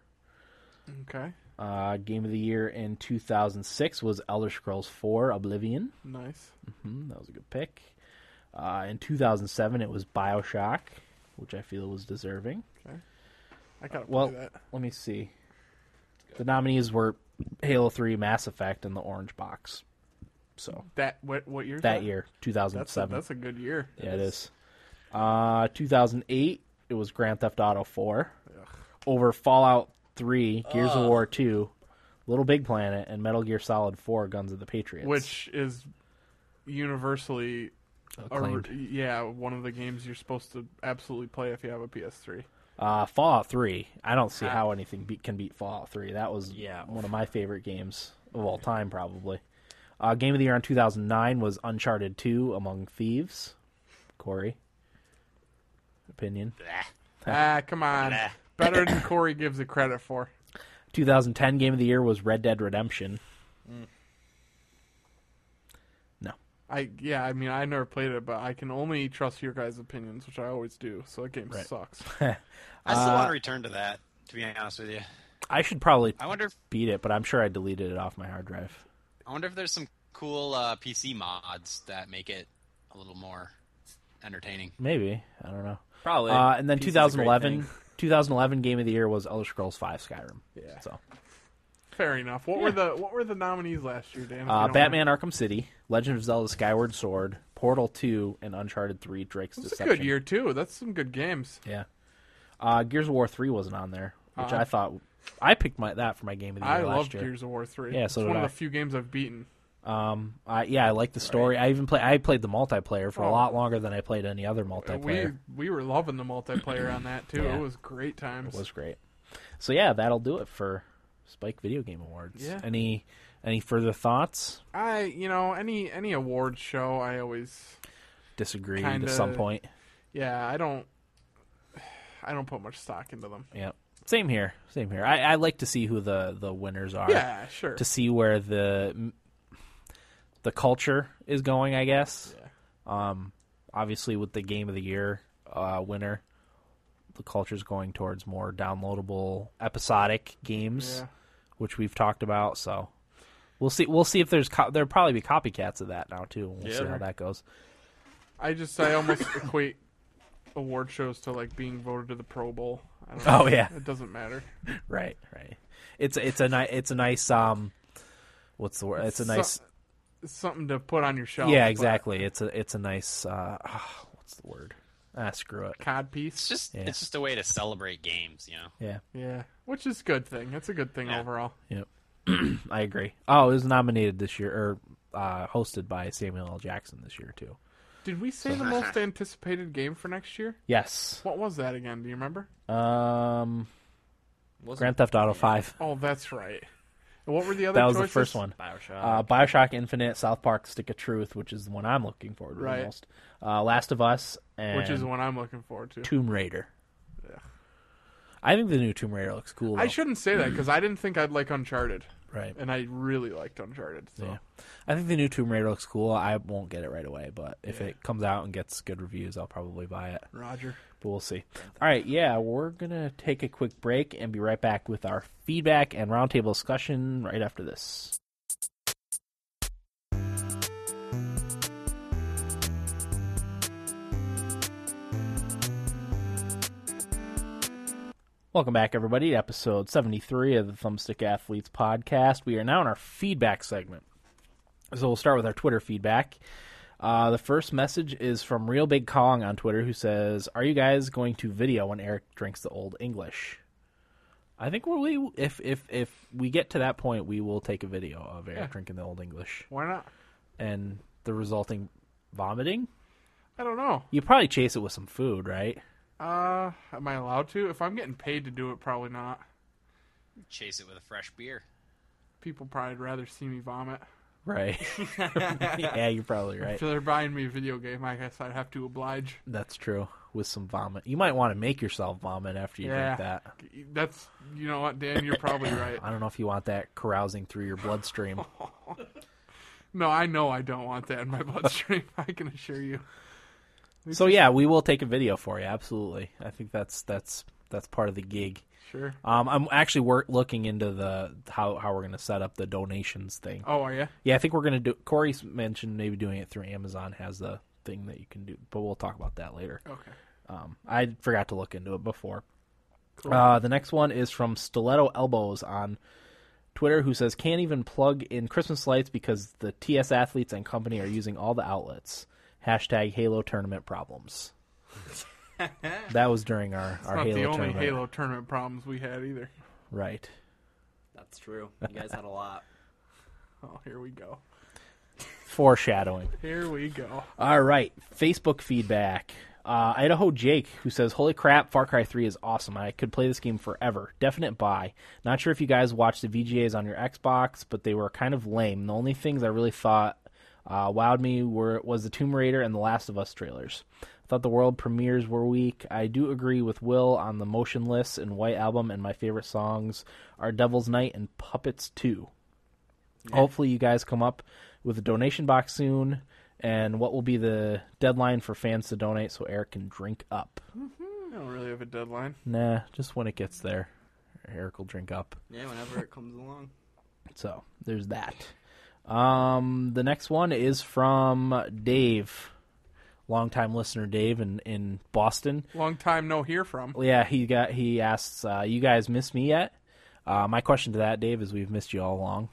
Speaker 2: Okay,
Speaker 1: Uh, game of the year in 2006 was Elder Scrolls 4 Oblivion.
Speaker 2: nice.
Speaker 1: Hmm, that was a good pick. Uh, in 2007, it was BioShock, which I feel was deserving.
Speaker 2: I gotta play
Speaker 1: Well,
Speaker 2: that.
Speaker 1: let me see. The nominees were Halo 3, Mass Effect, and the Orange Box. So
Speaker 2: That what what year? is
Speaker 1: that year,
Speaker 2: That's a,
Speaker 1: 2007.
Speaker 2: that's a good year.
Speaker 1: yeah, it is. Uh, 2008, it was Grand Theft Auto 4. Over Fallout 3, Gears of War 2, Little Big Planet, and Metal Gear Solid 4, Guns of the Patriots.
Speaker 2: Which is universally
Speaker 1: Acclaimed.
Speaker 2: Or, yeah, one of the games you're supposed to absolutely play if you have a PS3.
Speaker 1: Uh, Fallout 3. I don't see how anything beat, can beat Fallout 3. That was
Speaker 3: Yeah.
Speaker 1: one of my favorite games of all time, probably. Uh, game of the year in 2009 was Uncharted 2 Among Thieves. Corey, opinion.
Speaker 2: ah, come on.
Speaker 4: Nah.
Speaker 2: Better than Corey gives it credit for.
Speaker 1: 2010 game of the year was Red Dead Redemption. No.
Speaker 2: I yeah, I mean I never played it, but I can only trust your guys' opinions, which I always do. So that game sucks.
Speaker 4: I still want to return to that. To be honest with you,
Speaker 1: I should probably
Speaker 4: I wonder. If,
Speaker 1: beat it, but I'm sure I deleted it off my hard drive.
Speaker 4: I wonder if there's some cool uh, PC mods that make it a little more entertaining.
Speaker 1: Maybe. I don't know.
Speaker 3: Probably.
Speaker 1: Uh, and then
Speaker 3: Peace is a great
Speaker 1: 2011,
Speaker 3: thing.
Speaker 1: 2011 game of the year was Elder Scrolls 5 Skyrim.
Speaker 3: Yeah.
Speaker 1: So.
Speaker 2: Fair enough. What were the what were the nominees last year, Dan? if you
Speaker 1: Uh,
Speaker 2: don't
Speaker 1: Batman Arkham City, Legend of Zelda Skyward Sword, Portal 2, and Uncharted 3 Drake's
Speaker 2: mind? It's a
Speaker 1: Deception.
Speaker 2: good year too. That's some good games.
Speaker 1: Yeah. Uh, Gears of War 3 wasn't on there, which I thought I picked my that for my game of the year
Speaker 2: Uh-huh. I
Speaker 1: last
Speaker 2: love
Speaker 1: year.
Speaker 2: Gears of War three.
Speaker 1: Yeah,
Speaker 2: it's
Speaker 1: so
Speaker 2: one
Speaker 1: did
Speaker 2: of
Speaker 1: I.
Speaker 2: the few games I've beaten.
Speaker 1: Um I yeah, I like the story. I even play I played the multiplayer for a
Speaker 2: Oh. Uh,
Speaker 1: lot longer than I played any other
Speaker 2: And we
Speaker 1: multiplayer.
Speaker 2: we were loving the multiplayer on that too.
Speaker 1: Yeah.
Speaker 2: It was great times.
Speaker 1: It was great. So yeah, that'll do it for Spike Video Game Awards.
Speaker 2: Yeah.
Speaker 1: Any Any further thoughts?
Speaker 2: I you know any any award show I always
Speaker 1: Disagree
Speaker 2: Kinda.
Speaker 1: to some point.
Speaker 2: yeah I don't I don't put much stock into them.
Speaker 1: Yeah. Same here. Same here. I, I like to see who the, the winners are.
Speaker 2: Yeah, sure.
Speaker 1: To see where the the culture is going, I guess.
Speaker 2: Yeah.
Speaker 1: Um, obviously, with the game of the year uh, winner, the culture's going towards more downloadable episodic games,
Speaker 2: Yeah.
Speaker 1: which we've talked about. So we'll see. We'll see if there's co- there'll probably be copycats of that now too. We'll see
Speaker 3: Yeah.
Speaker 1: how that goes.
Speaker 2: I just I almost equate award shows to like being voted to the Pro Bowl. I don't
Speaker 1: Oh, yeah.
Speaker 2: it doesn't matter.
Speaker 1: Right, right. It's it's a ni- it's a nice um, what's the word? It's a
Speaker 2: So-
Speaker 1: nice
Speaker 2: It's something to put on your shelf.
Speaker 1: yeah,
Speaker 2: but
Speaker 1: exactly. It's a it's a nice uh, ah, what's the word? Ah, screw it.
Speaker 2: Cod piece.
Speaker 4: It's just
Speaker 1: Yeah.
Speaker 4: it's just a way to celebrate games, you know.
Speaker 1: Yeah,
Speaker 2: Yeah, which is a good thing. That's a good thing
Speaker 4: Yeah.
Speaker 2: overall.
Speaker 1: I agree. Oh, it was nominated this year or uh, hosted by Samuel L. Jackson this year too.
Speaker 2: Did we say the most anticipated game for next year?
Speaker 1: Yes.
Speaker 2: What was that again? Do you remember?
Speaker 1: Um,
Speaker 3: Wasn't
Speaker 1: Grand Theft Auto Five.
Speaker 2: Oh, that's right. And what were the other?
Speaker 1: That was the
Speaker 2: choices?
Speaker 1: first one.
Speaker 3: Bioshock.
Speaker 1: Uh, Bioshock Infinite, South Park, Stick of Truth, which is the one I'm looking forward to
Speaker 2: Right.
Speaker 1: the most. Uh, Last of Us and
Speaker 2: which is the one I'm looking forward to.
Speaker 1: Tomb Raider.
Speaker 2: Yeah.
Speaker 1: I think the new Tomb Raider looks cool.
Speaker 2: I
Speaker 1: though.
Speaker 2: shouldn't say that because I didn't think I'd like Uncharted,
Speaker 1: Right.
Speaker 2: and I really liked Uncharted. So
Speaker 1: Yeah. I think the new Tomb Raider looks cool. I won't get it right away, but if it comes out and gets good reviews, I'll probably buy it.
Speaker 2: Roger,
Speaker 1: But we'll see. All right, yeah, we're going to take a quick break and be right back with our feedback and roundtable discussion right after this. Welcome back, everybody, to episode 73 of the Thumbstick Athletes podcast. We are now in our feedback segment. So we'll start with our Twitter feedback. Uh, the first message is from Real Big Kong on Twitter, who says, "Are you guys going to video when Eric drinks the Old English?" I think we're, we if if if we get to that point, we will take a video of Eric
Speaker 2: Yeah.
Speaker 1: drinking the Old English
Speaker 2: why not?
Speaker 1: and the resulting vomiting.
Speaker 2: I don't know.
Speaker 1: You probably chase it with some food, right?
Speaker 2: Uh, am I allowed to? If I'm getting paid to do it, probably not.
Speaker 4: Chase it with a fresh beer.
Speaker 2: People probably would rather see me vomit.
Speaker 1: Right. yeah, you're probably right.
Speaker 2: If they're buying me a video game, I guess I'd have to oblige.
Speaker 1: That's true. With some vomit, you might want to make yourself vomit after you
Speaker 2: yeah,
Speaker 1: drink that.
Speaker 2: that's you know what, Dan, you're probably right.
Speaker 1: I don't know if you want that carousing through your bloodstream.
Speaker 2: No, I know I don't want that in my bloodstream. I can assure you.
Speaker 1: So yeah, we will take a video for you. Absolutely, I think that's that's that's part of the gig.
Speaker 2: Sure.
Speaker 1: Um, I'm actually work looking into the how how we're gonna set up the donations thing.
Speaker 2: Oh, are you?
Speaker 1: Yeah, I think we're gonna do. Corey mentioned maybe doing it through Amazon has the thing that you can do, but we'll talk about that later.
Speaker 2: Okay.
Speaker 1: Um, I forgot to look into it before. Uh, the next one is from Stiletto Elbows on Twitter, who says, Can't even plug in Christmas lights because the TS athletes and company are using all the outlets. Hashtag Halo tournament problems. that was during our, our
Speaker 2: Not
Speaker 1: Halo
Speaker 2: the only
Speaker 1: tournament.
Speaker 2: Halo tournament problems we had either.
Speaker 1: Right.
Speaker 3: That's true. You guys had a lot.
Speaker 2: Oh, here we go.
Speaker 1: Foreshadowing.
Speaker 2: Here we go.
Speaker 1: All right, Facebook feedback. Uh, Idaho Jake, who says, "Holy crap, Far Cry 3 is awesome. I could play this game forever. Definite buy. Not sure if you guys watched the VGAs on your Xbox, but they were kind of lame. The only things I really thought uh, wowed me were was the Tomb Raider and the Last of Us trailers. I thought the world premieres were weak. I do agree with Will on the Motionless and White album, and my favorite songs are Devil's Night and Puppets 2. Hopefully, you guys come up with a donation box soon. And what will be the deadline for fans to donate so Eric can drink up?
Speaker 2: I don't really have a deadline.
Speaker 1: Nah, just when it gets there, Eric will drink up.
Speaker 3: Yeah, whenever it comes along.
Speaker 1: So there's that. Um, the next one is from Dave, longtime listener Dave in, in Boston.
Speaker 2: Long time no hear from.
Speaker 1: Well, Yeah, he got he asks, uh, "You guys miss me yet?" Uh, my question to that, Dave, is we've missed you all along.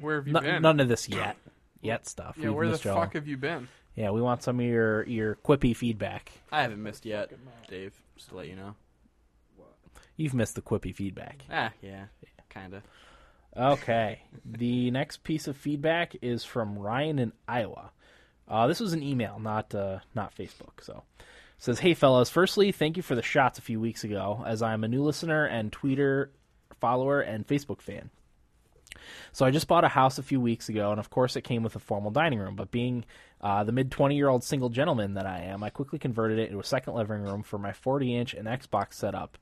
Speaker 2: Where have you
Speaker 1: N-
Speaker 2: been?
Speaker 1: none of this yet, yet stuff.
Speaker 2: yeah,
Speaker 1: We've
Speaker 2: where the
Speaker 1: missed you all.
Speaker 2: fuck have you been?
Speaker 1: Yeah, we want some of your your quippy feedback.
Speaker 3: I haven't missed yet, Dave. Just to let you know.
Speaker 1: You've missed the quippy feedback.
Speaker 3: Ah, yeah, kinda.
Speaker 1: Okay. the next piece of feedback is from Ryan in Iowa. Uh, this was an email, not uh, not Facebook. So It says, "Hey fellas, firstly, thank you for the shots a few weeks ago, as I am a new listener and Twitter follower and Facebook fan. So I just bought a house a few weeks ago, and of course it came with a formal dining room. But being uh, the mid 20 year old single gentleman that I am, I quickly converted it into a second living room for my 40 inch and Xbox setup.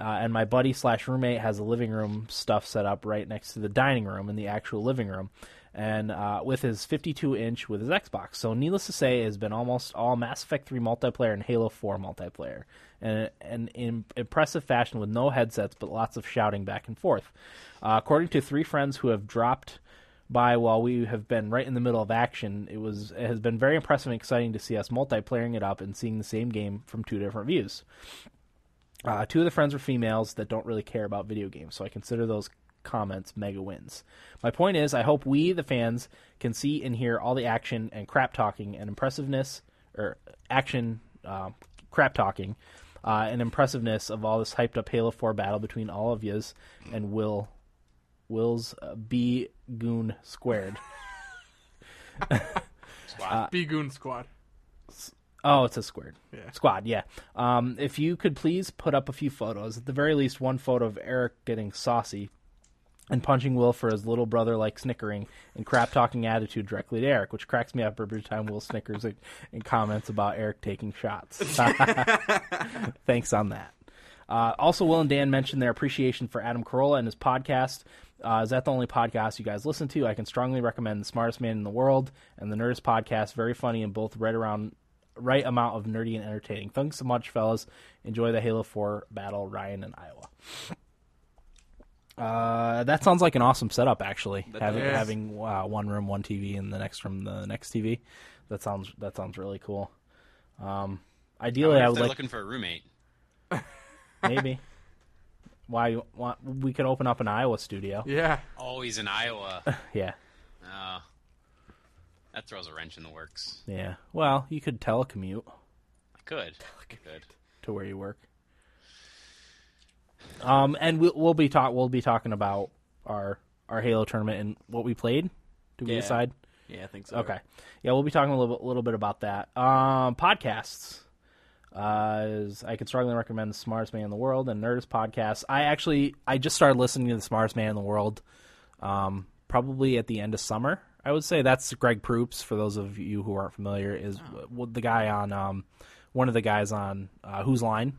Speaker 1: Uh, and my buddy slash roommate has a living room stuff set up right next to the dining room in the actual living room, and uh, with his 52 inch with his Xbox. So needless to say, it has been almost all Mass Effect 3 multiplayer and Halo 4 multiplayer, and and in impressive fashion with no headsets but lots of shouting back and forth. Uh, according to three friends who have dropped by while we have been right in the middle of action. It was it has been very impressive and exciting to see us multiplaying it up and seeing the same game from two different views. Uh, two of the friends were females that don't really care about video games, so I consider those comments mega wins. My point is, I hope we, the fans, can see and hear all the action and crap talking and impressiveness, or action uh, crap talking, uh, and impressiveness of all this hyped up Halo 4 battle between all of yous and Will. Will's uh, B Goon squared. Uh,
Speaker 2: B Goon Squad.
Speaker 1: Oh, it's a squared
Speaker 2: Yeah.
Speaker 1: squad. Yeah. Um, if you could please put up a few photos, at the very least one photo of Eric getting saucy and punching Will for his little brother like snickering and crap talking attitude directly to Eric, which cracks me up every time Will snickers and, and comments about Eric taking shots. Uh, Thanks on that. Uh, also, Will and Dan mentioned their appreciation for Adam Carolla and his podcast. Uh, is that the only podcast you guys listen to? I can strongly recommend The Smartest Man in the World and The Nerdist Podcast. Very funny and both right around right amount of nerdy and entertaining. Thanks so much, fellas. Enjoy the Halo 4 battle, Ryan and Iowa. Uh, that sounds like an awesome setup, actually.
Speaker 4: That
Speaker 1: Having,
Speaker 2: does.
Speaker 1: having uh, one room, one TV, and the next room, the next TV. That sounds that sounds really cool. Um, ideally,
Speaker 4: If
Speaker 1: I,
Speaker 4: they're
Speaker 1: would like
Speaker 4: looking for a roommate.
Speaker 1: Maybe. Why? Why we could open up an Iowa studio?
Speaker 2: Yeah.
Speaker 4: Always in Iowa.
Speaker 1: Yeah,
Speaker 4: Uh, that throws a wrench in the works.
Speaker 1: yeah. Well, you could telecommute
Speaker 4: I could. I could.
Speaker 1: to where you work. Um, and we'll, we'll be talk we'll be talking about our our Halo tournament and what we played. Do we
Speaker 3: Yeah.
Speaker 1: decide?
Speaker 3: Yeah, I think so.
Speaker 1: Okay. Yeah, we'll be talking a little, bit- little bit about that. Um, podcasts. Uh, is- I can strongly recommend the Smartest Man in the World and Nerdist podcast. I actually I just started listening to the Smartest Man in the World, um, probably at the end of summer. I would say that's Greg Proops. For those of you who aren't familiar, is w- w- the guy on um, one of the guys on uh, Whose Line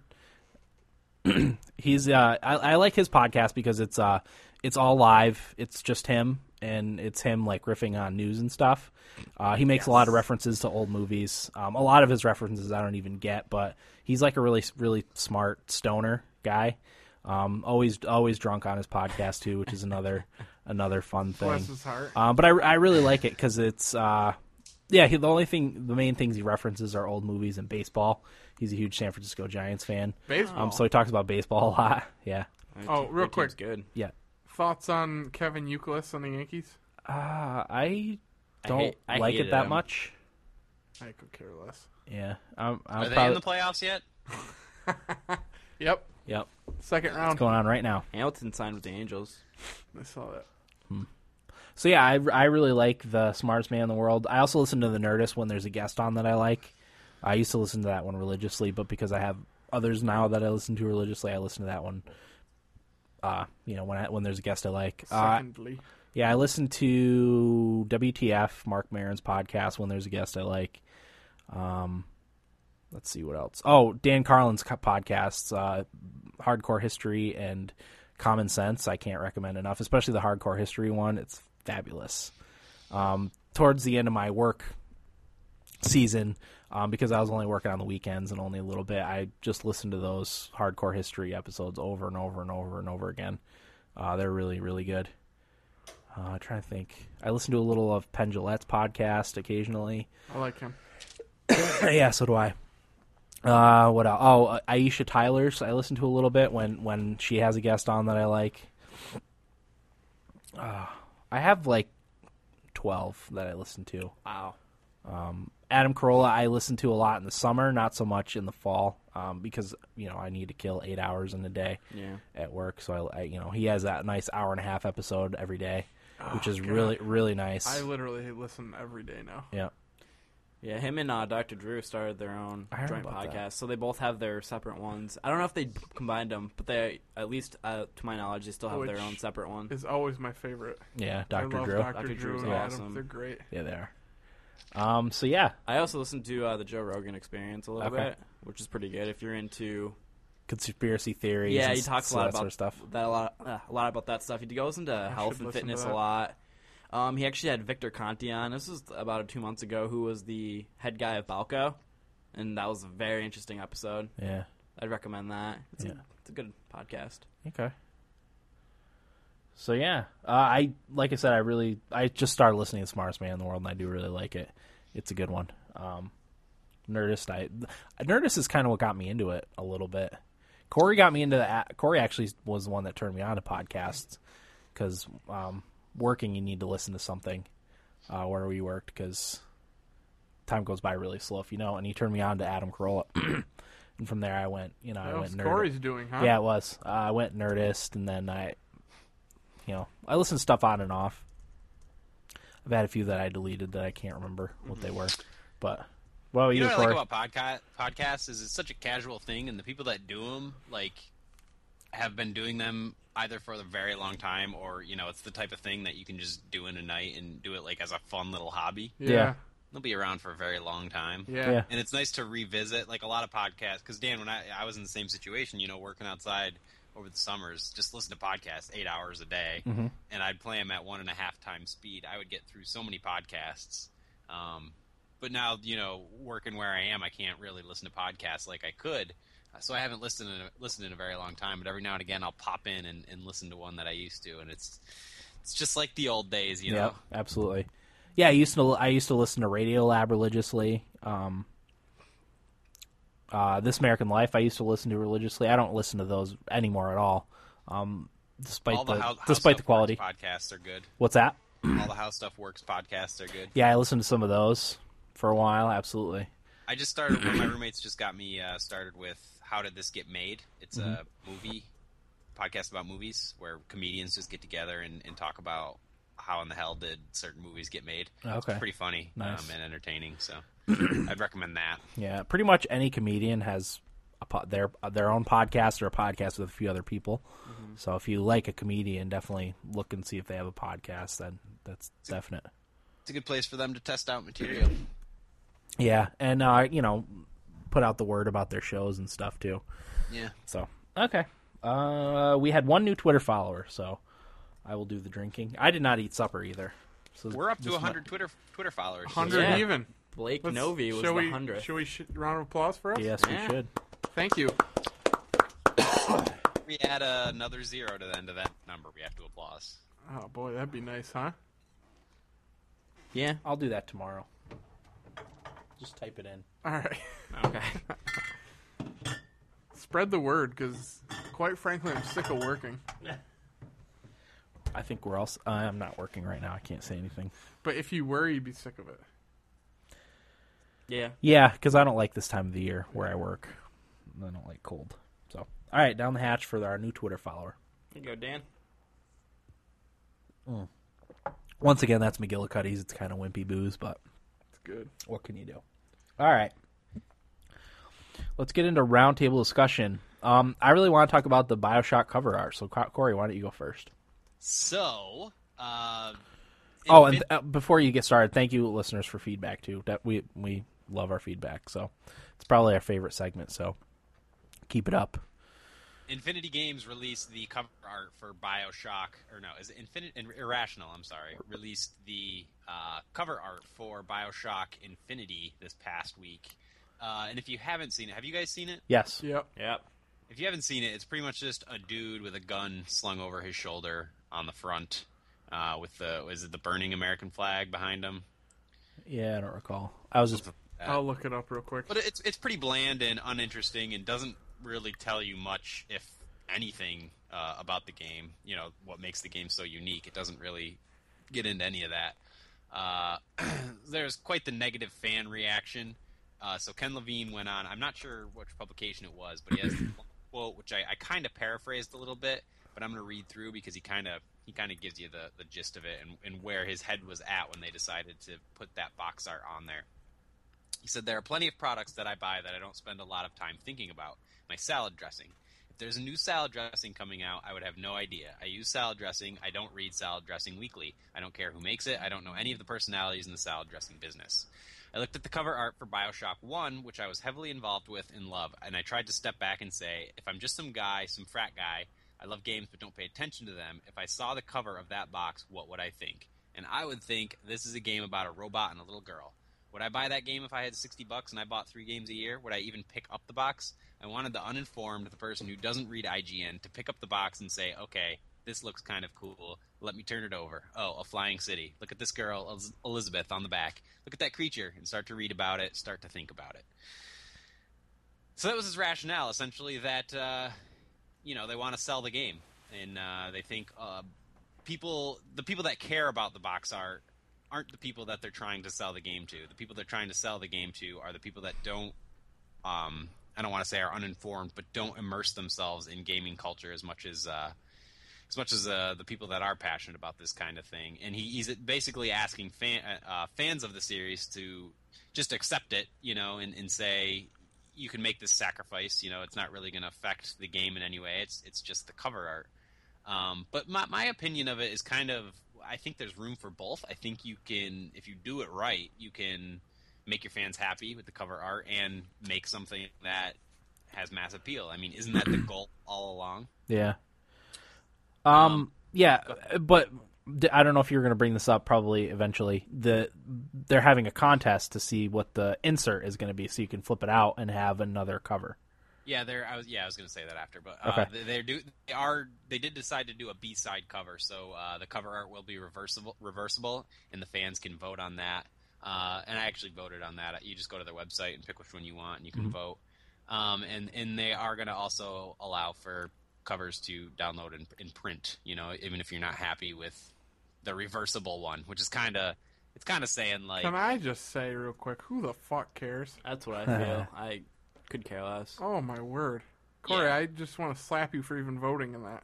Speaker 1: he's uh I, I like his podcast because it's uh it's all live it's just him and it's him like riffing on news and stuff uh he makes a lot of references to old movies um a lot of his references i don't even get but he's like a really really smart stoner guy um always always drunk on his podcast too which is another another fun thing
Speaker 2: Bless his heart.
Speaker 1: um, but I, I really like it because it's uh, yeah. He, the only thing, the main things he references are old movies and baseball. He's a huge San Francisco Giants fan.
Speaker 2: Baseball?
Speaker 3: Oh.
Speaker 1: Um, so he talks about baseball a lot. Yeah,
Speaker 2: Oh, real
Speaker 3: That team's
Speaker 2: quick.
Speaker 3: good.
Speaker 1: yeah.
Speaker 2: Thoughts on Kevin Euclid on the Yankees?
Speaker 1: Uh, I
Speaker 3: I
Speaker 1: don't
Speaker 3: hate- I
Speaker 1: like it
Speaker 3: hated
Speaker 1: that
Speaker 3: him.
Speaker 1: much.
Speaker 2: I could care less.
Speaker 1: Yeah, I'm, I'm
Speaker 4: Are they in
Speaker 1: probably-
Speaker 4: the playoffs yet?
Speaker 2: Yep.
Speaker 1: Yep,
Speaker 2: Second round.
Speaker 1: going on right now.
Speaker 3: Hamilton signed with the Angels.
Speaker 2: I saw that.
Speaker 1: So yeah, I, I really like the smartest man in the world. I also listen to the Nerdist when there's a guest on that I like. I used to listen to that one religiously, but because I have others now that I listen to religiously, I listen to that one. Uh, you know when I, when there's a guest I like. Uh,
Speaker 2: Secondly,
Speaker 1: yeah, I listen to WTF Mark Maron's podcast when there's a guest I like. Um, let's see what else. Oh, Dan Carlin's co- podcasts, uh, Hardcore History and Common Sense. I can't recommend enough, especially the Hardcore History one. It's fabulous. Um, towards the end of my work season, um, because I was only working on the weekends and only a little bit, I just listened to those Hardcore History episodes over and over and over and over again. Uh, they're really, really good. Uh, trying to think. I listen to a little of Penn Jillette's podcast occasionally.
Speaker 2: I like him.
Speaker 1: yeah, so do I. Uh, what else? Oh, uh, Aisha Tyler's. I listen to a little bit when when she has a guest on that I like. Uh, I have like twelve that I listen to. Um,
Speaker 3: Wow.
Speaker 1: Adam Carolla I listen to a lot in the summer, not so much in the fall, um, because you know I need to kill eight hours in a day
Speaker 3: Yeah.
Speaker 1: at work. So I, I, you know, he has that nice hour and a half episode every day, which is really really nice.
Speaker 2: I literally listen every day now.
Speaker 1: yeah.
Speaker 3: Yeah, him and uh, Dr. Drew started their own
Speaker 1: I heard
Speaker 3: joint
Speaker 1: about
Speaker 3: podcast,
Speaker 1: that.
Speaker 3: so they both have their separate ones. I don't know if they combined them, but they, at least uh, to my knowledge, they still have their
Speaker 2: Which
Speaker 3: own separate one.
Speaker 2: Is always my favorite.
Speaker 1: Yeah,
Speaker 2: I
Speaker 1: Doctor
Speaker 2: love
Speaker 1: Drew.
Speaker 2: Dr.
Speaker 3: Dr.
Speaker 2: Drew
Speaker 3: Drew's
Speaker 2: and Adam.
Speaker 3: awesome.
Speaker 2: They're great.
Speaker 1: Yeah, they are. Um. So yeah,
Speaker 3: I also listened to uh, the Joe Rogan Experience a little
Speaker 1: Okay.
Speaker 3: bit, which is pretty good if you're into
Speaker 1: conspiracy theories.
Speaker 3: Yeah,
Speaker 1: and
Speaker 3: he
Speaker 1: s-
Speaker 3: talks a
Speaker 1: so
Speaker 3: lot
Speaker 1: that
Speaker 3: about
Speaker 1: sort of stuff.
Speaker 3: That a lot, uh, a lot about that stuff. You go listen to health
Speaker 2: should listen
Speaker 3: and
Speaker 2: to
Speaker 3: fitness a
Speaker 2: that.
Speaker 3: lot. Um, he actually had Victor Conti on. This was about two months ago, who was the head guy of Balco, and that was a very interesting episode.
Speaker 1: Yeah.
Speaker 3: I'd recommend that. It's,
Speaker 1: Yeah.
Speaker 3: a, it's a good podcast.
Speaker 1: Okay. So yeah, uh, I like I said, I really I just started listening to Smartest Man in the World, and I do really like it. It's a good one. Um, Nerdist, I Nerdist is kind of what got me into it a little bit. Corey got me into that. Corey actually was the one that turned me on to podcasts because um, working you need to listen to something uh, where we worked because time goes by really slow if you know. And he turned me on to Adam Carolla, and from there I went. You know, I
Speaker 2: What
Speaker 1: went.
Speaker 2: else
Speaker 1: Nerd-
Speaker 2: Corey's doing, huh?
Speaker 1: yeah, it was. Uh, I went Nerdist, and then I, you know, I listened to stuff on and off. I've had a few that I deleted that I can't remember what they were, but well,
Speaker 4: Mm-hmm. You
Speaker 1: you were
Speaker 4: know what I
Speaker 1: Corey.
Speaker 4: like about podca- podcasts is it's such a casual thing, and the people that do them like have been doing them either for a very long time, or you know, it's the type of thing that you can just do in a night and do it like as a fun little hobby.
Speaker 2: Yeah.
Speaker 4: They'll be around for a very long time.
Speaker 2: Yeah.
Speaker 1: Yeah.
Speaker 4: and it's nice to revisit like a lot of podcasts because dan when I, I was in the same situation you know working outside over the summers just listen to podcasts eight hours a day
Speaker 1: Mhm.
Speaker 4: and i'd play them at one and a half times speed i would get through so many podcasts um, but now you know working where i am i can't really listen to podcasts like i could Uh, so i haven't listened in a, listened in a very long time but every now and again i'll pop in and, and listen to one that i used to and it's it's just like the old days you know
Speaker 1: Yeah, absolutely. Yeah, I used to I used to listen to Radio Lab religiously. Um, uh, this American Life I used to listen to religiously. I don't listen to those anymore at all. Um, despite
Speaker 4: all
Speaker 1: the,
Speaker 4: the, how, How
Speaker 1: despite the
Speaker 4: Stuff
Speaker 1: quality.
Speaker 4: Works podcasts are good
Speaker 1: What's that?
Speaker 4: all the how stuff works podcasts are good
Speaker 1: Yeah, I listened to some of those for a while. Absolutely.
Speaker 4: I just started. One of my roommates just got me uh, started with "How Did This Get Made." It's a
Speaker 1: Mm-hmm.
Speaker 4: movie podcast about movies where comedians just get together and, and talk about how in the hell did certain movies get made.
Speaker 1: Okay.
Speaker 4: It's pretty funny
Speaker 1: Nice.
Speaker 4: um, and entertaining. So I'd recommend that.
Speaker 1: Yeah, pretty much any comedian has a po- their their own podcast or a podcast with a few other people. So if you like a comedian, definitely look and see if they have a podcast. Then that's definite.
Speaker 4: It's a good place for them to test out material.
Speaker 1: Yeah, and uh, you know, put out the word about their shows and stuff too.
Speaker 4: Yeah.
Speaker 1: So okay, uh, we had one new Twitter follower, so I will do the drinking. I did not eat supper either. So
Speaker 4: We're up to
Speaker 1: this might-
Speaker 4: 100 Twitter Twitter followers.
Speaker 2: 100
Speaker 3: Yeah.
Speaker 2: even.
Speaker 3: Blake
Speaker 2: Let's-
Speaker 3: Novi was
Speaker 2: shall
Speaker 3: the
Speaker 2: we,
Speaker 3: hundredth.
Speaker 2: Should we sh- round of applause for us?
Speaker 1: Yes,
Speaker 3: Yeah.
Speaker 1: we should.
Speaker 2: Thank you.
Speaker 4: If we add uh, another zero to the end of that number. We have to applause.
Speaker 2: Oh boy, that'd be nice, huh?
Speaker 3: Yeah.
Speaker 1: I'll do that tomorrow. Just type it in.
Speaker 2: All right.
Speaker 3: Okay.
Speaker 2: Spread the word, because quite frankly, I'm sick of working.
Speaker 1: I think we're all. s- Uh, I'm not working right now. I can't say anything.
Speaker 2: But if you were, you'd be sick of it.
Speaker 3: yeah.
Speaker 1: Yeah, because I don't like this time of the year where I work. I don't like cold. So, all right, down the hatch for our new Twitter follower.
Speaker 3: Here you go, Dan.
Speaker 1: Once again, that's McGillicuddy's. It's kind of wimpy booze, but
Speaker 2: It's good.
Speaker 1: what can you do? All right, let's get into roundtable discussion. Um, I really want to talk about the Bioshock cover art. So, Co- Corey, why don't you go first?
Speaker 4: So. Uh,
Speaker 1: Oh, and
Speaker 4: Invin-
Speaker 1: uh, before you get started, thank you, listeners, for feedback too. That we we love our feedback, so it's probably our favorite segment. So, keep it up.
Speaker 4: Infinity Games released the cover art for Bioshock, or no, is it Infinite and Irrational? I'm sorry, released the uh, cover art for Bioshock Infinity this past week. Uh, and if you haven't seen it, have you guys seen it?
Speaker 1: Yes.
Speaker 2: Yep.
Speaker 3: Yep.
Speaker 4: If you haven't seen it, it's pretty much just a dude with a gun slung over his shoulder on the front, uh, with the is it the burning American flag behind him?
Speaker 1: Yeah, I don't recall. I was just
Speaker 2: I'll look it up real quick.
Speaker 4: But it's it's pretty bland and uninteresting, and doesn't really tell you much, if anything, uh, about the game. You know what makes the game so unique. It doesn't really get into any of that. Uh, there's quite the negative fan reaction. Uh, so Ken Levine went on. I'm not sure which publication it was, but he has the quote, which I, I kind of paraphrased a little bit, but I'm going to read through because he kind of he kind of gives you the, the gist of it and, and where his head was at when they decided to put that box art on there. He said, There are plenty of products that I buy that I don't spend a lot of time thinking about. My salad dressing. If there's a new salad dressing coming out, I would have no idea. I use salad dressing. I don't read salad dressing weekly. I don't care who makes it. I don't know any of the personalities in the salad dressing business. I looked at the cover art for Bioshock 1, which I was heavily involved with and love, and I tried to step back and say, if I'm just some guy, some frat guy, I love games but don't pay attention to them, if I saw the cover of that box, what would I think? And I would think, this is a game about a robot and a little girl. Would I buy that game if I had 60 bucks and I bought three games a year? Would I even pick up the box? I wanted the uninformed, the person who doesn't read IGN, to pick up the box and say, okay, this looks kind of cool. Let me turn it over. Oh, a flying city. Look at this girl, Eliz- Elizabeth, on the back. Look at that creature and start to read about it, start to think about it. So that was his rationale, essentially, that, uh, you know, they want to sell the game. And uh, they think uh, people, the people that care about the box art aren't the people that they're trying to sell the game to. The people they're trying to sell the game to are the people that don't, um, I don't want to say are uninformed, but don't immerse themselves in gaming culture as much as uh, as much as uh, the people that are passionate about this kind of thing. And he, he's basically asking fan, uh, fans of the series to just accept it, you know, and, and say you can make this sacrifice. You know, it's not really going to affect the game in any way. It's it's just the cover art. Um, but my my opinion of it is kind of I think there's room for both. I think you can if you do it right, you can make your fans happy with the cover art and make something that has mass appeal. I mean, isn't that the goal all along?
Speaker 1: Yeah. Um, yeah, but d- I don't know if you were going to bring this up probably eventually. The they're having a contest to see what the insert is going to be so you can flip it out and have another cover.
Speaker 4: Yeah, they're. I was. Yeah, I was going to say that after, but uh,
Speaker 1: Okay.
Speaker 4: they, they're do. They are. They did decide to do a B side cover, so uh, the cover art will be reversible, reversible, and the fans can vote on that. Uh, and I actually voted on that. You just go to their website and pick which one you want, and you can
Speaker 1: Mhm.
Speaker 4: vote. Um, and and they are going to also allow for covers to download and, and print. You know, even if you're not happy with the reversible one, which is kind of it's kind of saying like
Speaker 2: Can I just say real quick, who the fuck cares?
Speaker 3: That's what I feel. I could care less.
Speaker 2: Oh my word, Corey,
Speaker 4: Yeah.
Speaker 2: I just want to slap you for even voting in that.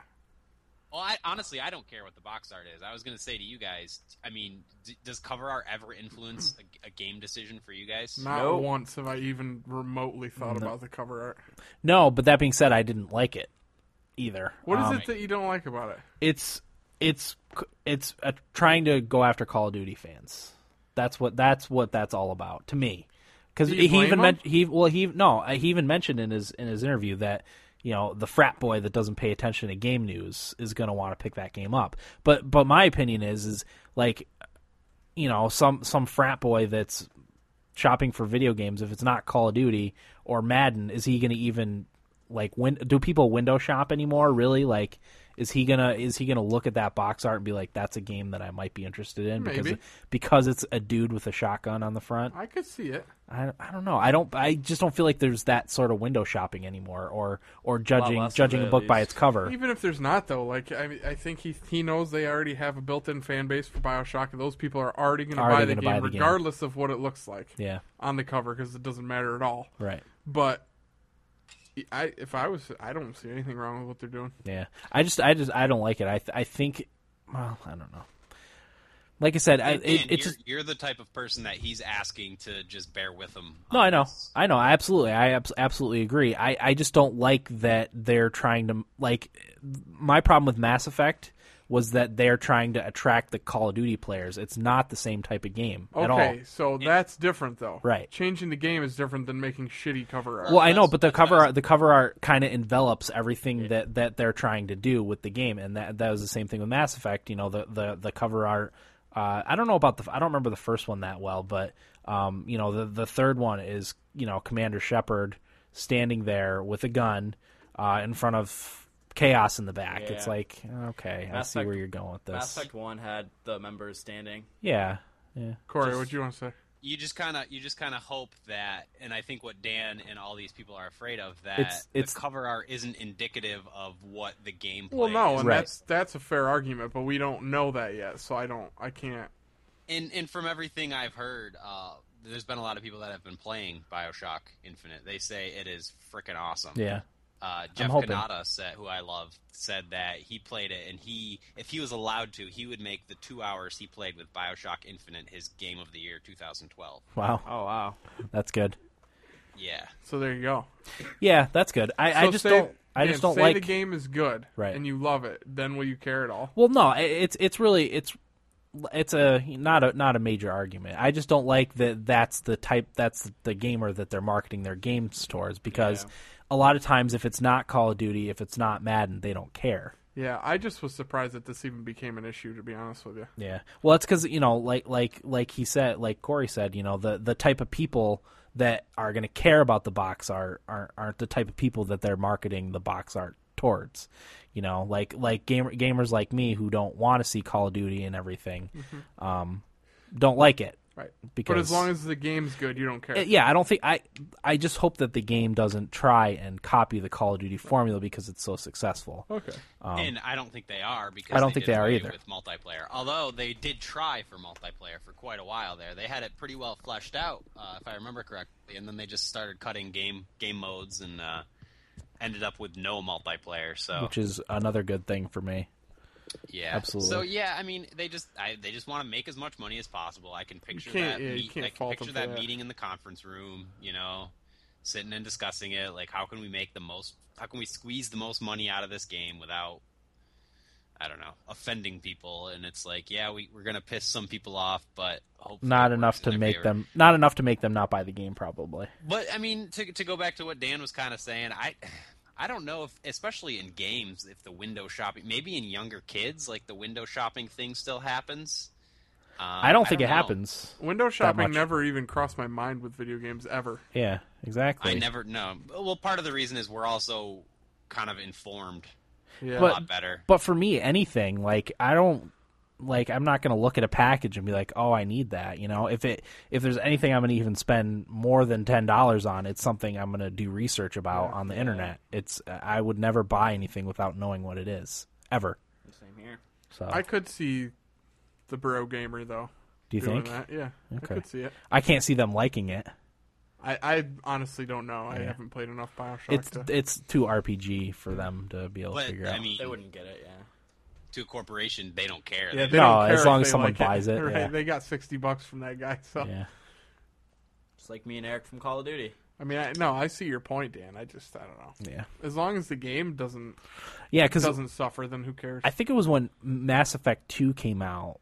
Speaker 4: Well, I, honestly, I don't care what the box art is. I was going to say to you guys, I mean, d- does cover art ever influence a, a game decision for you guys?
Speaker 2: Not
Speaker 3: Nope.
Speaker 2: once have I even remotely thought
Speaker 1: No.
Speaker 2: about the cover art.
Speaker 1: No, but that being said, I didn't like it either.
Speaker 2: What is
Speaker 1: Um,
Speaker 2: it that you don't like about it?
Speaker 1: It's it's c- it's uh trying to go after Call of Duty fans. That's what that's what that's all about to me. Because
Speaker 2: Do
Speaker 1: he
Speaker 2: you blame
Speaker 1: even
Speaker 2: him?
Speaker 1: men- he well he no uh, he even mentioned in his in his interview that you know the frat boy that doesn't pay attention to game news is going to want to pick that game up. But but my opinion is is like you know some some frat boy that's shopping for video games if it's not Call of Duty or Madden is he going to even like win do people window shop anymore really like is he going to is he going to look at that box art and be like that's a game that I might be interested in because
Speaker 2: Maybe.
Speaker 1: because it's a dude with a shotgun on the front
Speaker 2: I could see it.
Speaker 1: I, I don't know I don't I just don't feel like there's that sort of window shopping anymore or or judging
Speaker 3: less of
Speaker 1: judging
Speaker 3: it,
Speaker 1: a
Speaker 3: at
Speaker 1: book by
Speaker 3: least.
Speaker 1: its cover
Speaker 2: Even if there's not though, like I, mean, I think he he knows they already have a built-in fan base for BioShock, and those people are already going to
Speaker 1: Already
Speaker 2: buy the
Speaker 1: gonna
Speaker 2: game
Speaker 1: buy the game.
Speaker 2: regardless of what it looks like
Speaker 1: yeah
Speaker 2: on the cover because it doesn't matter at all.
Speaker 1: right
Speaker 2: But I if I was I don't see anything wrong with what they're doing.
Speaker 1: Yeah, I just, I just, I don't like it. I, th- I think, well, I don't know. Like I said, I,
Speaker 4: And
Speaker 1: it,
Speaker 4: you're,
Speaker 1: it's just,
Speaker 4: you're the type of person that he's asking to just bear with him.
Speaker 1: no,
Speaker 4: on
Speaker 1: I know,
Speaker 4: this.
Speaker 1: I know, I absolutely, I abs- absolutely agree. I, I just don't like that they're trying to like. My problem with Mass Effect was that they're trying to attract the Call of Duty players. It's not the same type of game at all.
Speaker 2: Okay, so that's different though.
Speaker 1: Right.
Speaker 2: Changing the game is different than making shitty cover art.
Speaker 1: Well, I know,
Speaker 4: That's-
Speaker 1: but the
Speaker 4: that's
Speaker 1: cover
Speaker 4: what I
Speaker 1: art, the cover art kind of envelops everything that, that they're trying to do with the game, and that that was the same thing with Mass Effect. You know, the the, the cover art. Uh, I don't know about the. I don't remember the first one that well, but um, you know, the the third one is you know Commander Shepard standing there with a gun uh, in front of chaos in the back. It's
Speaker 3: Yeah.
Speaker 1: like okay, I
Speaker 3: Mass
Speaker 1: see
Speaker 3: Effect-
Speaker 1: where you're going with
Speaker 3: Mass
Speaker 1: this.
Speaker 3: Effect One had the members standing.
Speaker 1: Yeah, yeah.
Speaker 2: Corey, what do you want to say?
Speaker 4: You just kind of you just kind of hope that, and I think what Dan and all these people are afraid of that
Speaker 1: It's- it's-
Speaker 4: the cover art isn't indicative of what the gameplay.
Speaker 2: Well, no,
Speaker 4: is.
Speaker 2: and
Speaker 1: Right.
Speaker 2: that's that's a fair argument, but we don't know that yet, so I don't I can't.
Speaker 4: and and from everything I've heard, uh, there's been a lot of people that have been playing Bioshock Infinite. They say it is freaking awesome.
Speaker 1: Yeah.
Speaker 4: Uh, Jeff
Speaker 1: hoping.
Speaker 4: Kanata, said, who I love, said that he played it, and he, if he was allowed to, he would make the two hours he played with Bioshock Infinite his game of the year 2012.
Speaker 1: Wow,
Speaker 3: Oh wow.
Speaker 1: that's good.
Speaker 4: Yeah,
Speaker 2: So there you go.
Speaker 1: Yeah, that's good. I, I
Speaker 2: So
Speaker 1: just
Speaker 2: say-
Speaker 1: don't. I just
Speaker 2: Dan,
Speaker 1: don't
Speaker 2: say
Speaker 1: like.
Speaker 2: the game is good,
Speaker 1: Right.
Speaker 2: And you love it, then will you care at all?
Speaker 1: Well, no, i- it's it's really it's it's a not a not a major argument. I just don't like that that's the type that's the gamer that they're marketing their games towards because a lot of times if it's not Call of Duty, if it's not Madden, they don't care.
Speaker 2: Yeah, I just was surprised that this even became an issue. To be honest with you,
Speaker 1: Yeah. Well, it's because you know, like like like he said, like Corey said, you know, the the type of people that are going to care about the box art aren't aren't the type of people that they're marketing the box art towards. You know, like like gamer, gamers like me who don't want to see Call of Duty and everything, um, don't like it.
Speaker 2: right?
Speaker 1: Because-
Speaker 2: Mm-hmm. but as long as the game's good, you don't care.
Speaker 1: Uh, Yeah, I don't think I. I just hope that the game doesn't try and copy the Call of Duty formula because it's so successful.
Speaker 2: okay.
Speaker 4: and I don't think they are because
Speaker 1: Um, I don't think
Speaker 4: did
Speaker 1: they are
Speaker 4: away
Speaker 1: either.
Speaker 4: with multiplayer. Although they did try for multiplayer for quite a while there, they had it pretty well fleshed out, uh, if I remember correctly, and then they just started cutting game game modes and uh, ended up with no multiplayer. So
Speaker 1: Which is another good thing for me.
Speaker 4: Yeah,
Speaker 1: Absolutely.
Speaker 4: So yeah, I mean, they just I, they just want to make as much money as possible. I can picture
Speaker 2: can't-
Speaker 4: that.
Speaker 2: yeah, you
Speaker 4: meet-
Speaker 2: can't
Speaker 4: I can
Speaker 2: fault
Speaker 4: picture
Speaker 2: them for
Speaker 4: that
Speaker 2: that.
Speaker 4: meeting in the conference room. You know, sitting and discussing it. Like, how can we make the most? How can we squeeze the most money out of this game without? I don't know, offending people, and it's like, yeah, we, we're gonna piss some people off, but hopefully
Speaker 1: Not
Speaker 4: it
Speaker 1: enough
Speaker 4: works in
Speaker 1: to
Speaker 4: their
Speaker 1: make
Speaker 4: favor.
Speaker 1: them. Not enough to make them not buy the game, probably.
Speaker 4: But I mean, to to go back to what Dan was kind of saying, I I don't know if, especially in games, if the window shopping, maybe in younger kids, like the window shopping thing still happens. Um,
Speaker 1: I don't think it
Speaker 4: know.
Speaker 1: happens.
Speaker 2: Window shopping
Speaker 1: much.
Speaker 2: never even crossed my mind with video games ever.
Speaker 1: Yeah, exactly.
Speaker 4: I never know. Well, part of the reason is we're also kind of informed
Speaker 2: Yeah.
Speaker 4: a
Speaker 1: But-
Speaker 4: lot better.
Speaker 1: But for me, anything like I don't like I'm not going to look at a package and be like, "Oh, I need that." You know, if it if there's anything I'm going to even spend more than ten dollars on, it's something I'm going to do research about on the internet. It's I would never buy anything without knowing what it is ever.
Speaker 3: Same here.
Speaker 1: So
Speaker 2: I could see the bro gamer though.
Speaker 1: do you
Speaker 2: doing
Speaker 1: think
Speaker 2: that? Yeah, I
Speaker 1: Okay.
Speaker 2: could see it.
Speaker 1: I can't see them liking it?
Speaker 2: I, I honestly don't know. I
Speaker 1: Yeah.
Speaker 2: haven't played enough Bioshock.
Speaker 1: It's
Speaker 2: to...
Speaker 1: it's too RPG for them to be able to
Speaker 4: But
Speaker 1: figure
Speaker 4: I
Speaker 1: out.
Speaker 4: mean,
Speaker 3: They wouldn't get it, yeah.
Speaker 4: to a corporation, they don't care.
Speaker 2: yeah,
Speaker 4: They-
Speaker 2: they
Speaker 1: No,
Speaker 2: don't care
Speaker 1: as
Speaker 2: if
Speaker 1: long as
Speaker 2: they
Speaker 1: someone
Speaker 2: like
Speaker 1: buys it,
Speaker 2: Right?
Speaker 1: yeah.
Speaker 2: They got sixty bucks from that guy. So
Speaker 1: yeah.
Speaker 3: Just like me and Eric from Call of Duty.
Speaker 2: I mean, I, no, I see your point, Dan. I just I don't know.
Speaker 1: Yeah,
Speaker 2: As long as the game doesn't
Speaker 1: yeah, because
Speaker 2: doesn't suffer, then who cares?
Speaker 1: I think it was when Mass Effect Two came out.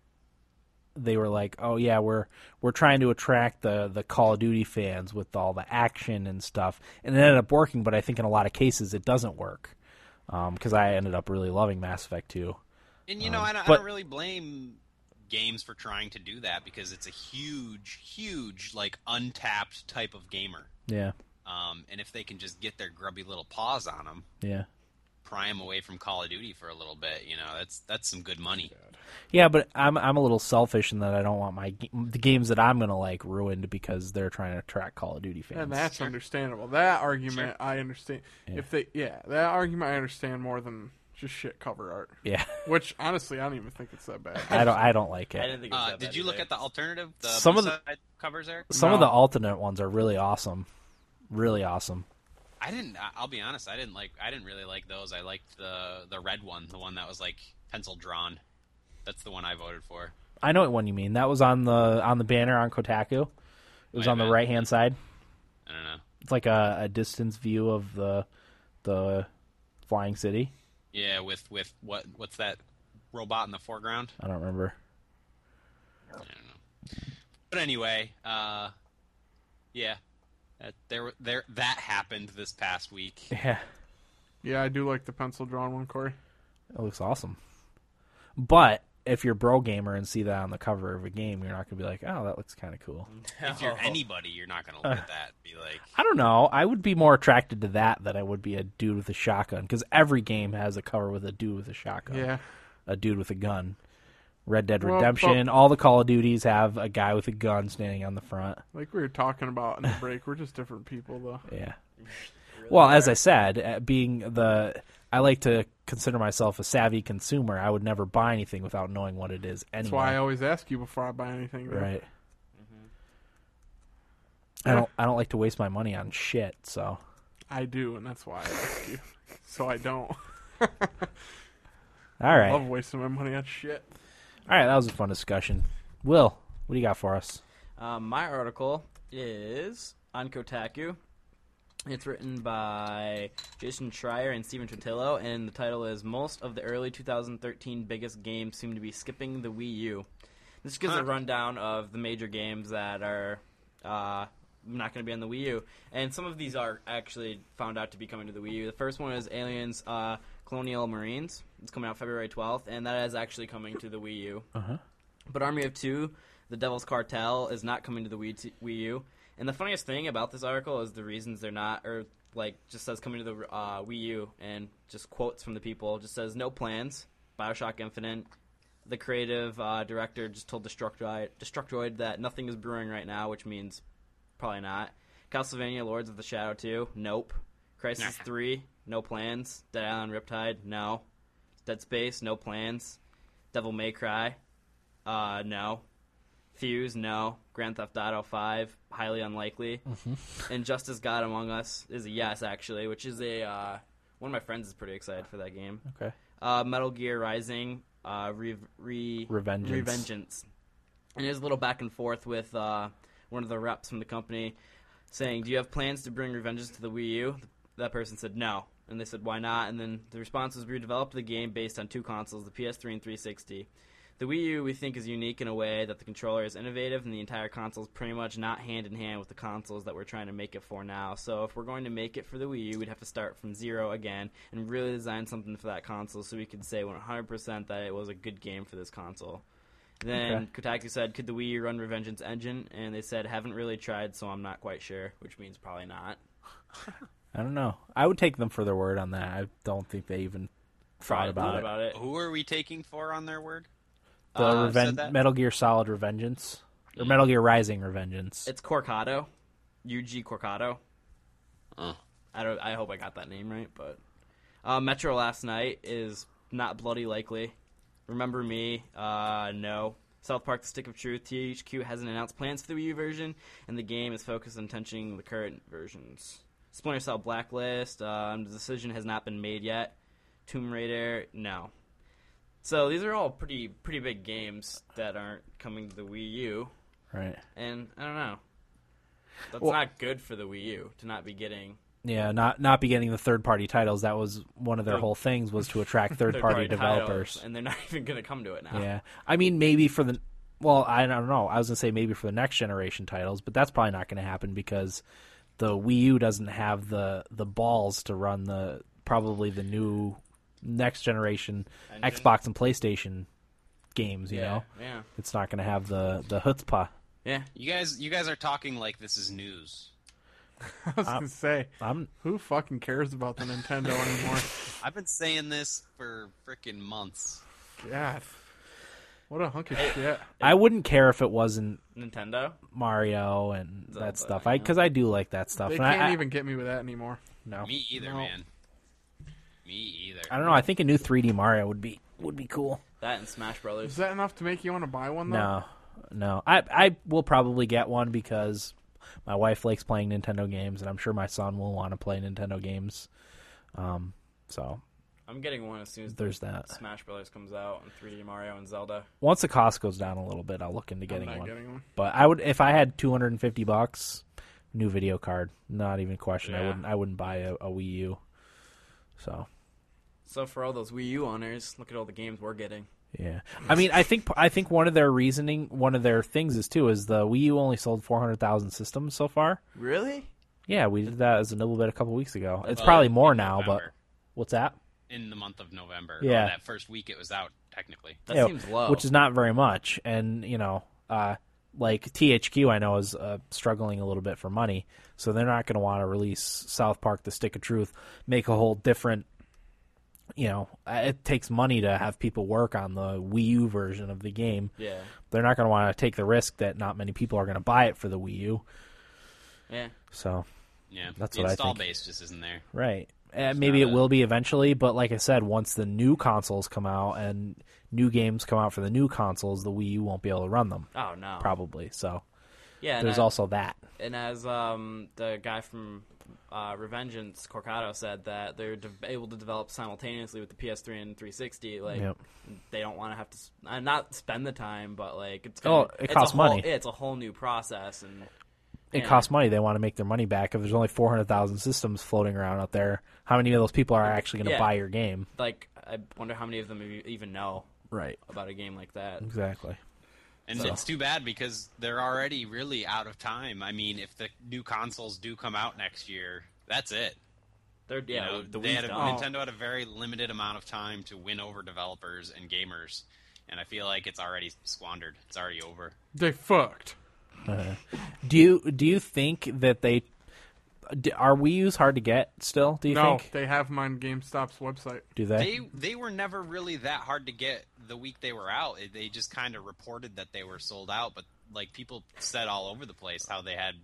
Speaker 1: They were like, "Oh yeah, we're we're trying to attract the the Call of Duty fans with all the action and stuff," and it ended up working. But I think in a lot of cases it doesn't work because I ended up really loving Mass Effect Two.
Speaker 4: And you know, I, don't, I
Speaker 1: Um, but-
Speaker 4: don't really blame games for trying to do that because it's a huge, huge, like untapped type of gamer.
Speaker 1: Yeah,
Speaker 4: Um, and if they can just get their grubby little paws on them,
Speaker 1: yeah,
Speaker 4: pry them away from Call of Duty for a little bit, you know, that's that's some good money.
Speaker 1: yeah. But I'm I'm a little selfish in that I don't want my g- the games that I'm gonna like ruined because they're trying to attract Call of Duty fans.
Speaker 2: And that's understandable. That argument
Speaker 4: Sure.
Speaker 2: I understand. If they, yeah, that argument I understand more than just shit cover art.
Speaker 1: yeah,
Speaker 2: Which honestly, I don't even think it's that bad.
Speaker 1: I don't I don't like
Speaker 3: I
Speaker 1: it.
Speaker 3: didn't think it was
Speaker 4: Uh,
Speaker 3: that
Speaker 4: did
Speaker 3: bad
Speaker 4: you look
Speaker 3: either.
Speaker 4: at the alternative? The
Speaker 1: Some of
Speaker 4: blue
Speaker 1: the-
Speaker 4: side covers, Eric.
Speaker 1: Some of
Speaker 2: No.
Speaker 1: the alternate ones are really awesome, really awesome.
Speaker 4: I didn't. I- I'll be honest. I didn't like. I didn't really like those. I liked the the red one, the one that was like pencil drawn. That's the one I voted for.
Speaker 1: I know what one you mean. That was on the on the banner on Kotaku. It was
Speaker 4: Might
Speaker 1: on the
Speaker 4: have been.
Speaker 1: right hand side.
Speaker 4: I don't know.
Speaker 1: It's like a, a distance view of the the flying city.
Speaker 4: Yeah, with with what what's that robot in the foreground?
Speaker 1: I don't remember.
Speaker 4: I don't know. But anyway, uh, yeah, that, there were- there that happened this past week.
Speaker 1: Yeah,
Speaker 2: Yeah, I do like the pencil drawn one, Corey.
Speaker 1: it looks awesome. But if you're a bro gamer and see that on the cover of a game, you're not gonna be like, oh, that looks kind of cool.
Speaker 2: Mm-hmm.
Speaker 4: If
Speaker 1: Oh.
Speaker 4: you're anybody, you're not gonna look at that. And be like,
Speaker 1: I don't know. I would be more attracted to that than I would be a dude with a shotgun because every game has a cover with a dude with a shotgun.
Speaker 2: Yeah,
Speaker 1: a dude with a gun. Red Dead
Speaker 2: Well,
Speaker 1: Redemption, all the Call of Duties have a guy with a gun standing on the front.
Speaker 2: like we were talking about in the break, we're just different people, though.
Speaker 1: Yeah. well, as I said, uh, being the I like to consider myself a savvy consumer. I would never buy anything without knowing what it is anyway.
Speaker 2: That's why I always ask you before I buy anything. though.
Speaker 1: right. I don't I don't like to waste my money on shit, so
Speaker 2: I do, and that's why I ask you. so I don't.
Speaker 1: All right.
Speaker 2: I
Speaker 1: All
Speaker 2: love wasting my money on shit.
Speaker 1: right. That was a fun discussion. Will, what do you got for us?
Speaker 3: Um, my article is on Kotaku. It's written by Jason Schreier and Steven Trentillo, and the title is Most of the Early 2013 Biggest Games Seem to Be Skipping the Wii U. This gives a
Speaker 4: Huh.
Speaker 3: rundown of the major games that are uh, not going to be on the Wii U. And some of these are actually found out to be coming to the Wii U. The first one is Aliens uh, Colonial Marines. It's coming out February 12th, and that is actually coming to the Wii U. But Army of Two, The Devil's Cartel is not coming to the Wii, Wii U. And the funniest thing about this article is the reasons they're not, or like just says coming to the uh, Wii U, and just quotes from the people. Just says no plans. Bioshock Infinite. The creative uh, director just told Destructoid, Destructoid that nothing is brewing right now, which means probably not. Castlevania Lords of the Shadow 2, nope. Crisis 3, no plans. Dead Island Riptide, no. Dead Space, no plans. Devil May Cry, uh, no. Fuse, no. Grand Theft Auto 5, highly unlikely. And Justice God Among Us is a yes, actually, which is a. Uh, one of my friends is pretty excited for that game.
Speaker 1: Okay.
Speaker 3: Uh, Metal Gear Rising, uh, re- re-
Speaker 1: Revengeance.
Speaker 3: Revengeance. And there's a little back and forth with uh, one of the reps from the company saying, Do you have plans to bring Revengeance to the Wii U? That person said, No. And they said, Why not? And then the response was, We developed the game based on two consoles, the PS3 and 360. The Wii U, we think, is unique in a way that the controller is innovative and the entire console is pretty much not hand in hand with the consoles that we're trying to make it for now. So, if we're going to make it for the Wii U, we'd have to start from zero again and really design something for that console so we could say 100% that it was a good game for this console. Then Kotaku said, "Could the Wii U run Revengeance engine?" And they said, "Haven't really tried, so I'm not quite sure," which means probably not.
Speaker 1: I don't know. I would take them for their word on that. I don't think they even thought
Speaker 3: Probably
Speaker 1: about it.
Speaker 3: about it.
Speaker 4: Who are we taking for on their word?
Speaker 1: The
Speaker 4: Uh,
Speaker 1: reven-
Speaker 4: said that?
Speaker 1: Metal Gear Solid Revengeance or Metal Gear Rising Revengeance.
Speaker 3: It's Corcado, Yuji Corcado.
Speaker 4: Oh.
Speaker 3: I don't. I hope I got that name right, but uh, Metro last night is not bloody likely. Remember me? Uh, no. South Park: The Stick of Truth. THQ hasn't announced plans for the Wii U version, and the game is focused on tensioning the current versions. Splinter Cell Blacklist. Um, the decision has not been made yet. Tomb Raider. No. So these are all pretty pretty big games that aren't coming to the Wii U
Speaker 1: right.
Speaker 3: and I don't know. That's
Speaker 1: Well-
Speaker 3: not good for the Wii U to not be getting
Speaker 1: Yeah, not not be getting the third party titles. That was one of their
Speaker 3: Third-
Speaker 1: whole things was to attract third party
Speaker 3: third-party
Speaker 1: developers.
Speaker 3: titles, and they're not even going to come to it now.
Speaker 1: Yeah. I mean maybe for the well, I don't know. I was going to say maybe for the next generation titles, but that's probably not going to happen because the Wii U doesn't have the the balls to run the probably the new next generation
Speaker 3: Engine?
Speaker 1: Xbox and PlayStation games, you
Speaker 3: yeah,
Speaker 1: know.
Speaker 3: yeah,
Speaker 1: It's not going to have the the chutzpah.
Speaker 3: yeah.
Speaker 4: You guys, you guys are talking like this is news.
Speaker 2: I was
Speaker 1: Uh,
Speaker 2: gonna say,
Speaker 1: I'm
Speaker 2: who fucking cares about the Nintendo anymore?
Speaker 4: I've been saying this for freaking months.
Speaker 2: God, what a hunk of shit.
Speaker 1: I wouldn't care if it wasn't
Speaker 3: Nintendo.
Speaker 1: Mario and
Speaker 3: Zelda,
Speaker 1: that stuff. I
Speaker 3: yeah.
Speaker 1: because I do like that stuff.
Speaker 2: They
Speaker 1: and I-
Speaker 2: can't
Speaker 1: I,
Speaker 2: even get me with that anymore.
Speaker 1: no.
Speaker 4: Me either,
Speaker 2: No.
Speaker 4: man. Me either.
Speaker 1: I don't know. I think a new 3D Mario would be would be cool.
Speaker 3: That and Smash
Speaker 2: Is
Speaker 3: Brothers.
Speaker 2: that enough to make you want to buy one? Though?
Speaker 1: No, no. I I will probably get one because my wife likes playing Nintendo games, and I'm sure my son will want to play Nintendo games. Um, so
Speaker 3: I'm getting one as soon as
Speaker 1: there's that.
Speaker 3: Smash Brothers comes out and 3D Mario and Zelda.
Speaker 1: Once the cost goes down a little bit, I'll look into getting
Speaker 2: I'm not
Speaker 1: one.
Speaker 2: getting one.
Speaker 1: But I would if I had 250 bucks, new video card, not even a question. I
Speaker 3: Yeah.
Speaker 1: wouldn't I wouldn't buy a, a Wii U. So
Speaker 3: So for all those Wii U owners, look at all the games we're getting.
Speaker 1: Yeah,
Speaker 3: Hmm.
Speaker 1: I mean, I think I think one of their reasoning, one of their things is too, is the Wii U only sold four hundred thousand systems so far.
Speaker 3: Really?
Speaker 1: Yeah, we did that as a nibble bit a couple weeks ago. It's probably more now, but
Speaker 4: November.
Speaker 1: what's that?
Speaker 4: in the month of November.
Speaker 1: Yeah.
Speaker 4: Or that first week it was out, technically.
Speaker 3: That
Speaker 1: Yeah,
Speaker 3: seems low.
Speaker 1: which is not very much. And you know, uh, like THQ, I know is uh, struggling a little bit for money, so they're not going to want to release South Park: The Stick of Truth, make a whole different. You know, uh, it takes money to have people work on the Wii U version of the game.
Speaker 3: yeah,
Speaker 1: They're not going to want to take the risk that not many people are going to buy it for the Wii U.
Speaker 3: yeah.
Speaker 1: So
Speaker 4: Yeah.
Speaker 1: That's
Speaker 4: the
Speaker 1: what I
Speaker 4: install
Speaker 1: think.
Speaker 4: base just isn't there.
Speaker 1: right, and maybe it
Speaker 4: not a-
Speaker 1: will be eventually. But like I said, once the new consoles come out and new games come out for the new consoles, the Wii U won't be able to run them
Speaker 3: Oh no.
Speaker 1: probably. So
Speaker 3: Yeah. and
Speaker 1: there's
Speaker 3: I-
Speaker 1: also that.
Speaker 3: and as um, the guy from uh, Revengeance Corcado said that they're de- able to develop simultaneously with the PS3 and 360. Like
Speaker 1: Yep.
Speaker 3: they don't want to have to s- uh, not spend the time, but like it's
Speaker 1: Oh, it
Speaker 3: it's a
Speaker 1: costs
Speaker 3: whole-
Speaker 1: money.
Speaker 3: yeah, it's a whole new process, and
Speaker 1: It
Speaker 3: Yeah.
Speaker 1: costs money. They want to make their money back. If there's only 400,000 systems floating around out there, how many of those people are actually going to
Speaker 3: Yeah.
Speaker 1: buy your game?
Speaker 3: like I wonder how many of them e- even know
Speaker 1: Right.
Speaker 3: about a game like that.
Speaker 1: Exactly.
Speaker 4: And
Speaker 1: So-
Speaker 4: it's too bad because they're already really out of time. I mean, if the new consoles do come out next year, that's it.
Speaker 3: They're
Speaker 4: You
Speaker 3: yeah,
Speaker 4: know,
Speaker 3: the
Speaker 4: Oh, they
Speaker 3: Wii's
Speaker 4: had a-
Speaker 3: done.
Speaker 4: Nintendo had a very limited amount of time to win over developers and gamers, and I feel like it's already squandered. It's already over.
Speaker 2: They fucked.
Speaker 1: Do you do you think that they d- are Wii U's hard to get still? Do you
Speaker 2: no,
Speaker 1: think?
Speaker 2: they have mine GameStop's website.
Speaker 1: Do they?
Speaker 4: They they were never really that hard to get the week they were out. It- They just kind of reported that they were sold out, but like people said all over the place how they had,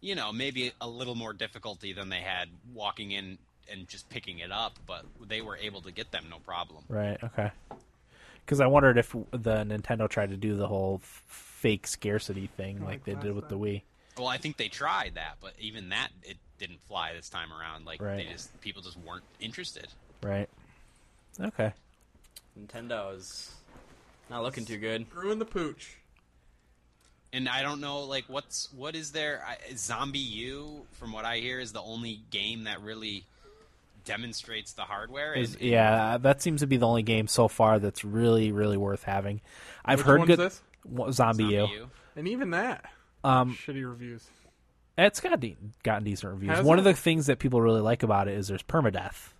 Speaker 4: you know, maybe a little more difficulty than they had walking in and just picking it up, but they were able to get them no problem.
Speaker 1: Right. Okay. Because I wondered if the Nintendo tried to do the whole f- fake scarcity thing like they did with the Wii.
Speaker 4: Well, I think they tried that, but even that it didn't fly this time around. Like
Speaker 1: Right.
Speaker 4: they just people just weren't interested.
Speaker 1: Right. Okay.
Speaker 3: Nintendo is not looking too good.
Speaker 2: Ruin the pooch.
Speaker 4: And I don't know, like what's what is there? I, Zombie U, from what I hear, is the only game that really demonstrates the hardware. and-
Speaker 1: Is-
Speaker 4: and
Speaker 1: yeah, that seems to be the only game so far that's really, really worth having. I've
Speaker 2: Which
Speaker 1: heard
Speaker 2: one's
Speaker 1: good
Speaker 2: this?
Speaker 1: Wha- Zombie,
Speaker 4: Zombie
Speaker 1: U.
Speaker 4: U.
Speaker 2: And even that.
Speaker 1: Um,
Speaker 2: Shitty reviews.
Speaker 1: it's got de- gotten decent reviews.
Speaker 2: Has
Speaker 1: One
Speaker 2: it?
Speaker 1: of the things that people really like about it is there's permadeath.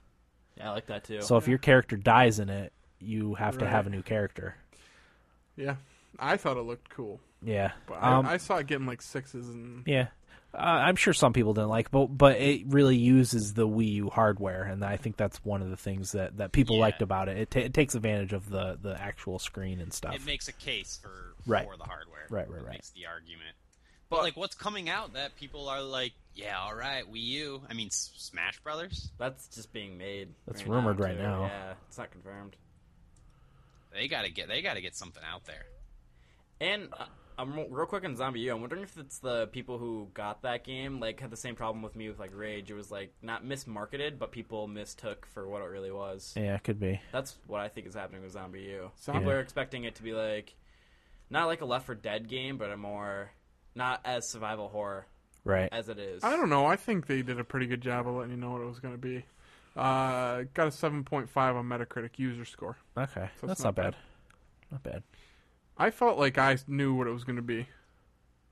Speaker 3: Yeah, I like that too.
Speaker 1: So if your character dies in it, you have to have a new character.
Speaker 2: Yeah. I thought it looked cool.
Speaker 1: Yeah.
Speaker 2: But
Speaker 1: Um,
Speaker 2: I, I saw it getting like sixes and
Speaker 1: Yeah, uh, I'm sure some people didn't like, it, but but it really uses the Wii U hardware, and I think that's one of the things that, that people
Speaker 4: Yeah.
Speaker 1: liked about it. It, ta it takes advantage of the, the actual screen and stuff.
Speaker 4: It makes a case for
Speaker 1: Oh. Right.
Speaker 4: for the hardware.
Speaker 1: Right, right,
Speaker 4: It
Speaker 1: right.
Speaker 4: Makes the argument. But, like, what's coming out that people are like, yeah, all right, Wii U. I mean, S- Smash Brothers.
Speaker 3: That's just being made.
Speaker 1: That's rumored right
Speaker 3: too.
Speaker 1: now.
Speaker 3: Yeah, it's not confirmed.
Speaker 4: They gotta get they gotta get something out there.
Speaker 3: And uh, I'm real quick on Zombie U. I'm wondering if it's the people who got that game like had the same problem with me with like Rage. It was like not mismarketed, but people mistook for what it really was.
Speaker 1: yeah, it could be.
Speaker 3: That's what I think is happening with Zombie U.
Speaker 2: Zombie-
Speaker 3: People are expecting it to be like not like a Left for Dead game, but a more not as survival horror
Speaker 1: Right.
Speaker 3: as it is.
Speaker 2: I don't know. I think they did a pretty good job of letting you know what it was going to be. Uh, got a 7.5 on Metacritic user score.
Speaker 1: Okay,
Speaker 2: So
Speaker 1: that's
Speaker 2: it's not
Speaker 1: not bad.
Speaker 2: bad.
Speaker 1: Not bad.
Speaker 2: I felt like I knew what it was going to be.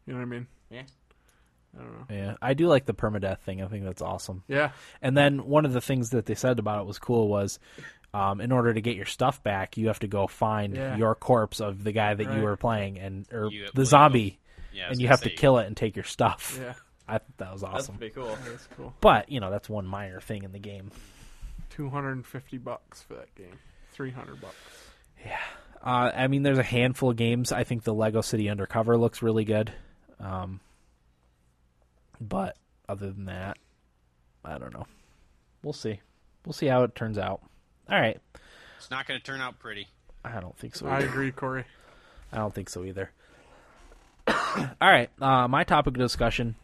Speaker 2: You know what I mean?
Speaker 3: Yeah.
Speaker 2: I don't know.
Speaker 1: Yeah, I do like the permadeath thing. I think that's awesome.
Speaker 2: Yeah.
Speaker 1: And then one of the things that they said about it was cool was, um, in order to get your stuff back, you have to go find
Speaker 2: Yeah.
Speaker 1: your corpse of the guy that you
Speaker 2: Right.
Speaker 1: were playing and or
Speaker 4: You-
Speaker 1: the
Speaker 4: like,
Speaker 1: zombie,
Speaker 4: Yeah, I was
Speaker 1: and you
Speaker 4: gonna
Speaker 1: have to
Speaker 4: say,
Speaker 1: kill it and take your stuff.
Speaker 2: Yeah.
Speaker 1: I thought that was
Speaker 3: That's
Speaker 1: awesome.
Speaker 3: pretty cool.
Speaker 2: That's cool.
Speaker 1: But you know, that's one minor thing in the game.
Speaker 2: 250 bucks for that game. 300 bucks.
Speaker 1: Uh, I mean, there's a handful of games. I think the Lego City Undercover looks really good. Um, but other than that, I don't know. We'll see. We'll see how it turns out. All right.
Speaker 4: It's not gonna turn out pretty.
Speaker 1: I don't think so.
Speaker 2: I
Speaker 1: Either.
Speaker 2: agree, Corey.
Speaker 1: I don't think so either. All right. Uh, my topic of discussion.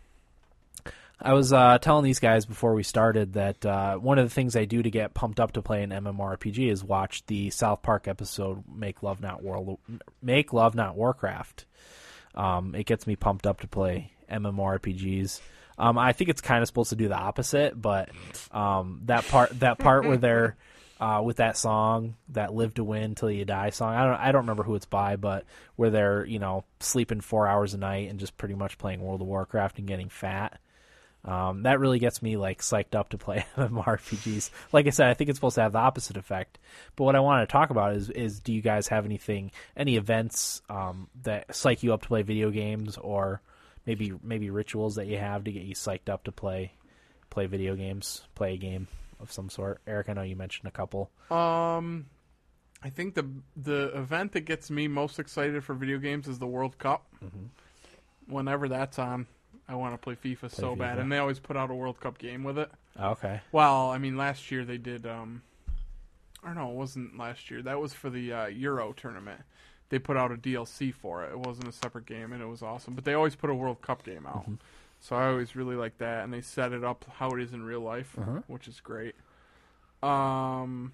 Speaker 1: I was uh, telling these guys before we started that uh, one of the things I do to get pumped up to play an MMORPG is watch the South Park episode "Make Love Not World, Make Love Not Warcraft." Um, it gets me pumped up to play MMORPGs. Um, I think it's kind of supposed to do the opposite, but um, that part that part where they're uh, with that song, that "Live to Win Till You Die" song. I don't I don't remember who it's by, but where they're you know sleeping four hours a night and just pretty much playing World of Warcraft and getting fat. Um, that really gets me like psyched up to play MMORPGs. Like I said, I think it's supposed to have the opposite effect. But what I wanted to talk about is is do you guys have anything, any events um, that psych you up to play video games, or maybe maybe rituals that you have to get you psyched up to play play video games, play a game of some sort? Eric, I know you mentioned a couple.
Speaker 2: Um, I think the the event that gets me most excited for video games is the World Cup. Whenever that's on, I want to play FIFA so bad,
Speaker 1: Mm-hmm. FIFA.
Speaker 2: and they always put out a World Cup game with it.
Speaker 1: Okay,
Speaker 2: Well, I mean, last year they did. Um, or no, it wasn't last year. That was for the uh, Euro tournament. They put out a DLC for it. It wasn't a separate game, and it was awesome. But they always put a World Cup game out. So I always really like that, and they set it up how it is in real life, which is great. Um,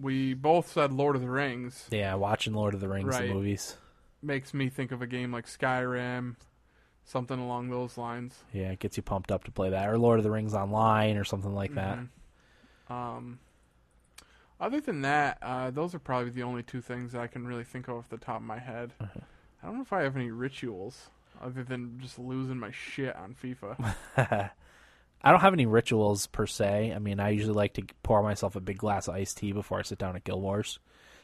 Speaker 2: we both said Lord of the Rings
Speaker 1: Yeah, watching Lord of the Rings the
Speaker 2: Right.
Speaker 1: movies.
Speaker 2: makes me think of a game like Skyrim, something along those lines.
Speaker 1: Yeah, it gets you pumped up to play that, or Lord of the Rings online, or something like that.
Speaker 2: Um, other than that, uh, those are probably the only two things that I can really think of off the top of my head. I don't know if I have any rituals other than just losing my shit on FIFA.
Speaker 1: I don't have any rituals per se. I mean, I usually like to pour myself a big glass of iced tea before I sit down at Guild Wars,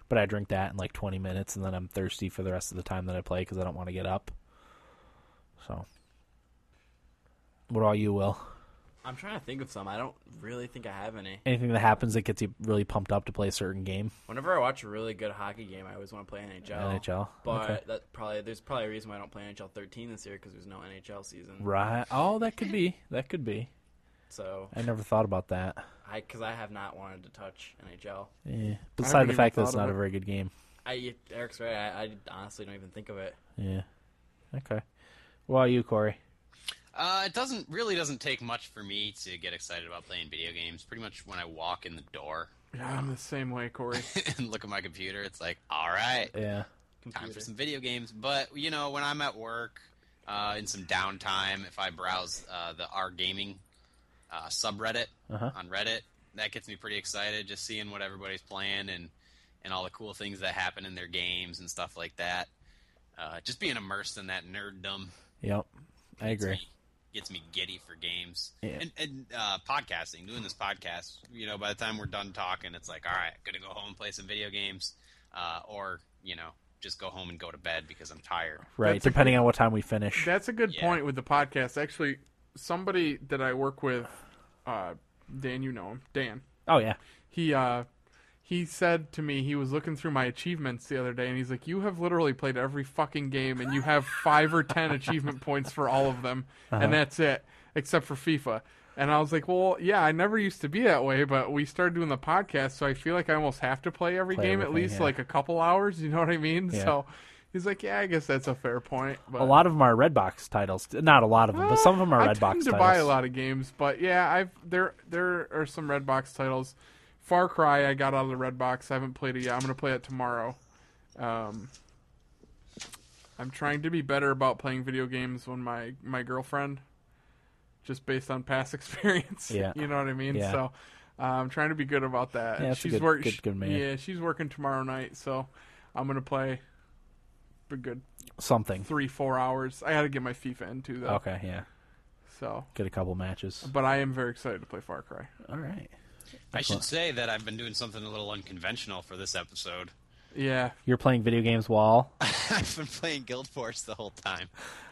Speaker 1: but I drink that in like 20 minutes, and then I'm thirsty for the rest of the time that I play because I don't want to get up. So, what about you, Will?
Speaker 3: I'm trying to think of some. I don't really think I have any.
Speaker 1: Anything that happens that gets you really pumped up to play a certain game?
Speaker 3: Whenever I watch a really good hockey game, I always want to play
Speaker 2: Oh.
Speaker 3: NHL.
Speaker 1: NHL,
Speaker 3: But
Speaker 1: okay.
Speaker 3: that probably there's probably a reason why I don't play NHL 13 this year because there's no NHL season.
Speaker 1: Right? Oh, that could be. That could be.
Speaker 3: So
Speaker 1: I never thought about that.
Speaker 3: I because I have not wanted to touch NHL.
Speaker 1: Yeah. Beside the
Speaker 2: even
Speaker 1: fact that it's
Speaker 2: thought of
Speaker 1: not a
Speaker 2: it.
Speaker 1: very good game.
Speaker 3: I Eric's right. I, I honestly don't even think of it.
Speaker 1: Yeah. Okay. What about you, Corey?
Speaker 4: Uh, it doesn't really doesn't take much for me to get excited about playing video games. Pretty much when I walk in the door
Speaker 2: yeah, I'm the same way, Corey.
Speaker 4: and look at my computer, it's like, all right,
Speaker 1: Yeah.
Speaker 4: time for some video games. But you know, when I'm at work, uh, in some downtime, if I browse uh, the R Gaming uh, subreddit
Speaker 1: Uh-huh.
Speaker 4: on Reddit, that gets me pretty excited. Just seeing what everybody's playing and and all the cool things that happen in their games and stuff like that. Uh, just being immersed in that nerddom
Speaker 1: Yep. I agree.
Speaker 4: gets me giddy for games
Speaker 1: Yeah.
Speaker 4: and, and uh, podcasting. Doing this podcast, you know, by the time we're done talking, it's like, all right, gonna go home and play some video games, uh, or you know, just go home and go to bed because I'm tired.
Speaker 1: Right.
Speaker 2: That's a
Speaker 1: Depending on what time we finish.
Speaker 2: That's a good
Speaker 4: Yeah.
Speaker 2: point with the podcast. Actually, somebody that I work with, uh, Dan, you know him, Dan.
Speaker 1: Oh yeah.
Speaker 2: He uh, he said to me he was looking through my achievements the other day, and he's like, "You have literally played every fucking game, and you have five or ten achievement points for all of them,
Speaker 1: Uh-huh.
Speaker 2: and that's it, except for FIFA." And I was like, "Well, yeah, I never used to be that way, but we started doing the podcast, so I feel like I almost have to play every
Speaker 1: Play
Speaker 2: game at
Speaker 1: everything,
Speaker 2: least
Speaker 1: yeah.
Speaker 2: like a couple hours. You know what I mean?"
Speaker 1: Yeah.
Speaker 2: So. He's like, yeah, I guess that's a fair point. But
Speaker 1: A lot of them are Redbox titles. Not a lot of them, but some of them are
Speaker 2: Ah, I
Speaker 1: Redbox
Speaker 2: tend
Speaker 1: titles.
Speaker 2: to buy a lot of games, but yeah, I've there there are some Redbox titles. Far Cry, I got out of the Redbox. I haven't played it yet. I'm gonna play it tomorrow. Um, I'm trying to be better about playing video games when my my girlfriend, just based on past experience.
Speaker 1: Yeah.
Speaker 2: you know what I mean.
Speaker 1: Yeah.
Speaker 2: So. uh, I'm trying to be good about that.
Speaker 1: Yeah,
Speaker 2: And
Speaker 1: that's a
Speaker 2: she's
Speaker 1: good-
Speaker 2: work-
Speaker 1: good-
Speaker 2: she-
Speaker 1: good man.
Speaker 2: Yeah, she's working tomorrow night, so I'm gonna play a good
Speaker 1: Something.
Speaker 2: three, four hours. I got to get my FIFA in too, though.
Speaker 1: Okay. Yeah.
Speaker 2: So
Speaker 1: Get a couple matches.
Speaker 2: but I am very excited to play Far Cry.
Speaker 1: All right.
Speaker 4: I should say that I've been doing something a little unconventional for this episode.
Speaker 2: Yeah,
Speaker 1: You're playing video games while
Speaker 4: I've been playing Guild Force the whole time.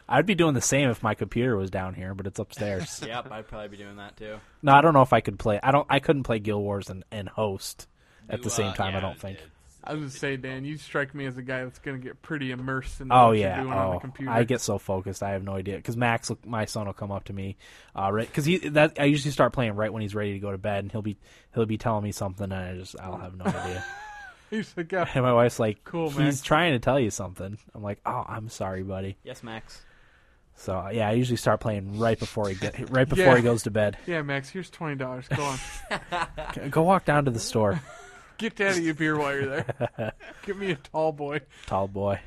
Speaker 1: I'd be doing the same if my computer was down here, but it's upstairs.
Speaker 3: Yep, I'd probably be doing that too.
Speaker 1: no, I don't know if I could play. I don't. I couldn't play Guild Wars and, and host at
Speaker 4: You,
Speaker 1: the same
Speaker 4: uh,
Speaker 1: time. I
Speaker 4: yeah,
Speaker 1: don't think.
Speaker 4: it-
Speaker 2: I was gonna say, Dan, you strike me as a guy that's gonna get pretty immersed in
Speaker 1: Oh
Speaker 2: what
Speaker 1: yeah,
Speaker 2: you're doing on the
Speaker 1: oh,
Speaker 2: computer.
Speaker 1: I get so focused. I have no idea because Max, will- my son, will come up to me, uh, right? Because he that I usually start playing right when he's ready to go to bed, and he'll be he'll be telling me something, and I just I'll have no idea.
Speaker 2: He's like, "Oh, yeah.
Speaker 1: And my wife's like,
Speaker 2: Cool,
Speaker 1: he's
Speaker 2: Max."
Speaker 1: trying to tell you something." I'm like, "Oh, I'm sorry, buddy."
Speaker 3: Yes, Max.
Speaker 1: So uh, yeah, I usually start playing right before he get, right before
Speaker 2: Yeah.
Speaker 1: he goes to bed.
Speaker 2: yeah, Max, here's twenty dollars. Go on,
Speaker 1: G- Go walk down to the store,
Speaker 2: get daddy a beer while you're there. Give me a tall boy.
Speaker 1: tall boy.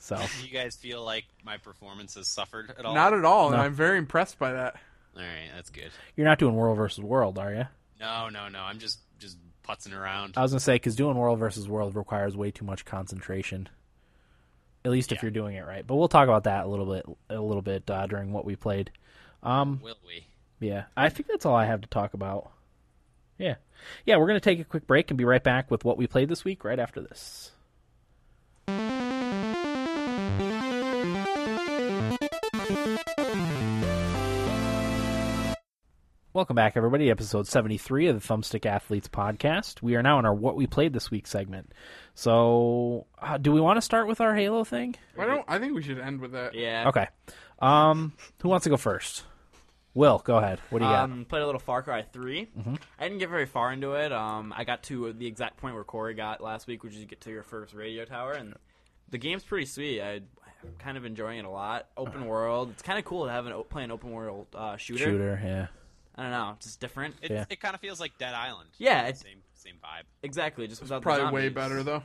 Speaker 1: So
Speaker 4: Do you guys feel like my performance has suffered at all?
Speaker 2: Not at all, and
Speaker 1: No.
Speaker 2: I'm very impressed by that.
Speaker 4: all right, that's good.
Speaker 1: you're not doing world versus world, are you?
Speaker 4: No, no, no. I'm just just putzing around.
Speaker 1: I was gonna say because doing world versus world requires way too much concentration. At least if
Speaker 4: Yeah.
Speaker 1: you're doing it right. But we'll talk about that a little bit, a little bit uh, during what we played.
Speaker 4: Will we?
Speaker 1: Yeah, I think that's all I have to talk about. Yeah, yeah, we're gonna take a quick break and be right back with what we played this week right after this. Welcome back, everybody. to Episode 73 of the Thumbstick Athletes podcast. We are now in our What We Played This Week segment. So, uh, do we want to start with our Halo thing?
Speaker 2: Why don't I think we should end with that?
Speaker 3: Yeah.
Speaker 1: Okay. Um, who wants to go first? Will, go ahead. What do you got?
Speaker 3: Um, played a little Far Cry 3.
Speaker 1: Mm-hmm.
Speaker 3: I didn't get very far into it. Um, I got to the exact point where Corey got last week, which is you get to your first radio tower, and the game's pretty sweet. I I'm kind of enjoying it a lot. Open world. It's kind of cool to have an o- play an open world uh, shooter.
Speaker 1: Uh-huh. Shooter, yeah.
Speaker 3: I don't know. It's just different.
Speaker 4: It,
Speaker 1: Yeah.
Speaker 4: it kind of feels like Dead Island.
Speaker 3: Yeah, it-
Speaker 4: same same vibe.
Speaker 3: Exactly. Just without
Speaker 2: Probably
Speaker 3: the
Speaker 2: way
Speaker 3: zombies.
Speaker 2: better though.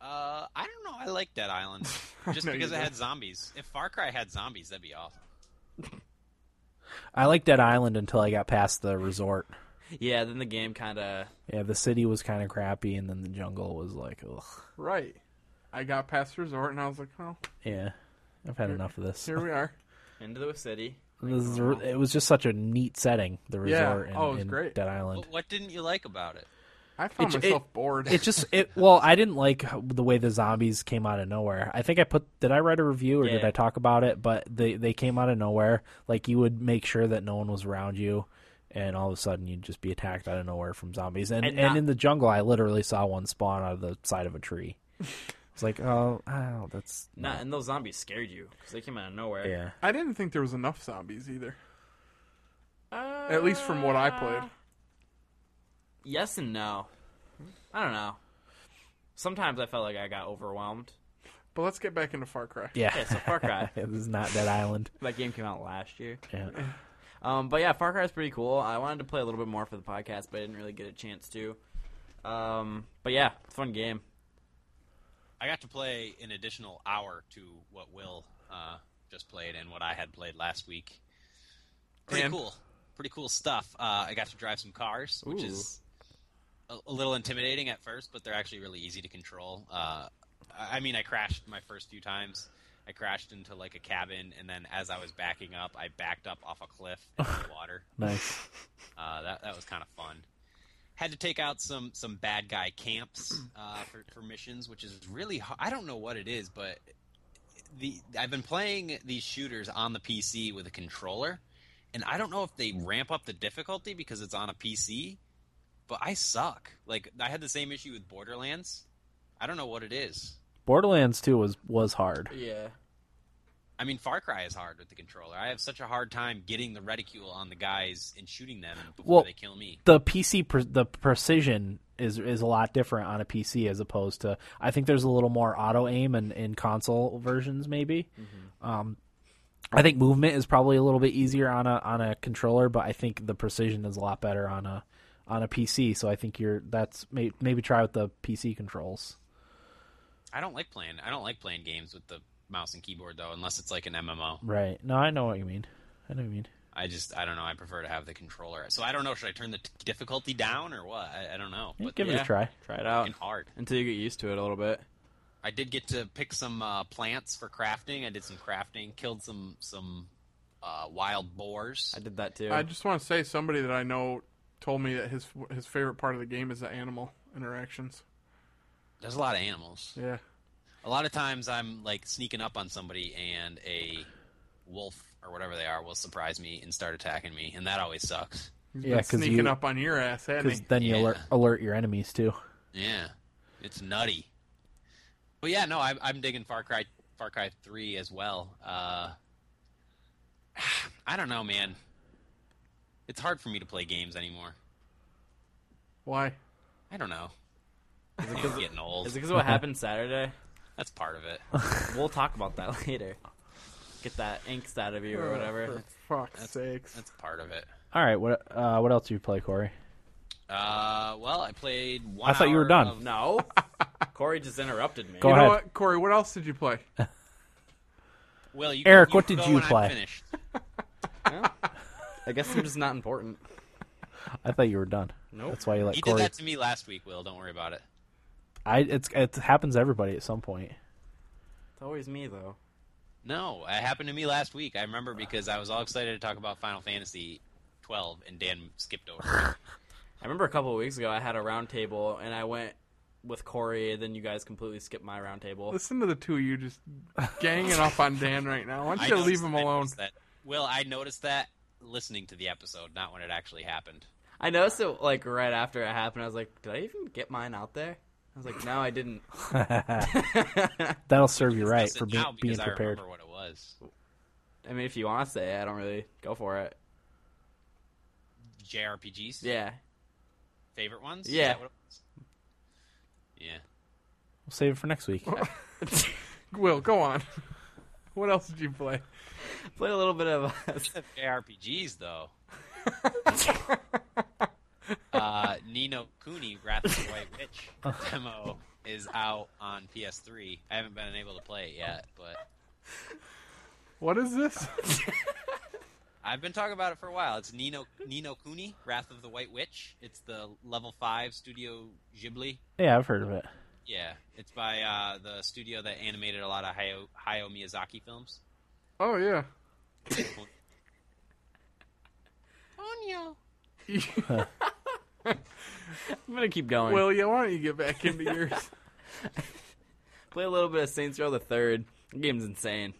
Speaker 4: Uh, I don't know. I like Dead Island just
Speaker 2: No, you
Speaker 4: because it
Speaker 2: don't.
Speaker 4: had zombies. If Far Cry had zombies, that'd be awesome.
Speaker 1: I liked Dead Island until I got past the resort.
Speaker 3: Yeah. Then the game kind of.
Speaker 1: Yeah, the city was kind of crappy, and then the jungle was like, ugh.
Speaker 2: Right. I got past resort and I was like, oh,
Speaker 1: Yeah, I've had enough of this.
Speaker 2: here we are.
Speaker 3: Into the city.
Speaker 1: This is, it was just such a neat setting, the
Speaker 2: Yeah.
Speaker 1: resort in,
Speaker 2: Oh, it was
Speaker 1: in
Speaker 2: great.
Speaker 1: Dead Island.
Speaker 4: What, what didn't you like about it?
Speaker 2: I found
Speaker 1: It- it-
Speaker 2: myself bored.
Speaker 1: It just it well, I didn't like the way the zombies came out of nowhere. I think I put did I write a review or did
Speaker 3: Yeah.
Speaker 1: I talk about it? But they they came out of nowhere. Like you would make sure that no one was around you, and all of a sudden you'd just be attacked out of nowhere from zombies. And
Speaker 3: And
Speaker 1: and,
Speaker 3: not-
Speaker 1: in the jungle, I literally saw one spawn out of the side of a tree. It's like oh, oh that's
Speaker 3: Nah, and those zombies scared you because they came out of nowhere.
Speaker 1: yeah.
Speaker 2: I didn't think there was enough zombies either.
Speaker 3: Uh,
Speaker 2: At least from what I played.
Speaker 3: Yes and no. I don't know. Sometimes I felt like I got overwhelmed.
Speaker 2: But let's get back into Far Cry.
Speaker 1: Yeah,
Speaker 3: Yeah, so Far Cry.
Speaker 1: it was not Dead Island.
Speaker 3: That game came out last year.
Speaker 1: Yeah.
Speaker 3: Um, but yeah, Far Cry is pretty cool. I wanted to play a little bit more for the podcast, but I didn't really get a chance to. Um, but yeah, fun game.
Speaker 4: I got to play an additional hour to what Will uh, just played and what I had played last week. Pretty
Speaker 2: And-
Speaker 4: cool. Pretty cool stuff. Uh, I got to drive some cars, which
Speaker 3: Ooh.
Speaker 4: is a, a little intimidating at first, but they're actually really easy to control. Uh, I I mean, I crashed my first few times. I crashed into like a cabin, and then as I was backing up, I backed up off a cliff into the water.
Speaker 1: Nice.
Speaker 4: Uh, that that was kind of fun. Had to take out some some bad guy camps uh, for for missions, which is really hard. I don't know what it is, but the I've been playing these shooters on the PC with a controller, and I don't know if they ramp up the difficulty because it's on a PC. But I suck. Like I had the same issue with Borderlands. I don't know what it is.
Speaker 1: Borderlands 2 was was hard.
Speaker 3: Yeah.
Speaker 4: I mean, Far Cry is hard with the controller. I have such a hard time getting the reticule on the guys and shooting them before
Speaker 1: Well,
Speaker 4: they kill me.
Speaker 1: the PC pre- the precision is is a lot different on a PC as opposed to I think there's a little more auto aim in, in console versions maybe. Um, I think movement is probably a little bit easier on a on a controller, but I think the precision is a lot better on a on a PC. So I think you're that's may, maybe try with the PC controls.
Speaker 4: I don't like playing. I don't like playing games with the mouse and keyboard though, unless it's like an MMO.
Speaker 1: Right? No, I know what you mean. I know what you mean.
Speaker 4: I just I don't know. I prefer to have the controller. So I don't know. Should I turn the t- difficulty down or what? I, I don't know. But
Speaker 1: Give it
Speaker 3: yeah.
Speaker 1: a try.
Speaker 3: Try it out
Speaker 4: fucking hard.
Speaker 3: until you get used to it a little bit.
Speaker 4: I did get to pick some uh, plants for crafting. I did some crafting. Killed some some uh, wild boars.
Speaker 3: I did that too.
Speaker 2: I just want to say somebody that I know told me that his his favorite part of the game is the animal interactions.
Speaker 4: There's a lot of animals.
Speaker 2: Yeah.
Speaker 4: A lot of times I'm like sneaking up on somebody and a wolf or whatever they are will surprise me and start attacking me, and that always sucks.
Speaker 2: He's
Speaker 1: Yeah,
Speaker 2: been
Speaker 1: 'cause
Speaker 2: sneaking
Speaker 1: you-
Speaker 2: up on your ass, hadn't
Speaker 1: Because
Speaker 2: he?
Speaker 1: then you
Speaker 4: Yeah.
Speaker 1: alert, alert your enemies too.
Speaker 4: Yeah, it's nutty. But yeah, no, I'm, I'm digging Far Cry, Far Cry Three as well. Uh, I don't know, man. It's hard for me to play games anymore.
Speaker 2: Why?
Speaker 4: I don't know.
Speaker 3: Is it
Speaker 4: I'm
Speaker 3: 'cause-
Speaker 4: getting old.
Speaker 3: is it because of what happened Saturday?
Speaker 4: That's part of it.
Speaker 3: We'll talk about that later. Get that angst out of
Speaker 2: Oh,
Speaker 3: you or whatever.
Speaker 2: For fuck's sakes.
Speaker 4: That's part of it.
Speaker 1: All right. What uh, what else do you play, Corey?
Speaker 4: Uh, well, I played one.
Speaker 1: I thought you were
Speaker 4: hour
Speaker 1: done.
Speaker 4: of-
Speaker 3: Oh, No. Corey just interrupted me.
Speaker 1: Go
Speaker 2: You know
Speaker 1: ahead.
Speaker 2: what, Corey? What else did you play?
Speaker 4: Will, you,
Speaker 1: Eric,
Speaker 4: you
Speaker 1: what did
Speaker 4: go
Speaker 1: you
Speaker 4: when I'm
Speaker 1: play?
Speaker 4: finished.
Speaker 3: Well, I guess I'm just not important.
Speaker 1: I thought you were done.
Speaker 3: Nope.
Speaker 1: That's why you let
Speaker 4: He did
Speaker 1: Corey.
Speaker 4: that to me last week. Will, don't worry about it.
Speaker 1: I it's it happens to everybody at some point.
Speaker 3: It's always me though.
Speaker 4: No, it happened to me last week. I remember because I was all excited to talk about Final Fantasy 12, and Dan skipped over. it.
Speaker 3: I remember a couple of weeks ago I had a round table and I went with Corey and then you guys completely skipped my round table.
Speaker 2: Listen to the two of you just ganging up on Dan right now. Why don't you leave
Speaker 4: noticed-
Speaker 2: him
Speaker 4: I
Speaker 2: alone?
Speaker 4: noticed that. Will, I noticed that listening to the episode, not when it actually happened.
Speaker 3: I noticed it like right after it happened. I was like, did I even get mine out there? I was like, no, I didn't.
Speaker 1: That'll
Speaker 3: I
Speaker 1: serve you right
Speaker 4: Discuss it
Speaker 1: for being
Speaker 4: now
Speaker 1: being
Speaker 4: because I
Speaker 1: prepared.
Speaker 4: remember what it was.
Speaker 3: mean, if you want to say it, I don't really go for it.
Speaker 4: JRPGs,
Speaker 3: Yeah.
Speaker 4: favorite ones. Is
Speaker 3: Yeah.
Speaker 4: that what it was? yeah.
Speaker 1: We'll save it for next week.
Speaker 2: Will, go on. what else did you play?
Speaker 3: Play a little bit of
Speaker 4: Of JRPGs, though. uh, Nino Cooney, Wrath of the White Witch demo is out on PS3. I haven't been able to play it yet, but
Speaker 2: What is this?
Speaker 4: I've been talking about it for a while. It's Nino Nino Cooney, Wrath of the White Witch. It's the level five Studio Ghibli.
Speaker 1: Yeah, I've heard of it.
Speaker 4: Yeah, it's by uh, the studio that animated a lot of Hayao, Hayao Miyazaki films.
Speaker 2: Oh yeah.
Speaker 4: Ponyo.
Speaker 3: I'm gonna keep going.
Speaker 2: Will, yeah, why don't you get back into yours?
Speaker 3: Play a little bit of Saints Row the Third. The game's insane.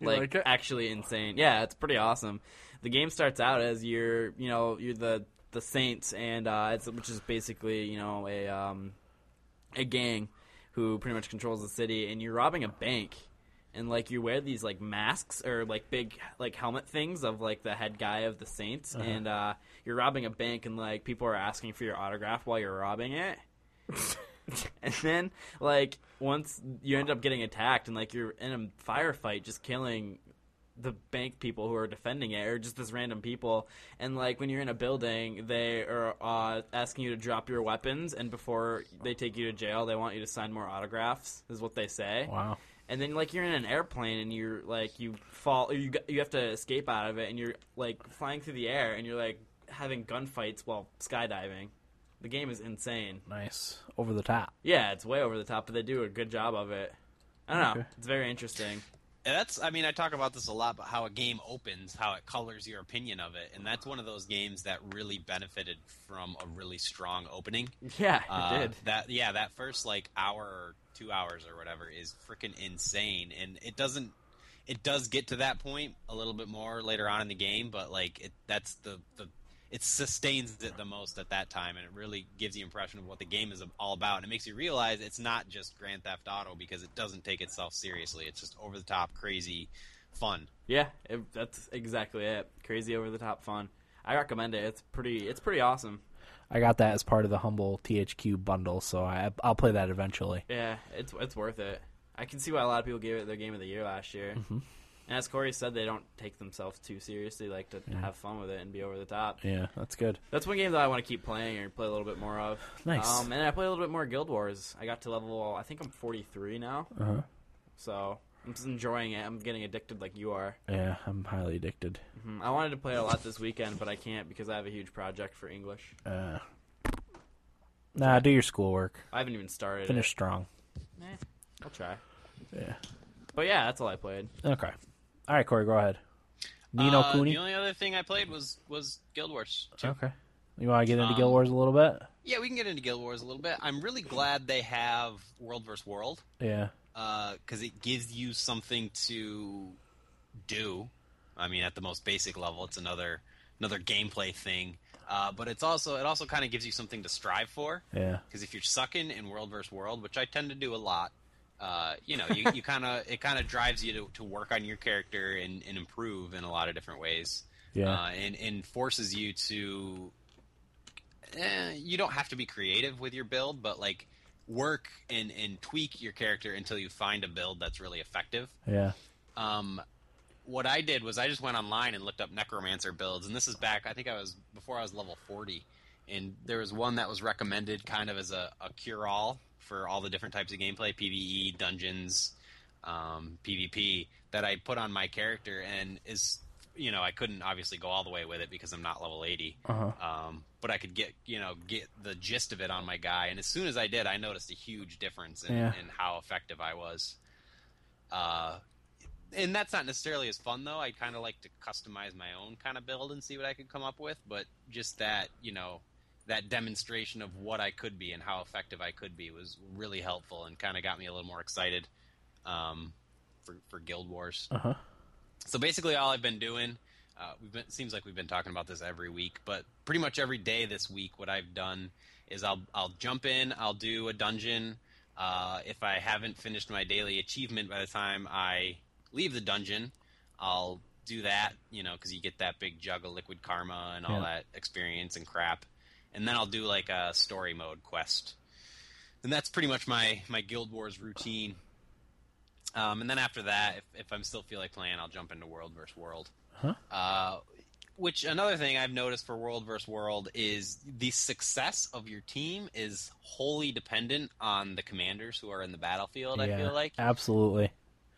Speaker 2: You
Speaker 3: like,
Speaker 2: like it?
Speaker 3: actually insane. Yeah, it's pretty awesome. The game starts out as you're, you know, you're the the Saints, and uh, it's which is basically, you know, a um, a gang who pretty much controls the city, and you're robbing a bank. And like you wear these like masks or like big like helmet things of like the head guy of the Saints, and uh, you're robbing a bank, and like people are asking for your autograph while you're robbing it and then like once you end up getting attacked and like you're in a firefight just killing the bank people who are defending it or just this random people and like when you're in a building they are uh, asking you to drop your weapons and before they take you to jail they want you to sign more autographs is what they say
Speaker 1: Wow.
Speaker 3: and then like you're in an airplane and you're like you fall or you g- you have to escape out of it and you're like flying through the air and you're like having gunfights while skydiving the game is insane
Speaker 1: Nice. Over the top.
Speaker 3: yeah, it's way over the top, but they do a good job of it. I don't know.
Speaker 1: Okay.
Speaker 3: It's very interesting.
Speaker 4: And that's i mean i talk about this a lot but how a game opens how it colors your opinion of it and that's one of those games that really benefited from a really strong opening
Speaker 3: Yeah, it
Speaker 4: Uh,
Speaker 3: did.
Speaker 4: that yeah that first like hour or two hours or whatever is freaking insane and it doesn't it does get to that point a little bit more later on in the game but like it that's the the it sustains it the most at that time and it really gives the impression of what the game is all about and it makes you realize it's not just grand theft auto because it doesn't take itself seriously it's just over the top crazy fun
Speaker 3: Yeah, it, that's exactly it. Crazy over the top fun. I recommend it. It's pretty. It's pretty awesome.
Speaker 1: I got that as part of the humble THQ bundle, so I, I'll play that eventually.
Speaker 3: Yeah, it's it's worth it. I can see why a lot of people gave it their game of the year last year.
Speaker 1: Mm-hmm.
Speaker 3: And as Corey said, they don't take themselves too seriously, like to have fun with it and be over the top.
Speaker 1: Yeah, that's good.
Speaker 3: That's one game that I want to keep playing or play a little bit more of.
Speaker 1: Nice.
Speaker 3: Um, and I play a little bit more Guild Wars. I got to level, I think I'm 43 now.
Speaker 1: Uh-huh.
Speaker 3: So I'm just enjoying it. I'm getting addicted like you are.
Speaker 1: Yeah, I'm highly addicted.
Speaker 3: Mhm. I wanted to play it a lot this weekend, but I can't because I have a huge project for English.
Speaker 1: Uh, nah, do your schoolwork.
Speaker 3: I haven't even started.
Speaker 1: Finish strong.
Speaker 3: It. I'll try.
Speaker 1: Yeah.
Speaker 3: But yeah, that's all I played.
Speaker 1: Okay. All right, Corey, go ahead. Nino
Speaker 4: Uh,
Speaker 1: Cooney.
Speaker 4: the only other thing i played was was guild wars 2
Speaker 1: Okay. You want to get into
Speaker 4: Um,
Speaker 1: Guild Wars a little bit?
Speaker 4: yeah we can get into guild wars a little bit i'm really glad they have world versus world
Speaker 1: Yeah.
Speaker 4: because uh, it gives you something to do. I mean, at the most basic level, it's another another gameplay thing. Uh, but it's also it also kind of gives you something to strive for.
Speaker 1: Yeah.
Speaker 4: Because if you're sucking in world versus world, which I tend to do a lot, uh, you know, you, you kind of it kind of drives you to, to work on your character and, and improve in a lot of different ways.
Speaker 1: Yeah.
Speaker 4: Uh, and and forces you to. Eh, you don't have to be creative with your build, but like work and and tweak your character until you find a build that's really effective.
Speaker 1: Yeah.
Speaker 4: Um, what I did was I just went online and looked up necromancer builds, and this is back. I think I was before I was level forty, and there was one that was recommended kind of as a, a cure all for all the different types of gameplay, PVE, dungeons, um, PvP, that I put on my character, and is you know I couldn't obviously go all the way with it because I'm not level eighty,
Speaker 1: Uh-huh.
Speaker 4: um, but I could get you know get the gist of it on my guy, and as soon as I did, I noticed a huge difference in,
Speaker 1: Yeah.
Speaker 4: in how effective I was. Uh, and that's not necessarily as fun though. I kind of like to customize my own kind of build and see what I could come up with, but just that you know that demonstration of what I could be and how effective I could be was really helpful and kind of got me a little more excited um, for for Guild Wars.
Speaker 1: Uh-huh.
Speaker 4: So basically, all I've been doing, uh, we've been seems like we've been talking about this every week, but pretty much every day this week, what I've done is I'll I'll jump in, I'll do a dungeon. Uh, if I haven't finished my daily achievement by the time I leave the dungeon, I'll do that, you know, because you get that big jug of liquid karma and all
Speaker 1: Yeah.
Speaker 4: that experience and crap. And then I'll do like a story mode quest. And that's pretty much my, my Guild Wars routine. Um, and then after that, if, if I'm still feel like playing, I'll jump into World versus World.
Speaker 1: Huh.
Speaker 4: Uh, which another thing I've noticed for World versus World is the success of your team is wholly dependent on the commanders who are in the battlefield. I feel like
Speaker 1: absolutely.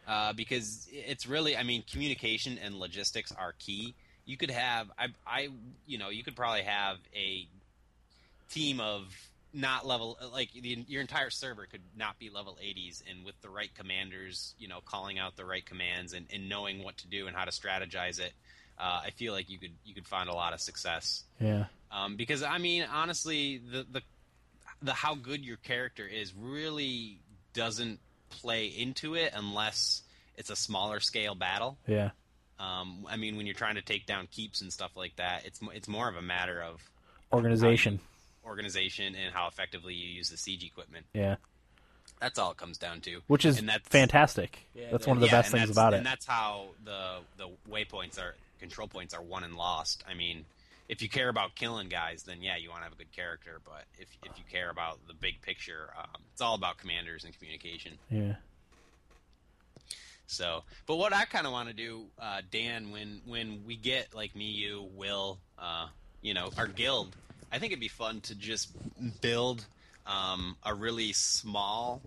Speaker 4: uh, because it's really, I mean, communication and logistics are key. You could have, I, I, you know, you could probably have a team of not level, like the, your entire server could not be level 80s, and with the right commanders, you know, calling out the right commands and, and knowing what to do and how to strategize it, uh, I feel like you could you could find a lot of success
Speaker 1: Yeah.
Speaker 4: um, because I mean, honestly, the the the how good your character is really doesn't play into it unless it's a smaller scale battle.
Speaker 1: Yeah.
Speaker 4: Um, I mean, when you're trying to take down keeps and stuff like that, it's mo- it's more of a matter of
Speaker 1: Organization.
Speaker 4: organization and how effectively you use the siege equipment.
Speaker 1: Yeah.
Speaker 4: That's all it comes down to.
Speaker 1: Which is
Speaker 4: and that's,
Speaker 1: fantastic.
Speaker 3: Yeah,
Speaker 1: that's
Speaker 3: that-
Speaker 1: one of the
Speaker 4: yeah,
Speaker 1: best
Speaker 4: and
Speaker 1: things
Speaker 4: that's-
Speaker 1: about it.
Speaker 4: And that's how the the waypoints are control points are won and lost. I mean, if you care about killing guys, then yeah, you want to have a good character. But if if you care about the big picture, um, it's all about commanders and communication.
Speaker 1: Yeah.
Speaker 4: So, but what I kind of want to do, uh, Dan, when when we get like me, you, Will, uh, you know, our guild, I think it'd be fun to just build um, a really small,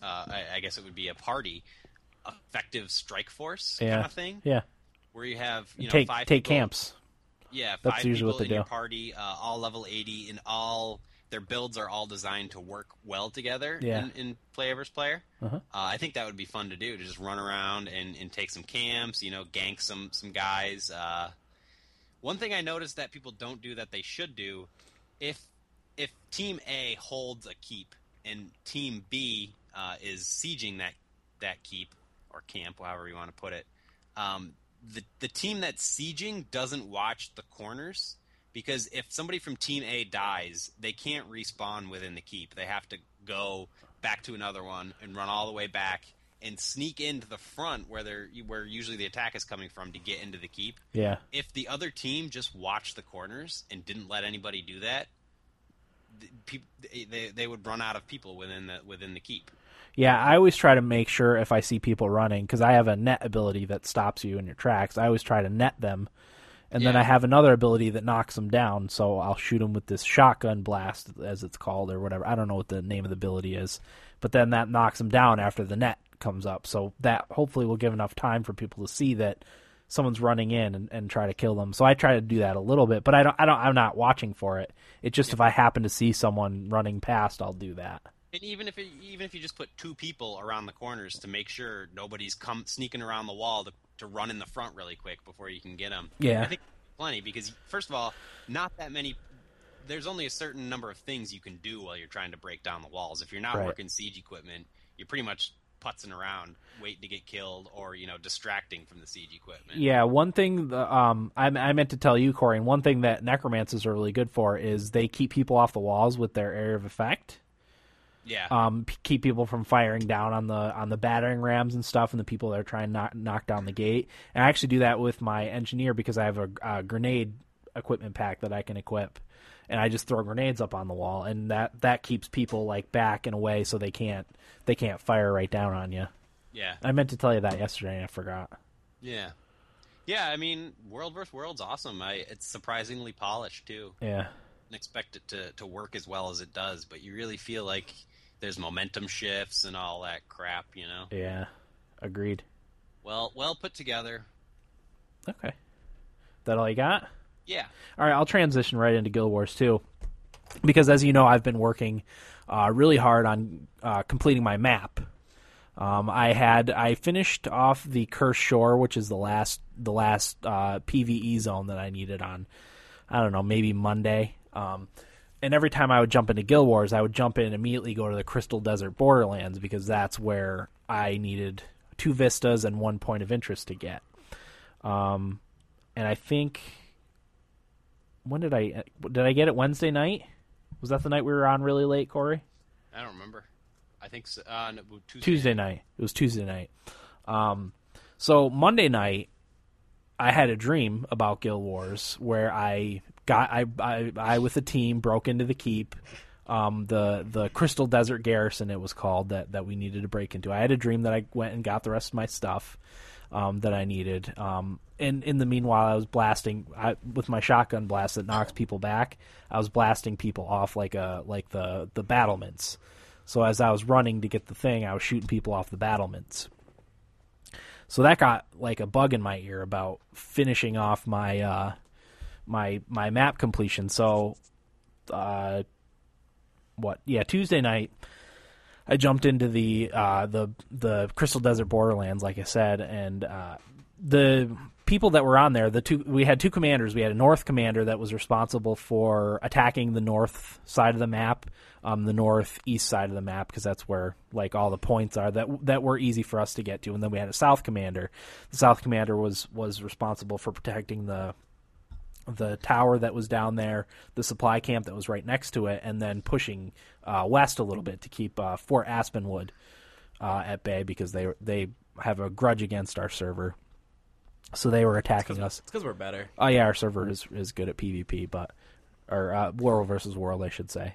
Speaker 4: uh, I, I guess it would be a party, effective strike force
Speaker 1: Yeah.
Speaker 4: kind of thing,
Speaker 1: Yeah.
Speaker 4: where you have you know
Speaker 1: take
Speaker 4: five
Speaker 1: take
Speaker 4: people-
Speaker 1: camps.
Speaker 4: yeah,
Speaker 1: That's
Speaker 4: five
Speaker 1: usually what
Speaker 4: people
Speaker 1: they
Speaker 4: in your
Speaker 1: do.
Speaker 4: party, uh, all level eighty, and all their builds are all designed to work well together
Speaker 1: Yeah.
Speaker 4: in, in player versus player.
Speaker 1: Uh-huh.
Speaker 4: Uh, I think that would be fun to do to just run around and, and take some camps, you know, gank some some guys. Uh, one thing I noticed that people don't do that they should do, if if team A holds a keep and team B uh, is sieging that that keep or camp, however you want to put it, um, the the team that's sieging doesn't watch the corners because if somebody from team A dies, they can't respawn within the keep. They have to go back to another one and run all the way back and sneak into the front where they're where usually the attack is coming from to get into the keep
Speaker 1: Yeah.
Speaker 4: if the other team just watched the corners and didn't let anybody do that, th- peop- they they would run out of people within the within the keep.
Speaker 1: Yeah, I always try to make sure if I see people running because I have a net ability that stops you in your tracks. I always try to net them, and then
Speaker 4: Yeah.
Speaker 1: I have another ability that knocks them down. So I'll shoot them with this shotgun blast, as it's called, or whatever. I don't know what the name of the ability is, but then that knocks them down after the net comes up. So that hopefully will give enough time for people to see that someone's running in and, and try to kill them. So I try to do that a little bit, but I don't. I don't. I'm not watching for it. It's just if I happen to see someone running past, I'll do that.
Speaker 4: And even if it, even if you just put two people around the corners to make sure nobody's come sneaking around the wall to to run in the front really quick before you can get them.
Speaker 1: Yeah.
Speaker 4: I think plenty because first of all, not that many. There's only a certain number of things you can do while you're trying to break down the walls. If you're not
Speaker 1: Right.
Speaker 4: working siege equipment, you're pretty much putzing around, waiting to get killed, or you know, distracting from the siege equipment.
Speaker 1: Yeah, one thing the, um I, I meant to tell you, Corey, and one thing that necromancers are really good for is they keep people off the walls with their area of effect.
Speaker 4: Yeah.
Speaker 1: Um, p- keep people from firing down on the on the battering rams and stuff, and the people that are trying to knock, knock down the gate. And I actually do that with my engineer because I have a, a grenade equipment pack that I can equip, and I just throw grenades up on the wall, and that that keeps people like back and away so they can't they can't fire right down on you.
Speaker 4: yeah.
Speaker 1: I meant to tell you that yesterday and I forgot.
Speaker 4: Yeah. Yeah, I mean, World vs. World's awesome. I, it's surprisingly polished too.
Speaker 1: Yeah.
Speaker 4: Didn't expect it to, to work as well as it does, but you really feel like there's momentum shifts and all that crap, you know.
Speaker 1: Yeah. Agreed.
Speaker 4: Well, well put together.
Speaker 1: Okay. That all you got?
Speaker 4: Yeah.
Speaker 1: All right, I'll transition right into Guild Wars 2. Because as you know, I've been working uh, really hard on uh, completing my map. Um, I had I finished off the Curse Shore, which is the last the last uh, PVE zone that I needed on. I don't know, maybe Monday. Um, and every time I would jump into Guild Wars, I would jump in and immediately go to the Crystal Desert Borderlands because that's where I needed two vistas and one point of interest to get. Um, and I think when did I did I get it Wednesday night? Was that the night we were on really late, Corey?
Speaker 4: I don't remember. I think so, uh, no, Tuesday.
Speaker 1: Tuesday night. It was Tuesday night. Um, so Monday night, I had a dream about Guild Wars where I got I I, I with a team broke into the keep. um, the the Crystal Desert Garrison it was called that that we needed to break into. I had a dream that I went and got the rest of my stuff um, that I needed. Um, and in the meanwhile, I was blasting I, with my shotgun blast that knocks people back. I was blasting people off like a like the the battlements. So as I was running to get the thing, I was shooting people off the battlements. So that got like a bug in my ear about finishing off my uh, my my map completion. So uh, what? Yeah, Tuesday night I jumped into the uh, the the Crystal Desert Borderlands, like I said, and uh, the people that were on there, the two we had two commanders. We had a North commander that was responsible for attacking the north side of the map, um, the northeast side of the map, because that's where like all the points are that that were easy for us to get to. And then we had a South commander. The South commander was was responsible for protecting the the tower that was down there, the supply camp that was right next to it, and then pushing uh, west a little bit to keep uh, Fort Aspenwood uh, at bay because they they have a grudge against our server, so they were attacking us.
Speaker 3: It's because we're better.
Speaker 1: Oh yeah, our server is is good at PvP, but or uh, world versus world, I should say.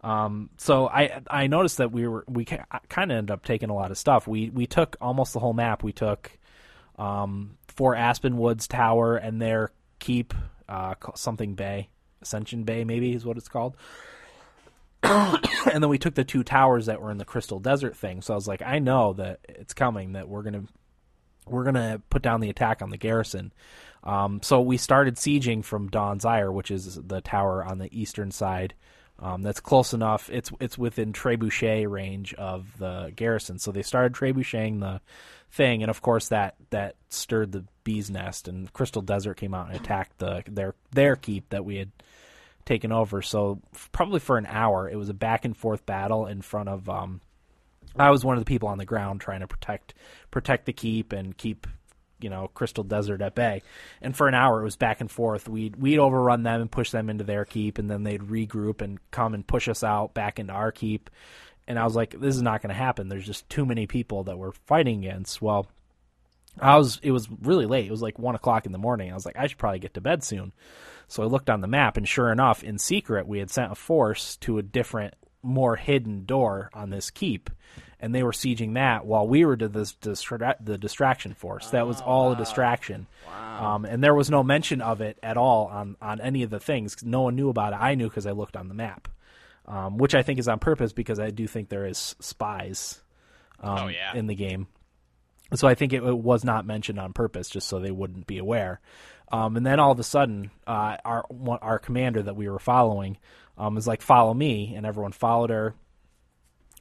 Speaker 1: Um, so I I noticed that we were we kind of ended up taking a lot of stuff. We we took almost the whole map. We took um, Fort Aspenwood's tower and their keep, uh, ca- something Bay, Ascension Bay maybe is what it's called. and then we took the two towers that were in the Crystal Desert thing. So I was like, I know that it's coming. That we're gonna we're gonna put down the attack on the garrison. Um, so we started sieging from Dawn's Ire, which is the tower on the eastern side. Um, that's close enough. It's it's within trebuchet range of the garrison. So they started trebucheting the thing, and of course that that stirred the bee's nest. And Crystal Desert came out and attacked the their their keep that we had taken over. So f- probably for an hour, it was a back and forth battle in front of. Um, I was one of the people on the ground trying to protect protect the keep and keep you know Crystal Desert at bay. And for an hour, it was back and forth. We'd we'd overrun them and push them into their keep, and then they'd regroup and come and push us out back into our keep. And I was like, this is not going to happen. There's just too many people that we're fighting against. Well, I was it was really late. It was like one o'clock in the morning. I was like, I should probably get to bed soon. So I looked on the map, and sure enough, in secret, we had sent a force to a different, more hidden door on this keep, and they were sieging that while we were to this distra- the distraction force. That was all a distraction. Wow. Um, and there was no mention of it at all on on any of the things. No one knew about it. I knew because I looked on the map, um, which I think is on purpose because I do think there is spies. Um,
Speaker 4: Oh, yeah.
Speaker 1: in the game. So I think it, it was not mentioned on purpose, just so they wouldn't be aware. Um, and then all of a sudden, uh, our one- our commander that we were following um, was like, "Follow me," and everyone followed her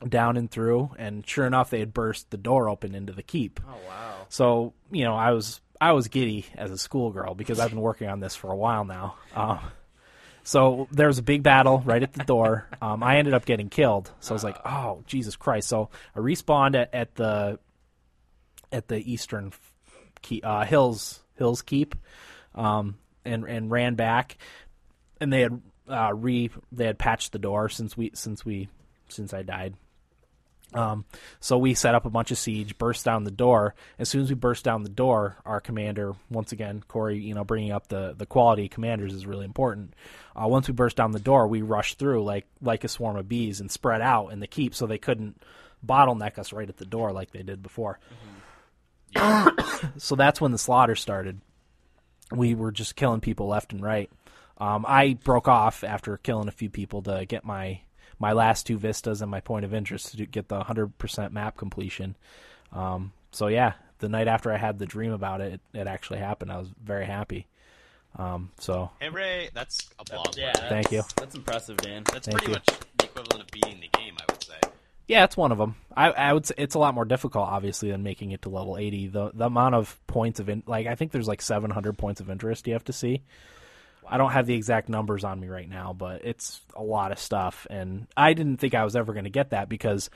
Speaker 1: down and through. And sure enough, they had burst the door open into the keep.
Speaker 3: Oh wow.
Speaker 1: So you know, I was I was giddy as a schoolgirl because I've been working on this for a while now. Um, so there was a big battle right at the door. Um, I ended up getting killed. So I was like, "Oh Jesus Christ!" So I respawned at, at the at the eastern f- key, uh, hills hills keep, um, and and ran back. And they had uh, re they had patched the door since we since we since I died. Um, so we set up a bunch of siege, burst down the door. As soon as we burst down the door, our commander, once again, Corey, you know, bringing up the, the quality of commanders is really important. Uh, once we burst down the door, we rushed through like like a swarm of bees and spread out in the keep, so they couldn't bottleneck us right at the door like they did before. so that's when the slaughter started. We were just killing people left and right. Um, I broke off after killing a few people to get my my last two vistas and my point of interest to do- get the hundred percent map completion. Um, so yeah, the night after I had the dream about it, it, it actually happened. I was very happy. Um, so
Speaker 4: Hooray! That's applause.
Speaker 3: Yeah.
Speaker 4: That's
Speaker 1: Thank
Speaker 3: that's-
Speaker 1: you.
Speaker 3: That's impressive, Dan.
Speaker 1: thank
Speaker 4: pretty
Speaker 1: you.
Speaker 4: much the equivalent of beating the game, I would say.
Speaker 1: yeah, it's one of them. I, I would say it's a lot more difficult, obviously, than making it to level eighty. The the amount of points of in, like I think there's like seven hundred points of interest you have to see. I don't have the exact numbers on me right now, but it's a lot of stuff. And I didn't think I was ever going to get that because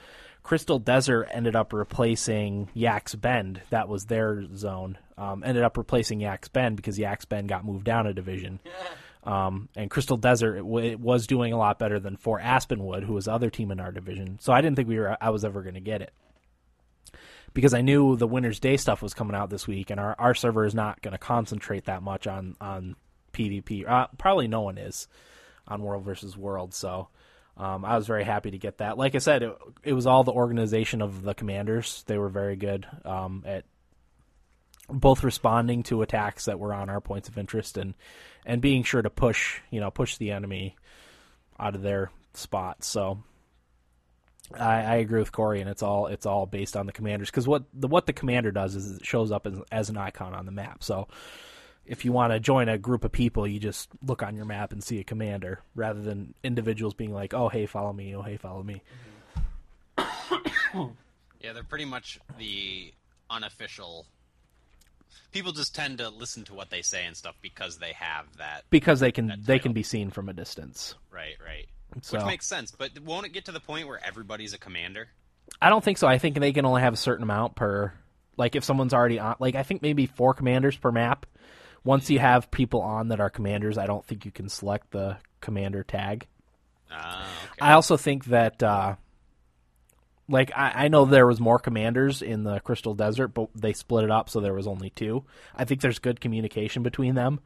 Speaker 1: Crystal Desert ended up replacing Yak's Bend. That was their zone. Um, ended up replacing Yak's Bend because Yak's Bend got moved down a division. Um, and Crystal Desert it, w- it was doing a lot better than Fort Aspenwood, who was the other team in our division. So I didn't think we were I was ever going to get it because I knew the Winter's Day stuff was coming out this week, and our, our server is not going to concentrate that much on on PvP. Uh, probably no one is on World versus World, so Um, I was very happy to get that. Like I said, it, it was all the organization of the commanders. They were very good um, at both responding to attacks that were on our points of interest and and being sure to push you know push the enemy out of their spot. So I, I agree with Corey, and it's all it's all based on the commanders because what the what the commander does is it shows up as, as an icon on the map. So if you want to join a group of people, you just look on your map and see a commander rather than individuals being like, "Oh, hey, follow me! Oh, hey, follow me!"
Speaker 4: Yeah, they're pretty much the unofficial. People just tend to listen to what they say and stuff because they have that.
Speaker 1: Because they can
Speaker 4: That's
Speaker 1: they
Speaker 4: right.
Speaker 1: can be seen from a distance.
Speaker 4: Right, right.
Speaker 1: So
Speaker 4: Which makes sense, but won't it get to the point where everybody's a commander?
Speaker 1: I don't think so. I think they can only have a certain amount per. Like if someone's already on, like I think maybe four commanders per map. Once you have people on that are commanders, I don't think you can select the commander tag.
Speaker 4: Ah, okay.
Speaker 1: I also think that, uh, like, I, I know there was more commanders in the Crystal Desert, but they split it up, so there was only two. I think there's good communication between them,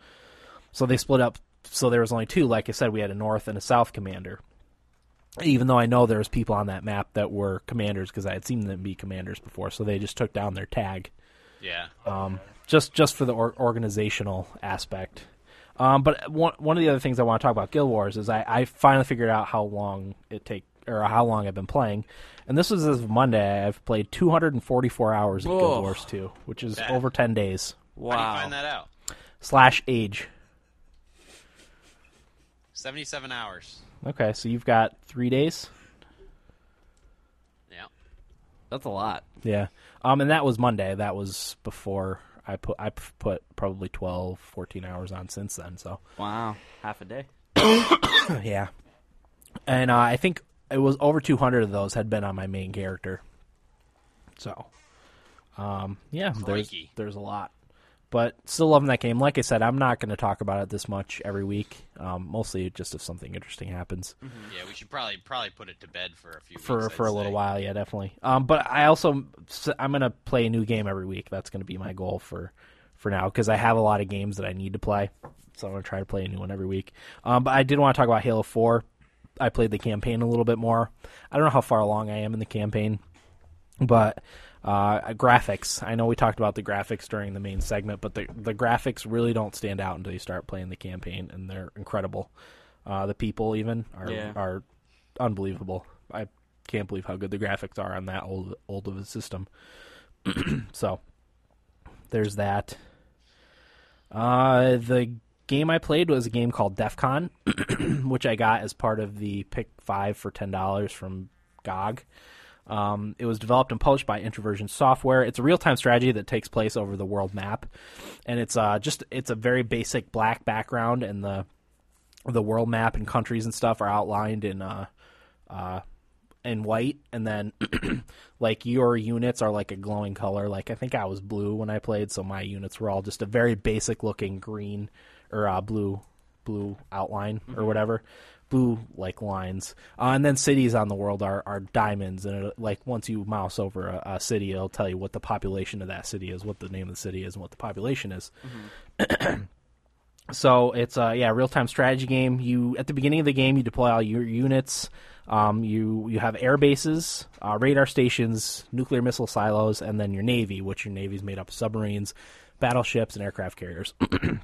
Speaker 1: so they split up, so there was only two. Like I said, we had a north and a south commander. Even though I know there was people on that map that were commanders because I had seen them be commanders before, so they just took down their tag
Speaker 4: yeah.
Speaker 1: just just for the or- organizational aspect. Um, but one one of the other things I want to talk about Guild Wars is I, I finally figured out how long it take or how long I've been playing, and this was as of Monday. I've played 244 hours of
Speaker 3: Whoa.
Speaker 1: Guild Wars 2, which is
Speaker 4: That-
Speaker 1: over 10 days
Speaker 4: How do you
Speaker 3: Wow.
Speaker 4: find that out?
Speaker 1: slash age.
Speaker 4: Seventy-seven hours.
Speaker 1: Okay, so you've got three days.
Speaker 4: Yeah.
Speaker 3: That's a lot.
Speaker 1: Yeah, um, and that was Monday. That was before I put I p- put probably 12, 14 hours on since then. So
Speaker 3: Wow. Half a day.
Speaker 1: Yeah. And uh, I think it was over 200 of those had been on my main character. So, um, yeah, there's,
Speaker 4: Crikey.
Speaker 1: there's a lot. But still loving that game. Like I said, I'm not going to talk about it this much every week. Um, mostly just if something interesting happens
Speaker 4: Yeah, we should probably probably put it to bed for a few
Speaker 1: for
Speaker 4: weeks,
Speaker 1: for
Speaker 4: I'd
Speaker 1: a little
Speaker 4: say.
Speaker 1: while. Yeah, definitely. Um, but I also I'm gonna play a new game every week. That's gonna be my goal for for now because I have a lot of games that I need to play. So I'm gonna try to play a new one every week. Um, but I did want to talk about Halo Four. I played the campaign a little bit more. I don't know how far along I am in the campaign, but uh, graphics. I know we talked about the graphics during the main segment, but the the graphics really don't stand out until you start playing the campaign, and they're incredible. Uh, the people even are
Speaker 3: Yeah.
Speaker 1: are unbelievable. I can't believe how good the graphics are on that old old of a system. so there's that. Uh, the game I played was a game called DefCon, which I got as part of the Pick Five for ten dollars from GOG. Um, it was developed and published by Introversion Software. It's a real-time strategy that takes place over the world map, and it's uh, just it's a very basic black background, and the the world map and countries and stuff are outlined in uh, uh, in white, and then like your units are like a glowing color. Like I think I was blue when I played, so my units were all just a very basic-looking green or uh, blue blue outline or whatever blue like lines uh, and then cities on the world are, are diamonds and it, like once you mouse over a, a city it'll tell you what the population of that city is what the name of the city is and what the population is so it's a yeah real time strategy game. You at the beginning of the game you deploy all your units. Um, you you have air bases, uh, radar stations, nuclear missile silos, and then your navy, which your navy is made up of submarines, battleships, and aircraft carriers.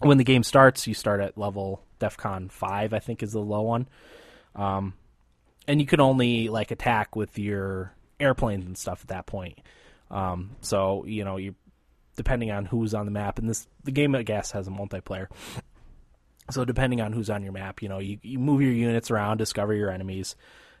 Speaker 1: when the game starts, you start at level DefCon five, I think is the low one, um, and you can only like attack with your airplanes and stuff at that point. Um, so you know you depending on who's on the map. And this the game, I guess, has a multiplayer. So depending on who's on your map, you know, you, you move your units around, discover your enemies,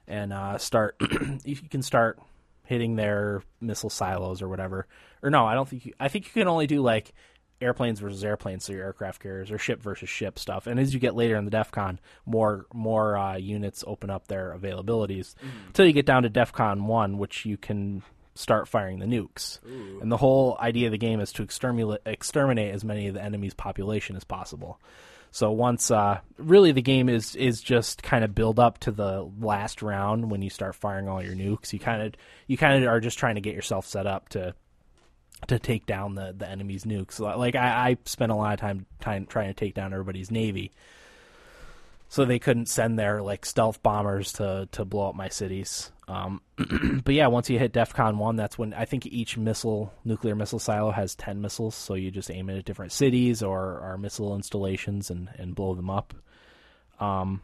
Speaker 1: and uh, start. if you can start hitting their missile silos or whatever, or no, I don't think you. I think you can only do like airplanes versus airplanes, so your aircraft carriers or ship versus ship stuff. And as you get later in the DEF CON, more more uh, units open up their availabilities until you get down to DEF CON one, which you can start firing the nukes. And the whole idea of the game is to exterminate exterminate as many of the enemy's population as possible. So once, uh, really, the game is is just kind of build up to the last round when you start firing all your nukes. You kind of you kind of are just trying to get yourself set up to to take down the the enemy's nukes. Like I, I spent a lot of time time trying to take down everybody's navy so they couldn't send their like stealth bombers to to blow up my cities. Um, but yeah, once you hit DEFCON one, that's when I think each missile nuclear missile silo has ten missiles, so you just aim it at different cities or, or missile installations and and blow them up. Um,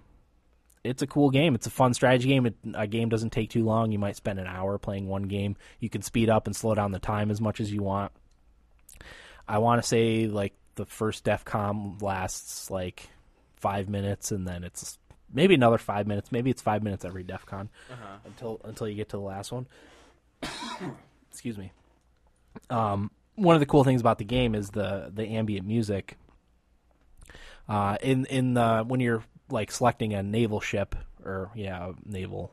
Speaker 1: it's a cool game. It's a fun strategy game. It, a game doesn't take too long. You might spend an hour playing one game. You can speed up and slow down the time as much as you want. I want to say like the first DEF CON lasts like five minutes, and then it's maybe another five minutes. Maybe it's five minutes every DEF CON until until you get to the last one. Excuse me. Um, one of the cool things about the game is the the ambient music. Uh, in in the when you're like selecting a naval ship or yeah naval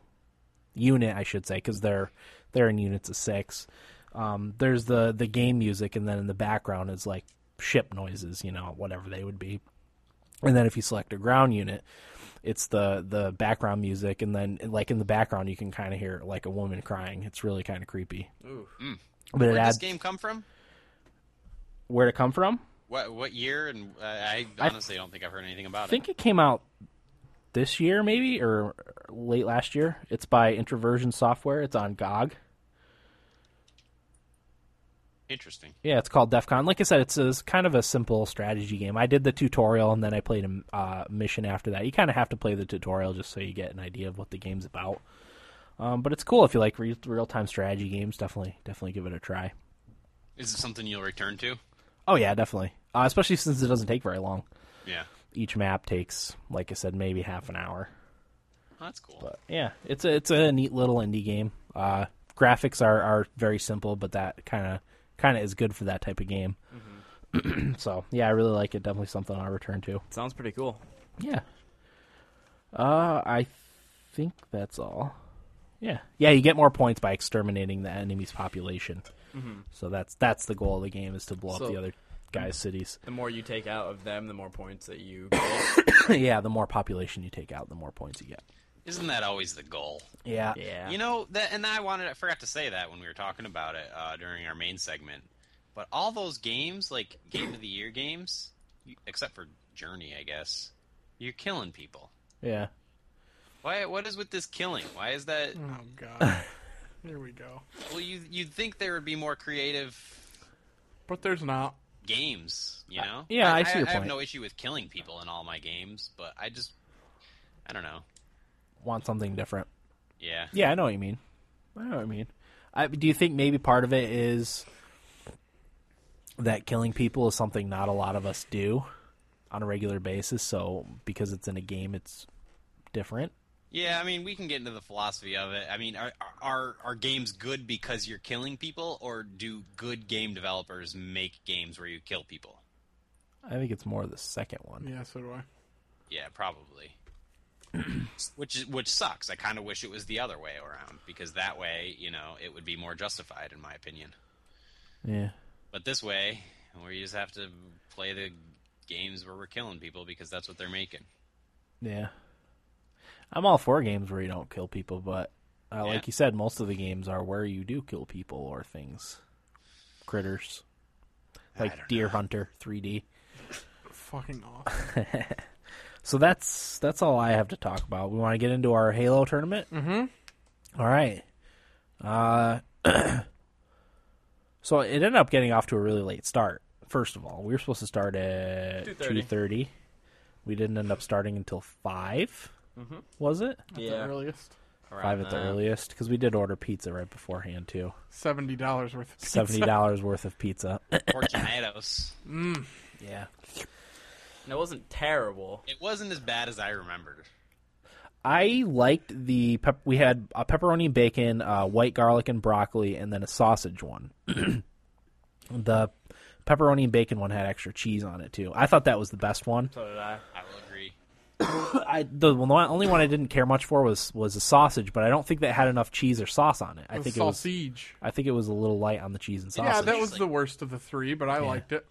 Speaker 1: unit, I should say, because they're they're in units of six. Um, there's the the game music, and then in the background is like ship noises, you know, whatever they would be. And then if you select a ground unit, it's the the background music, and then like in the background you can kind of hear like a woman crying. It's really kind of creepy. But it
Speaker 4: Mm. Where'd
Speaker 1: adds
Speaker 4: this game come from?
Speaker 1: where to come from.
Speaker 4: What what year? And uh, I honestly don't think I've heard anything about
Speaker 1: I think it came out this year, maybe or late last year. It's by Introversion Software. It's on GOG.
Speaker 4: it. Interesting.
Speaker 1: Yeah, it's called DefCon. Like I said, it's, a, it's kind of a simple strategy game. I did the tutorial and then I played a uh, mission after that. You kind of have to play the tutorial just so you get an idea of what the game's about. Um, but it's cool if you like re- real time strategy games. Definitely, definitely give it a try.
Speaker 4: Is it something you'll return to?
Speaker 1: Oh yeah, definitely. Uh, especially since it doesn't take very long.
Speaker 4: Yeah,
Speaker 1: Each map takes, like I said, maybe half an hour.
Speaker 4: Oh, that's cool.
Speaker 1: But yeah, it's a it's a neat little indie game. Uh, graphics are, are very simple, but that kind of kind of is good for that type of game. so yeah, I really like it. Definitely something I'll return to.
Speaker 3: Sounds pretty cool.
Speaker 1: Yeah. Uh, I think that's all. Yeah, yeah. You get more points by exterminating the enemy's population. So that's that's the goal of the game is to blow up
Speaker 3: So-
Speaker 1: the other guys' cities.
Speaker 3: The more you take out of them, the more points that you get.
Speaker 1: yeah, the more population you take out, the more points you get.
Speaker 4: Isn't that always the goal?
Speaker 1: Yeah.
Speaker 3: yeah.
Speaker 4: You know that, and I wanted I forgot to say that when we were talking about it uh, during our main segment. But all those games, like game of the year games, you- except for Journey, I guess, you're killing people.
Speaker 1: Yeah.
Speaker 4: Why? What is with this killing? Why is that?
Speaker 2: Oh god. Here we go.
Speaker 4: Well, you you'd think there would be more creative
Speaker 2: But there's not.
Speaker 4: games, you know?
Speaker 1: yeah, I see your
Speaker 4: I have
Speaker 1: point.
Speaker 4: no issue with killing people in all my games, but I just, I don't know.
Speaker 1: Want something different.
Speaker 4: Yeah,
Speaker 1: Yeah, I know what you mean. I know what I mean. I, do you think maybe part of it is that killing people is something not a lot of us do on a regular basis? So because it's in a game, it's different.
Speaker 4: yeah. I mean, we can get into the philosophy of it. I mean, are are are games good because you're killing people, or do good game developers make games where you kill people?
Speaker 1: I think it's more the second one.
Speaker 2: Yeah, so do I.
Speaker 4: Yeah, probably. which is which sucks. I kind of wish it was the other way around because that way, you know, it would be more justified in my opinion.
Speaker 1: Yeah.
Speaker 4: But this way, where you just have to play the games where we're killing people because that's what they're making.
Speaker 1: Yeah. I'm all for games where you don't kill people, but uh,
Speaker 4: Yeah.
Speaker 1: like you said, most of the games are where you do kill people or things, critters, like Deer Hunter 3D.
Speaker 2: Fucking awesome.
Speaker 1: So that's that's all I have to talk about. We want to get into our Halo tournament. Mm-hmm. right. Uh, so it ended up getting off to a really late start. First of all, we were supposed to start at two
Speaker 3: 2:30.
Speaker 1: thirty. We didn't end up starting until 5 Was it
Speaker 2: The
Speaker 3: yeah.
Speaker 2: earliest.
Speaker 1: five at the earliest? Because we did order pizza right beforehand too.
Speaker 2: Seventy dollars worth of pizza.
Speaker 1: Seventy dollars worth of pizza.
Speaker 4: Fortunatos.
Speaker 1: yeah,
Speaker 3: And it wasn't terrible.
Speaker 4: It wasn't as bad as I remembered.
Speaker 1: I liked the pep- we had a pepperoni and bacon, uh, white garlic and broccoli, and then a sausage one. the pepperoni and bacon one had extra cheese on it too. I thought that was the best one.
Speaker 3: So did I.
Speaker 4: I will agree.
Speaker 1: I the one- the only one I didn't care much for was was the sausage, but I don't think that had enough cheese or sauce on it. I
Speaker 2: The
Speaker 1: think it was
Speaker 2: sausage.
Speaker 1: I think it was a little light on the cheese and
Speaker 2: Yeah,
Speaker 1: sausage.
Speaker 2: that was
Speaker 4: like-
Speaker 2: the worst of the three, but I liked it.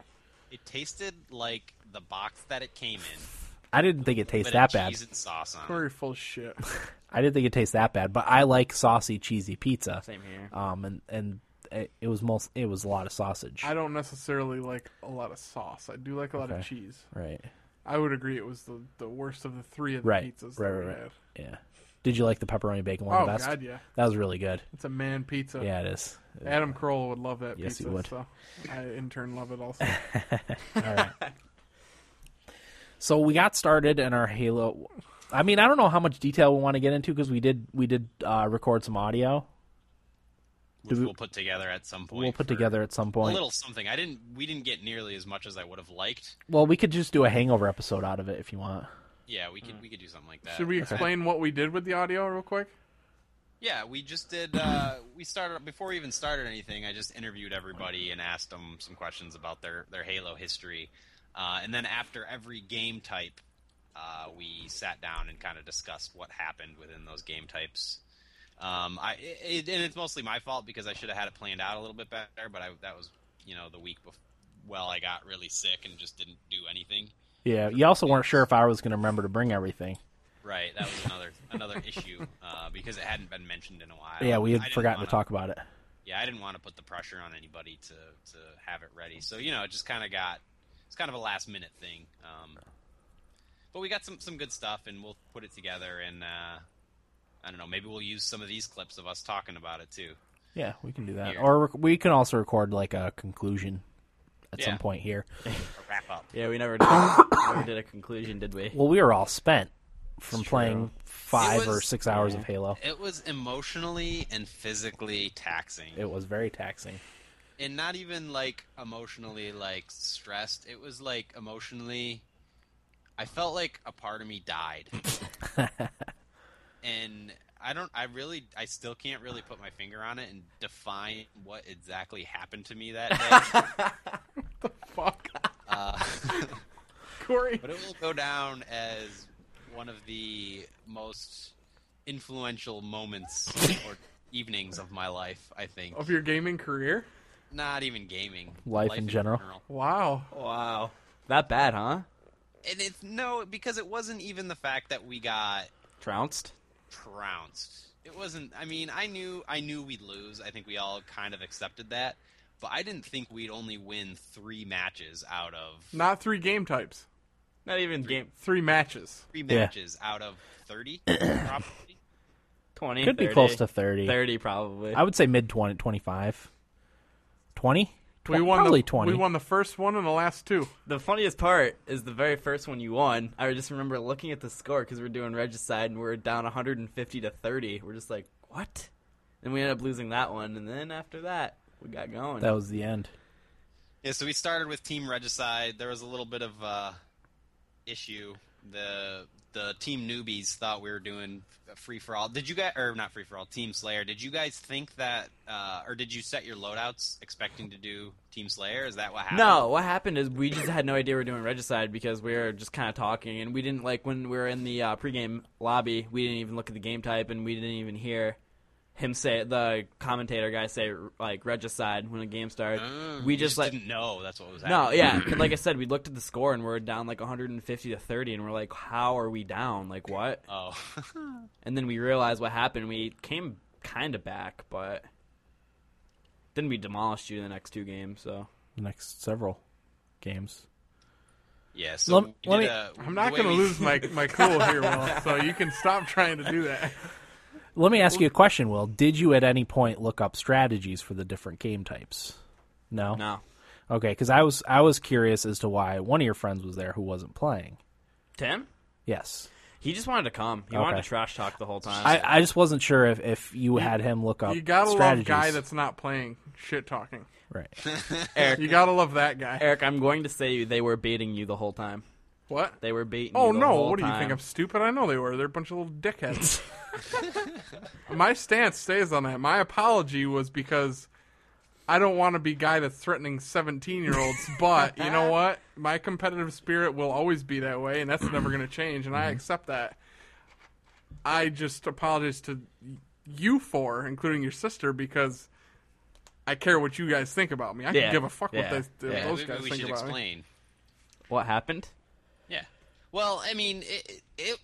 Speaker 4: It tasted like the box that it came in.
Speaker 1: I didn't think it tasted
Speaker 4: but
Speaker 1: that
Speaker 4: it
Speaker 1: bad.
Speaker 4: cheese and sauce on it.
Speaker 2: Very full of shit.
Speaker 1: I didn't think it tasted that bad, but I like saucy cheesy pizza.
Speaker 3: Same here.
Speaker 1: Um and and it, it was most it was a lot of sausage.
Speaker 2: I don't necessarily like a lot of sauce. I do like a lot
Speaker 1: Okay.
Speaker 2: of cheese.
Speaker 1: Right.
Speaker 2: I would agree it was the, the worst of the three of the
Speaker 1: Right,
Speaker 2: pizzas.
Speaker 1: right,
Speaker 2: that we
Speaker 1: right, right.
Speaker 2: had.
Speaker 1: Yeah. Did you like the pepperoni bacon one
Speaker 2: Oh
Speaker 1: the best?
Speaker 2: god, yeah,
Speaker 1: That was really good.
Speaker 2: it's a man pizza.
Speaker 1: Yeah, it is.
Speaker 2: Adam Carolla would love that
Speaker 1: Yes, he
Speaker 2: pizza.
Speaker 1: would.
Speaker 2: So I in turn love it also.
Speaker 1: So we got started in our Halo. I mean, I don't know how much detail we want to get into because we did we did uh, record some audio.
Speaker 4: which
Speaker 1: we-
Speaker 4: we'll put together at some point.
Speaker 1: We'll put
Speaker 4: for
Speaker 1: together at some
Speaker 4: a
Speaker 1: point.
Speaker 4: little something. I didn't. We didn't get nearly as much as I would have liked.
Speaker 1: Well, we could just do a hangover episode out of it if you want.
Speaker 4: Yeah, we could. We could do something like that.
Speaker 2: Should we
Speaker 4: Uh,
Speaker 2: explain what we did with the audio real quick?
Speaker 4: Yeah, we just did. Uh, we started before we even started anything. I just interviewed everybody and asked them some questions about their their Halo history, uh, and then after every game type, uh, we sat down and kind of discussed what happened within those game types. Um, I it, and it's mostly my fault because I should have had it planned out a little bit better, but I, that was you know the week before. Well, I got really sick and just didn't do anything.
Speaker 1: Yeah, you also weren't sure if I was going to remember to bring everything.
Speaker 4: Right, that was another another issue uh, because it hadn't been mentioned in a while.
Speaker 1: Yeah, we
Speaker 4: I
Speaker 1: had
Speaker 4: didn't
Speaker 1: forgotten to
Speaker 4: wanna-
Speaker 1: talk about it.
Speaker 4: yeah, I didn't want to put the pressure on anybody to to have it ready. So you know, it just kind of got it's kind of a last minute thing. Um, but we got some some good stuff, and we'll put it together. And uh, I don't know, maybe we'll use some of these clips of us talking about it too.
Speaker 1: Yeah, we can do that,
Speaker 4: Here.
Speaker 1: or rec- we can also record like a conclusion at
Speaker 4: Yeah.
Speaker 1: some point here.
Speaker 4: A wrap up.
Speaker 3: Yeah, we never did, never did a conclusion, did we?
Speaker 1: Well, we were all spent from
Speaker 3: It's
Speaker 1: playing
Speaker 3: true.
Speaker 1: five
Speaker 4: It
Speaker 1: or
Speaker 4: was-
Speaker 1: six hours
Speaker 3: yeah.
Speaker 1: of Halo.
Speaker 4: It was emotionally and physically taxing,
Speaker 1: It was very taxing.
Speaker 4: and not even like emotionally like stressed. It was like emotionally, I felt like a part of me died. and I don't. I really. I still can't really put my finger on it and define what exactly happened to me that day.
Speaker 2: Fuck,
Speaker 4: uh,
Speaker 2: Corey.
Speaker 4: but it will go down as one of the most influential moments or evenings of my life. I think.
Speaker 2: Of your gaming career?
Speaker 4: Not even gaming.
Speaker 1: Life in general.
Speaker 2: Wow.
Speaker 3: Wow, that bad, huh?
Speaker 4: And it's no because it wasn't even the fact that we got
Speaker 3: Trounced.
Speaker 4: trounced. It wasn't. I mean, I knew I knew we'd lose. I think we all kind of accepted that, but I didn't think we'd only win three matches out of
Speaker 2: Not three game types.
Speaker 3: Not even game
Speaker 2: Three matches.
Speaker 4: three matches out of thirty. probably.
Speaker 3: twenty.
Speaker 1: Could
Speaker 3: 30,
Speaker 1: be close to 30.
Speaker 3: thirty, probably.
Speaker 1: I would say mid 20, 25. 20?
Speaker 2: We won
Speaker 1: Probably
Speaker 2: the,
Speaker 1: 20.
Speaker 2: We won the first one and the last two.
Speaker 3: The funniest part is the very first one you won. I just remember looking at the score because we're doing regicide and we're down 150 to 30. We're just like, what? And we ended up losing that one. And then after that, we got going.
Speaker 1: That was the end.
Speaker 4: Yeah, so we started with Team Regicide. There was a little bit of uh, issue. The the team newbies thought we were doing a free for all. Did you guys or not free for all? Team Slayer. Did you guys think that, uh, or did you set your loadouts expecting to do Team Slayer? Is that what happened?
Speaker 3: no, what happened is we just had no idea we were doing regicide because we were just kind of talking, and we didn't like when we were in the uh, pregame lobby. We didn't even look at the game type, and we didn't even hear him say the commentator guy say like regicide when the game started.
Speaker 4: Oh,
Speaker 3: we
Speaker 4: you
Speaker 3: just like
Speaker 4: didn't know that's what was
Speaker 3: No,
Speaker 4: happening.
Speaker 3: yeah. and like I said, we looked at the score and we're down like 150 to 30, and we're like, how are we down? Like, what?
Speaker 4: Oh,
Speaker 3: And then we realized what happened. We came kind of back, but then we demolished you the next two games, so.
Speaker 1: The next several games.
Speaker 4: yeah. So
Speaker 1: Lem-
Speaker 4: we
Speaker 1: let
Speaker 4: did
Speaker 1: me-
Speaker 4: a-
Speaker 2: I'm
Speaker 4: the
Speaker 2: not
Speaker 4: way
Speaker 2: going to
Speaker 4: we-
Speaker 2: lose my, my cool here, Will, so you can stop trying to do that.
Speaker 1: Let me ask you a question, Will. Did you at any point look up strategies for the different game types? No.
Speaker 3: No.
Speaker 1: Okay, because I was I was curious as to why one of your friends was there who wasn't playing.
Speaker 3: Tim?
Speaker 1: Yes,
Speaker 3: He just wanted to come. He wanted
Speaker 1: Okay.
Speaker 3: to trash talk the whole time.
Speaker 1: I, I just wasn't sure if, if you had him look up.
Speaker 2: You got to love
Speaker 1: strategies.
Speaker 2: guy that's not playing shit talking.
Speaker 1: right.
Speaker 2: You got to love that guy.
Speaker 3: Eric, I'm going to say they were baiting you the whole time.
Speaker 2: What?
Speaker 3: They were baiting
Speaker 2: Oh
Speaker 3: you the
Speaker 2: no!
Speaker 3: whole
Speaker 2: What do you
Speaker 3: time.
Speaker 2: think? I'm stupid. I know they were. They're a bunch of little dickheads. My stance stays on that. My apology was because I don't want to be guy that's threatening 17 year olds. but you know what? My competitive spirit will always be that way, and that's never going to change. And I
Speaker 3: Mm-hmm.
Speaker 2: accept that. I just apologize to you for, including your sister, because I care what you guys think about me. I
Speaker 3: Yeah.
Speaker 2: can give a fuck
Speaker 3: Yeah.
Speaker 2: what they,
Speaker 4: Yeah,
Speaker 2: those
Speaker 4: maybe
Speaker 2: guys
Speaker 4: we
Speaker 2: think
Speaker 4: should
Speaker 2: about me.
Speaker 4: explain.
Speaker 3: What happened?
Speaker 4: Yeah. Well, I mean, it, it,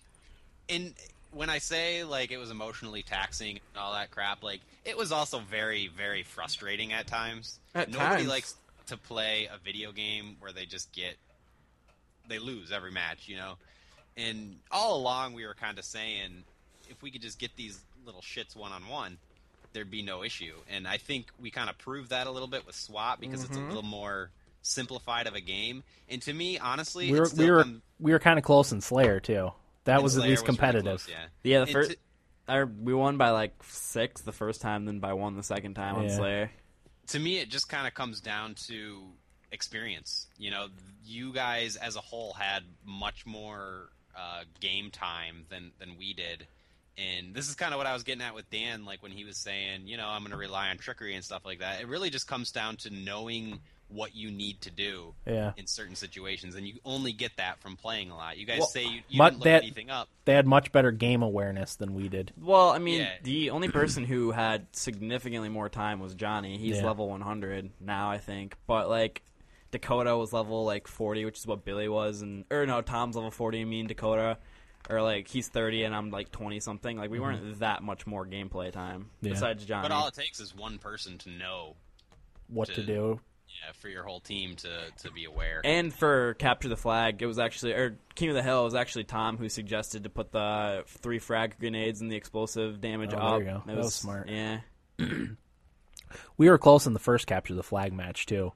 Speaker 4: and when I say like it was emotionally taxing and all that crap, like it was also very, very frustrating at times.
Speaker 2: At
Speaker 4: Nobody
Speaker 2: times.
Speaker 4: likes to play a video game where they just get they lose every match, you know. And all along, we were kind of saying if we could just get these little shits one on one, there'd be no issue. And I think we kind of proved that a little bit with Swap because it's a
Speaker 1: Mm-hmm.
Speaker 4: little more simplified of a game. And to me, honestly,
Speaker 1: we
Speaker 4: it
Speaker 1: were
Speaker 4: still
Speaker 1: we were
Speaker 4: comes-
Speaker 1: we were kind of close in Slayer too. That
Speaker 4: and
Speaker 1: was at
Speaker 4: Slayer
Speaker 1: least
Speaker 4: really
Speaker 1: competitive.
Speaker 4: close, yeah.
Speaker 3: Yeah, the
Speaker 4: And
Speaker 3: first
Speaker 4: to-
Speaker 3: I, we won by like six the first time, then by one the second time on
Speaker 1: Yeah.
Speaker 3: Slayer.
Speaker 4: to me it just kind of comes down to experience you know you guys as a whole had much more uh, game time than than we did and this is kind of what i was getting at with dan like when he was saying you know i'm going to rely on trickery and stuff like that it really just comes down to knowing what you need to do
Speaker 1: Yeah.
Speaker 4: in certain situations and you only get that from playing a lot you guys
Speaker 3: Well,
Speaker 4: say you, you
Speaker 1: but
Speaker 4: didn't look
Speaker 1: that-
Speaker 4: anything up
Speaker 1: They had much better game awareness than we did.
Speaker 3: Well, I mean,
Speaker 4: Yeah.
Speaker 3: the only person who had significantly more time was Johnny. He's
Speaker 1: Yeah.
Speaker 3: level 100 now, I think. But like Dakota was level like 40, which is what Billy was, and or no, Tom's level 40. I mean Dakota, or like he's 30 and I'm like 20 something. Like we weren't that much more gameplay time
Speaker 1: Mm-hmm. Yeah.
Speaker 3: besides Johnny.
Speaker 4: but all it takes is one person to know
Speaker 1: What to
Speaker 4: Dude.
Speaker 1: do?
Speaker 4: yeah, for your whole team to to be aware
Speaker 3: And for capture the flag, it was actually or King of the Hill it was actually Tom who suggested to put the three frag grenades and the explosive damage
Speaker 1: Oh, there
Speaker 3: up.
Speaker 1: you go.
Speaker 3: It
Speaker 1: That was smart.
Speaker 3: Yeah,
Speaker 1: We were close in the first capture the flag match too.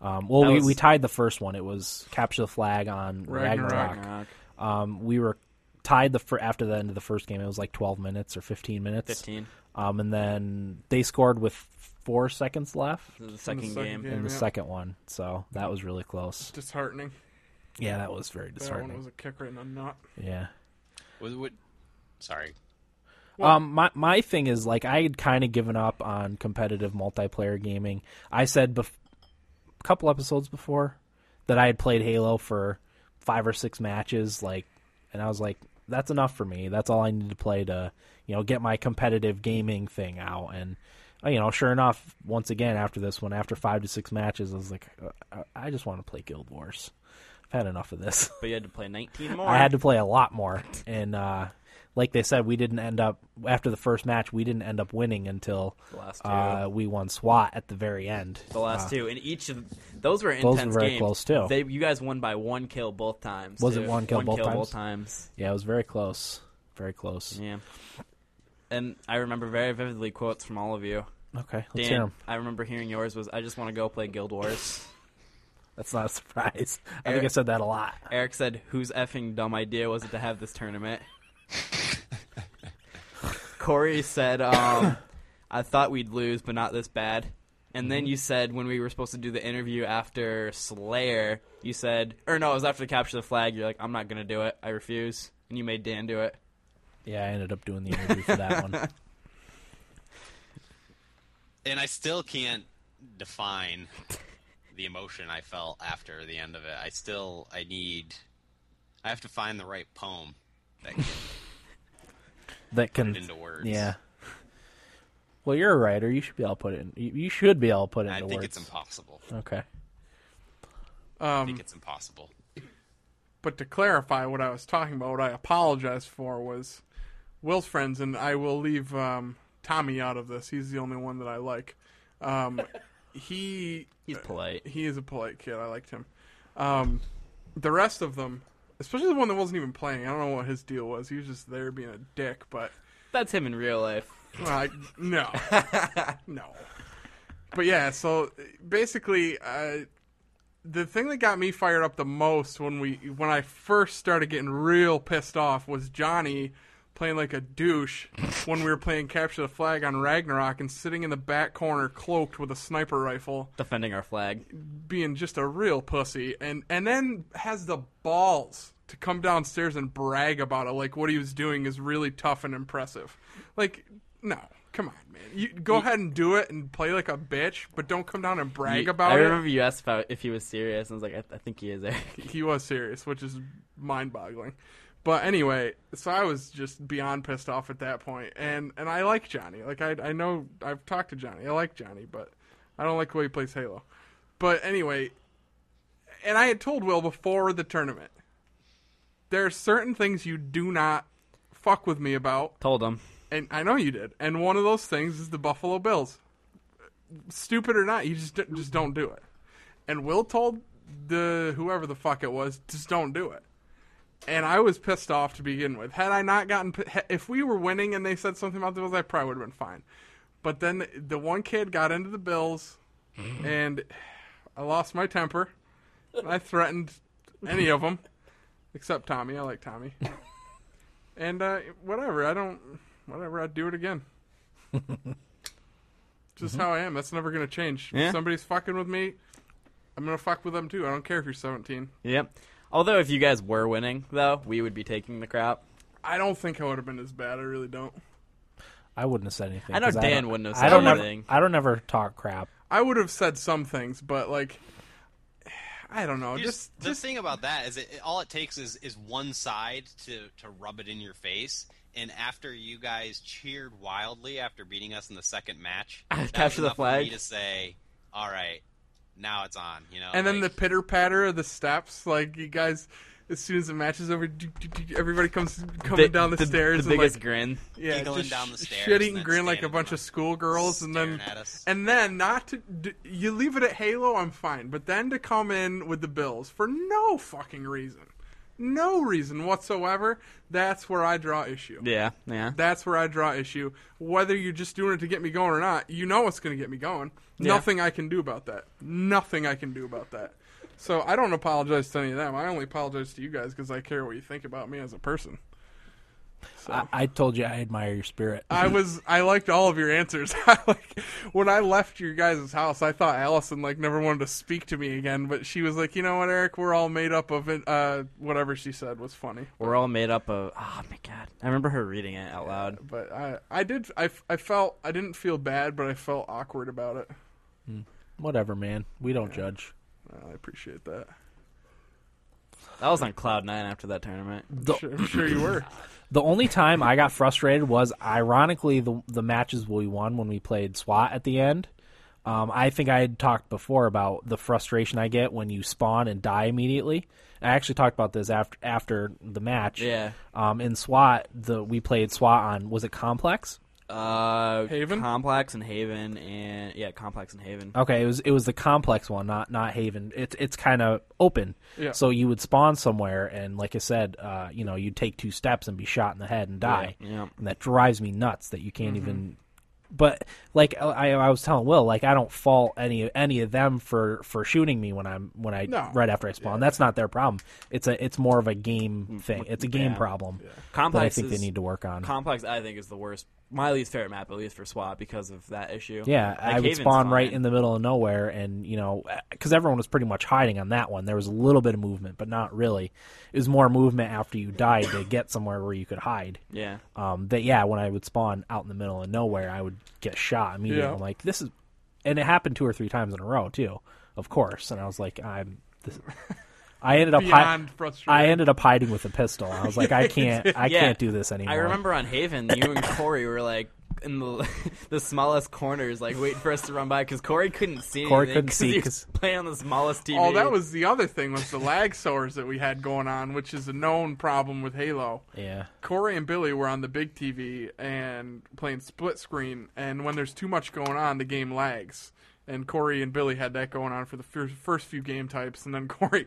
Speaker 1: Um, well,
Speaker 3: That
Speaker 1: we,
Speaker 3: was-
Speaker 1: we tied the first one. It was capture the flag on
Speaker 2: Ragnarok.
Speaker 1: Ragnarok.
Speaker 3: Ragnarok.
Speaker 1: Um, we were tied the fir- after the end of the first game. It was like twelve minutes or fifteen minutes.
Speaker 3: 15.
Speaker 1: Um, and then they scored with four seconds left
Speaker 3: This is the second,
Speaker 2: second
Speaker 3: game.
Speaker 2: game.
Speaker 1: in the
Speaker 2: Yeah.
Speaker 1: second one. So that was really close.
Speaker 2: Disheartening.
Speaker 1: Yeah, that was very
Speaker 2: That one
Speaker 1: disheartening.
Speaker 2: was a kick right in the nut.
Speaker 1: Yeah.
Speaker 4: Was what? Sorry.
Speaker 1: Um, my my thing is like I had kind of given up on competitive multiplayer gaming. I said bef- a couple episodes before that I had played Halo for five or six matches, like, and I was like, that's enough for me. That's all I need to play to, you know, get my competitive gaming thing out. And uh, you know, sure enough, once again after this one, after five to six matches, I was like, I, I just want to play Guild Wars. I've had enough of this.
Speaker 3: But you had to play 19 more.
Speaker 1: I had to play a lot more. And uh, like they said, we didn't end up after the first match. We didn't end up winning until
Speaker 3: The last two.
Speaker 1: uh, we won SWAT at the very end.
Speaker 3: the last two, and each of those were
Speaker 1: Ah. were
Speaker 3: intense
Speaker 1: very
Speaker 3: games.
Speaker 1: close, too.
Speaker 3: They, you guys won by one kill both times.
Speaker 1: Was it
Speaker 3: too.
Speaker 1: one kill both times?
Speaker 3: times?
Speaker 1: Yeah, it was very close. Very close.
Speaker 3: Yeah. And I remember very vividly quotes from all of you.
Speaker 1: Okay, let's hear
Speaker 3: Dan,
Speaker 1: 'em.
Speaker 3: I remember hearing yours was, "I just want to go play Guild Wars."
Speaker 1: That's not a surprise. I think I
Speaker 3: Eric-
Speaker 1: said that a lot.
Speaker 3: Eric said, "Whose effing dumb idea was it to have this tournament?" Corey said, um, "I thought we'd lose, but not this bad." And
Speaker 2: Mm-hmm.
Speaker 3: then you said when we were supposed to do the interview after Slayer, you said, or no, it was after the capture the flag. You're like, "I'm not gonna do it. I refuse." And you made Dan do it.
Speaker 1: Yeah, I ended up doing the interview for that one.
Speaker 4: And I still can't define the emotion I felt after the end of it. I still I need I have to find the right poem that can
Speaker 1: That
Speaker 4: put
Speaker 1: can,
Speaker 4: it into words.
Speaker 1: yeah. Well, you're a writer. You should be able to put it. In, you you should be able to put it
Speaker 4: I
Speaker 1: into
Speaker 4: think
Speaker 1: words.
Speaker 4: it's impossible.
Speaker 1: okay.
Speaker 4: I
Speaker 2: Um,
Speaker 4: think it's impossible.
Speaker 2: but to clarify what I was talking about, what I apologize for was Will's friends, and I will leave um, Tommy out of this. He's the only one that I like. Um, he
Speaker 3: He's polite.
Speaker 2: Uh, he is a polite kid. I liked him. Um, the rest of them, especially the one that wasn't even playing, I don't know what his deal was. He was just there being a dick. But
Speaker 3: That's him in real life.
Speaker 2: well, I, Uh, no, no. But yeah, so basically, uh, the thing that got me fired up the most when we when I first started getting real pissed off was Johnny playing like a douche when we were playing capture the flag on Ragnarok and sitting in the back corner cloaked with a sniper rifle
Speaker 3: Defending our flag.
Speaker 2: being just a real pussy and and then has the balls to come downstairs and brag about it like what he was doing is really tough and impressive like no come on man you go ahead and do it and play like a bitch but don't come down and brag
Speaker 3: You-
Speaker 2: about
Speaker 3: I
Speaker 2: it
Speaker 3: remember you asked about if he was serious, and I was like, "I, I think he is." Eric.
Speaker 2: he was serious which is mind-boggling but anyway so i was just beyond pissed off at that point and and i like johnny like i i know i've talked to johnny i like johnny but i don't like the way he plays halo but anyway and I had told Will before the tournament, there are certain things you do not fuck with me about,
Speaker 3: Told him.
Speaker 2: and I know you did. And one of those things is the Buffalo Bills. Stupid or not, you just just don't do it. And Will told the whoever the fuck it was, just don't do it. And I was pissed off to begin with. Had I not gotten, pi- ha- if we were winning and they said something about the Bills, I probably would have been fine. But then the one kid got into the Bills, and I lost my temper. I threatened any of them, except Tommy. I like Tommy. And uh, whatever, I don't. Whatever, I'd do it again. Just how I am. That's never gonna change.
Speaker 3: Yeah.
Speaker 2: If somebody's fucking with me, I'm gonna fuck with them too. I don't care if you're 17.
Speaker 3: Yep. Although if you guys were winning, though, we would be taking the crap.
Speaker 2: I don't think I would have been as bad. I really don't.
Speaker 1: I wouldn't have said anything.
Speaker 3: I know
Speaker 1: 'cause
Speaker 3: Dan
Speaker 1: don't-
Speaker 3: wouldn't have
Speaker 1: I
Speaker 3: said
Speaker 1: don't ever-
Speaker 3: anything.
Speaker 1: I don't ever talk crap.
Speaker 2: I would have said some things, but like, I don't know. Just,
Speaker 4: Just, the thing about that is, it, it- all it takes is is one side to to rub it in your face. And after you guys cheered wildly after beating us in the second match, that was
Speaker 3: Capture the
Speaker 4: enough for
Speaker 3: flag.
Speaker 4: me to say, "All right, now it's on." You know,
Speaker 2: and then the
Speaker 4: like,
Speaker 2: pitter patter of the steps. Like you guys, as soon as the match is over, do- do- do- everybody comes coming
Speaker 3: Bi-
Speaker 2: down the,
Speaker 3: the
Speaker 2: stairs.
Speaker 3: The
Speaker 2: and,
Speaker 3: biggest
Speaker 2: like,
Speaker 3: grin.
Speaker 2: yeah,
Speaker 4: giggling
Speaker 2: just
Speaker 4: down the
Speaker 2: sh-
Speaker 4: stairs
Speaker 2: shitting
Speaker 4: and then
Speaker 2: grin like a
Speaker 4: standing
Speaker 2: bunch
Speaker 4: there
Speaker 2: of schoolgirls, and then
Speaker 4: staring at us.
Speaker 2: and then not to d- you leave it at Halo, I'm fine, but then to come in with the Bills for no fucking reason, no reason whatsoever, that's where I draw issue.
Speaker 3: Yeah, yeah.
Speaker 2: That's where I draw issue. Whether you're just doing it to get me going or not, you know it's going to get me going.
Speaker 3: Yeah.
Speaker 2: Nothing I can do about that. Nothing I can do about that. So I don't apologize to any of them. I only apologize to you guys because I care what you think about me as a person.
Speaker 3: Oh.
Speaker 1: I, I told you I admire your spirit.
Speaker 2: I was I liked all of your answers. I like when I left your guys' house, I thought Allison like never wanted to speak to me again, but she was like, you know what, Eric, we're all made up of it. Uh, whatever she said was funny.
Speaker 3: We're all made up of. Oh my god! I remember her reading it out loud.
Speaker 2: But I I did I, I felt I didn't feel bad, but I felt awkward about it.
Speaker 1: Whatever, man. We don't judge.
Speaker 2: Well, I appreciate that.
Speaker 3: That was on cloud nine after that tournament.
Speaker 1: The-
Speaker 2: Sure, I'm sure you were.
Speaker 1: The only time I got frustrated was, ironically, the the matches we won when we played SWAT at the end. Um, I think I had talked before about the frustration I get when you spawn and die immediately. I actually talked about this after after the match.
Speaker 3: Yeah.
Speaker 1: Um, in SWAT, the we played SWAT on was it Complex?
Speaker 3: Uh,
Speaker 2: Haven?
Speaker 3: Complex, and Haven, and yeah, Complex and Haven.
Speaker 1: Okay, it was it was the complex one, not not Haven. It's it's kind of open,
Speaker 2: Yeah.
Speaker 1: so you would spawn somewhere, and like I said, uh, you know, you'd take two steps and be shot in the head and die,
Speaker 3: Yeah, yeah. Mm-hmm.
Speaker 1: and that drives me nuts that you can't even. But like uh, I, I was telling Will, like I don't fault any any of them for for shooting me when I'm when I
Speaker 2: No.
Speaker 1: right after I spawn. That's not their problem. It's a it's more of a
Speaker 3: Mm,
Speaker 1: game thing. It's a game
Speaker 3: yeah.
Speaker 1: problem that I
Speaker 3: Complex
Speaker 1: think
Speaker 3: is-
Speaker 1: they need to work on.
Speaker 3: Complex, I think, is the worst. My least favorite map, at least for SWAT, because of that issue.
Speaker 1: Yeah,
Speaker 3: Like,
Speaker 1: I would
Speaker 3: Haven's
Speaker 1: spawn right
Speaker 3: fine.
Speaker 1: in the middle of nowhere, and you know, because everyone was pretty much hiding on that one. There was a little bit of movement, but not really. It was more movement after you died to get somewhere where you could hide.
Speaker 3: Yeah,
Speaker 1: Um, that yeah, when I would spawn out in the middle of nowhere, I would get shot immediately.
Speaker 2: Yeah.
Speaker 1: I'm like, this is, and it happened two or three times in a row too, of course. And I was like, I'm, this, I ended up hi-
Speaker 2: Beyond frustrated.
Speaker 1: I ended up hiding with a pistol. I was like, I can't, I
Speaker 3: Yeah.
Speaker 1: can't do this anymore.
Speaker 3: I remember on Haven, you and Corey were like in the the smallest corners, like waiting for us to run by because Corey couldn't see.
Speaker 1: Corey
Speaker 3: anything
Speaker 1: couldn't see
Speaker 3: he
Speaker 1: 'cause-
Speaker 3: was playing on the smallest TV.
Speaker 2: Oh, that was the other thing was the lag sores that we had going on, which is a known problem with Halo.
Speaker 1: Yeah.
Speaker 2: Corey and Billy were on the big TV and playing split screen, and when there's too much going on, the game lags. And Corey and Billy had that going on for the fir- first few game types, and then Corey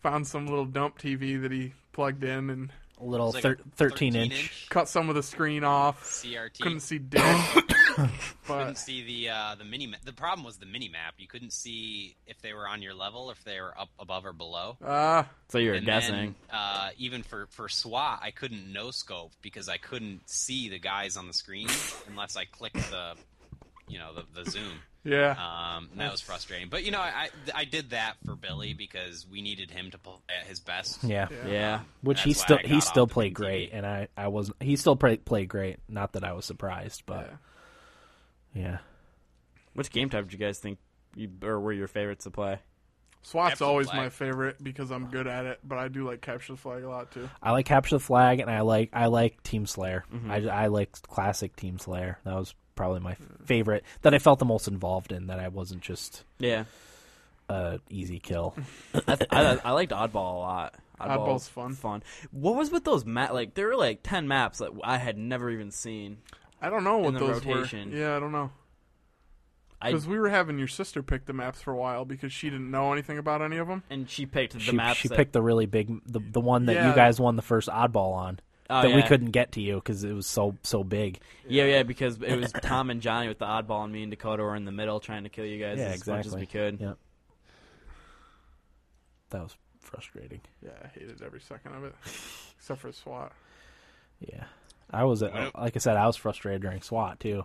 Speaker 2: found some little dump TV that he plugged in and
Speaker 1: A little
Speaker 4: it's like a
Speaker 1: thir- 13 inch
Speaker 2: cut some of the screen off.
Speaker 4: CRT.
Speaker 2: Couldn't
Speaker 4: Couldn't,
Speaker 2: see dick. but
Speaker 4: see the uh, the mini. The problem was the mini map. You couldn't see if they were on your level, if they were up above or below.
Speaker 2: uh,
Speaker 3: so you were
Speaker 4: and
Speaker 3: guessing.
Speaker 4: Then, uh, even for for SWAT, I couldn't no scope because I couldn't see the guys on the screen unless I clicked the, you know, the, the zoom.
Speaker 2: yeah.
Speaker 4: Um, and that was frustrating. But you know, I I did that for Billy because we needed him to play at his best.
Speaker 1: Yeah.
Speaker 3: yeah,
Speaker 1: Which
Speaker 4: That's
Speaker 1: he
Speaker 4: why
Speaker 1: still
Speaker 4: I
Speaker 1: he
Speaker 4: got
Speaker 1: still
Speaker 4: off the
Speaker 1: played
Speaker 4: MTV.
Speaker 1: great, and I I was he still play, played great. Not that I was surprised, but yeah.
Speaker 3: which game type did you guys think you, or were your favorites to play?
Speaker 2: SWAT's
Speaker 4: Capture the
Speaker 2: always
Speaker 4: flag.
Speaker 2: my favorite because I'm good at it, but I do like capture the flag a lot too.
Speaker 1: I like capture the flag, and I like I like Team Slayer.
Speaker 3: Mm-hmm.
Speaker 1: I I like classic Team Slayer. That was probably my favorite that I felt the most involved in. That I wasn't just
Speaker 3: Yeah,
Speaker 1: a easy kill.
Speaker 3: I, th- I, I liked Oddball a lot.
Speaker 2: Oddball's fun.
Speaker 3: Fun. What was with those map? Like there were like ten maps that I had never even seen.
Speaker 2: I don't know what
Speaker 3: the
Speaker 2: those
Speaker 3: rotation.
Speaker 2: were. Yeah, I don't know.
Speaker 3: I
Speaker 2: Because we were having your sister pick the maps for a while because she didn't know anything about any of them.
Speaker 3: and she picked the
Speaker 1: She,
Speaker 3: map.
Speaker 1: she picked the really big, the, the one that you
Speaker 2: Yeah.
Speaker 1: guys won the first oddball on
Speaker 3: Oh,
Speaker 1: that we
Speaker 3: yeah.
Speaker 1: couldn't get to you because it was so so big.
Speaker 3: Yeah, yeah, because it was Tom and Johnny with the oddball, and me and Dakota were in the middle trying to kill you guys
Speaker 1: yeah,
Speaker 3: as
Speaker 1: exactly.
Speaker 3: much as we could.
Speaker 1: Yeah, that was frustrating.
Speaker 2: Yeah, I hated every second of it, except for SWAT.
Speaker 1: Yeah, I was uh,
Speaker 4: Well-
Speaker 1: like I said, I was frustrated during SWAT too.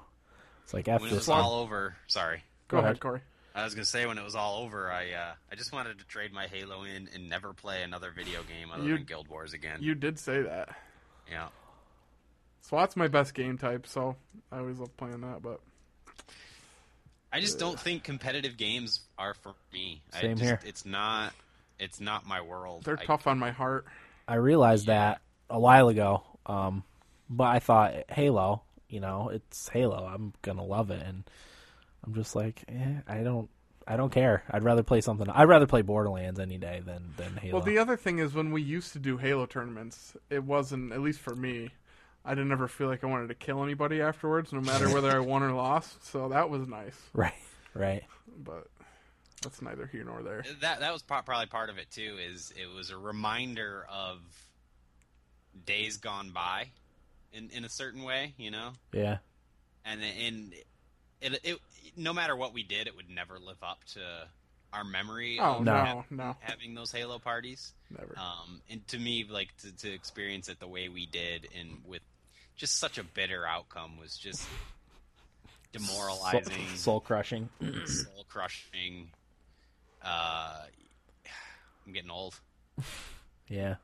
Speaker 1: It's like after
Speaker 4: When it was
Speaker 1: this,
Speaker 4: all over, sorry.
Speaker 2: Go,
Speaker 1: Go
Speaker 2: ahead,
Speaker 1: ahead.
Speaker 2: Corey.
Speaker 4: I was gonna say when it was all over, I uh, I just wanted to trade my Halo in and never play another video game other
Speaker 2: You-
Speaker 4: than Guild Wars again.
Speaker 2: You did say that.
Speaker 4: yeah.
Speaker 2: SWAT's my best game type, so I always love playing that. But
Speaker 4: I just don't think competitive games are for me. I
Speaker 1: Same
Speaker 4: just,
Speaker 1: here.
Speaker 4: It's not. It's not my world.
Speaker 2: they're
Speaker 4: I-
Speaker 2: tough on my heart.
Speaker 1: I realized
Speaker 4: Yeah.
Speaker 1: that a while ago. Um, but I thought Halo, you know, it's Halo. I'm gonna love it, and I'm just like, eh, I don't, I don't care. I'd rather play something. I'd rather play Borderlands any day than than Halo.
Speaker 2: Well, the other thing is when we used to do Halo tournaments, it wasn't at least for me. I didn't ever feel like I wanted to kill anybody afterwards, no matter whether I won or lost. So that was nice,
Speaker 1: right, right.
Speaker 2: but that's neither here nor there.
Speaker 4: that that was po- probably part of it too. Is it was a reminder of days gone by, in in a certain way, you know.
Speaker 1: Yeah,
Speaker 4: and and it, it no matter what we did, it would never live up to our memory
Speaker 2: Oh
Speaker 4: of
Speaker 1: No.
Speaker 2: no, no,
Speaker 4: having those Halo parties.
Speaker 2: never.
Speaker 4: Um, and to me, like to, to experience it the way we did, and with just such a bitter outcome, was just demoralizing,
Speaker 1: soul, soul crushing.
Speaker 4: soul crushing. Uh, I'm getting old.
Speaker 1: Yeah.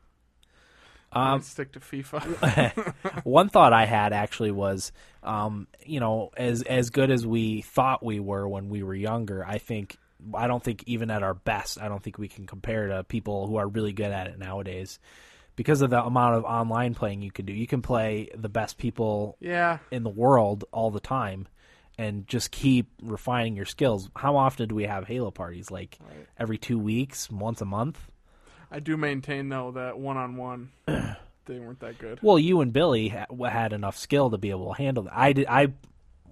Speaker 2: I'd
Speaker 1: Um,
Speaker 2: stick to FIFA.
Speaker 1: one thought I had actually was, um, you know, as as good as we thought we were when we were younger, I think I don't think even at our best, I don't think we can compare to people who are really good at it nowadays because of the amount of online playing you can do. You can play the best people
Speaker 2: yeah,
Speaker 1: in the world all the time and just keep refining your skills. How often do we have Halo parties? Like every 2 weeks, once a month?
Speaker 2: I do maintain though that one on one they weren't that good.
Speaker 1: Well, you and Billy ha- w- had enough skill to be able to handle that. I did, I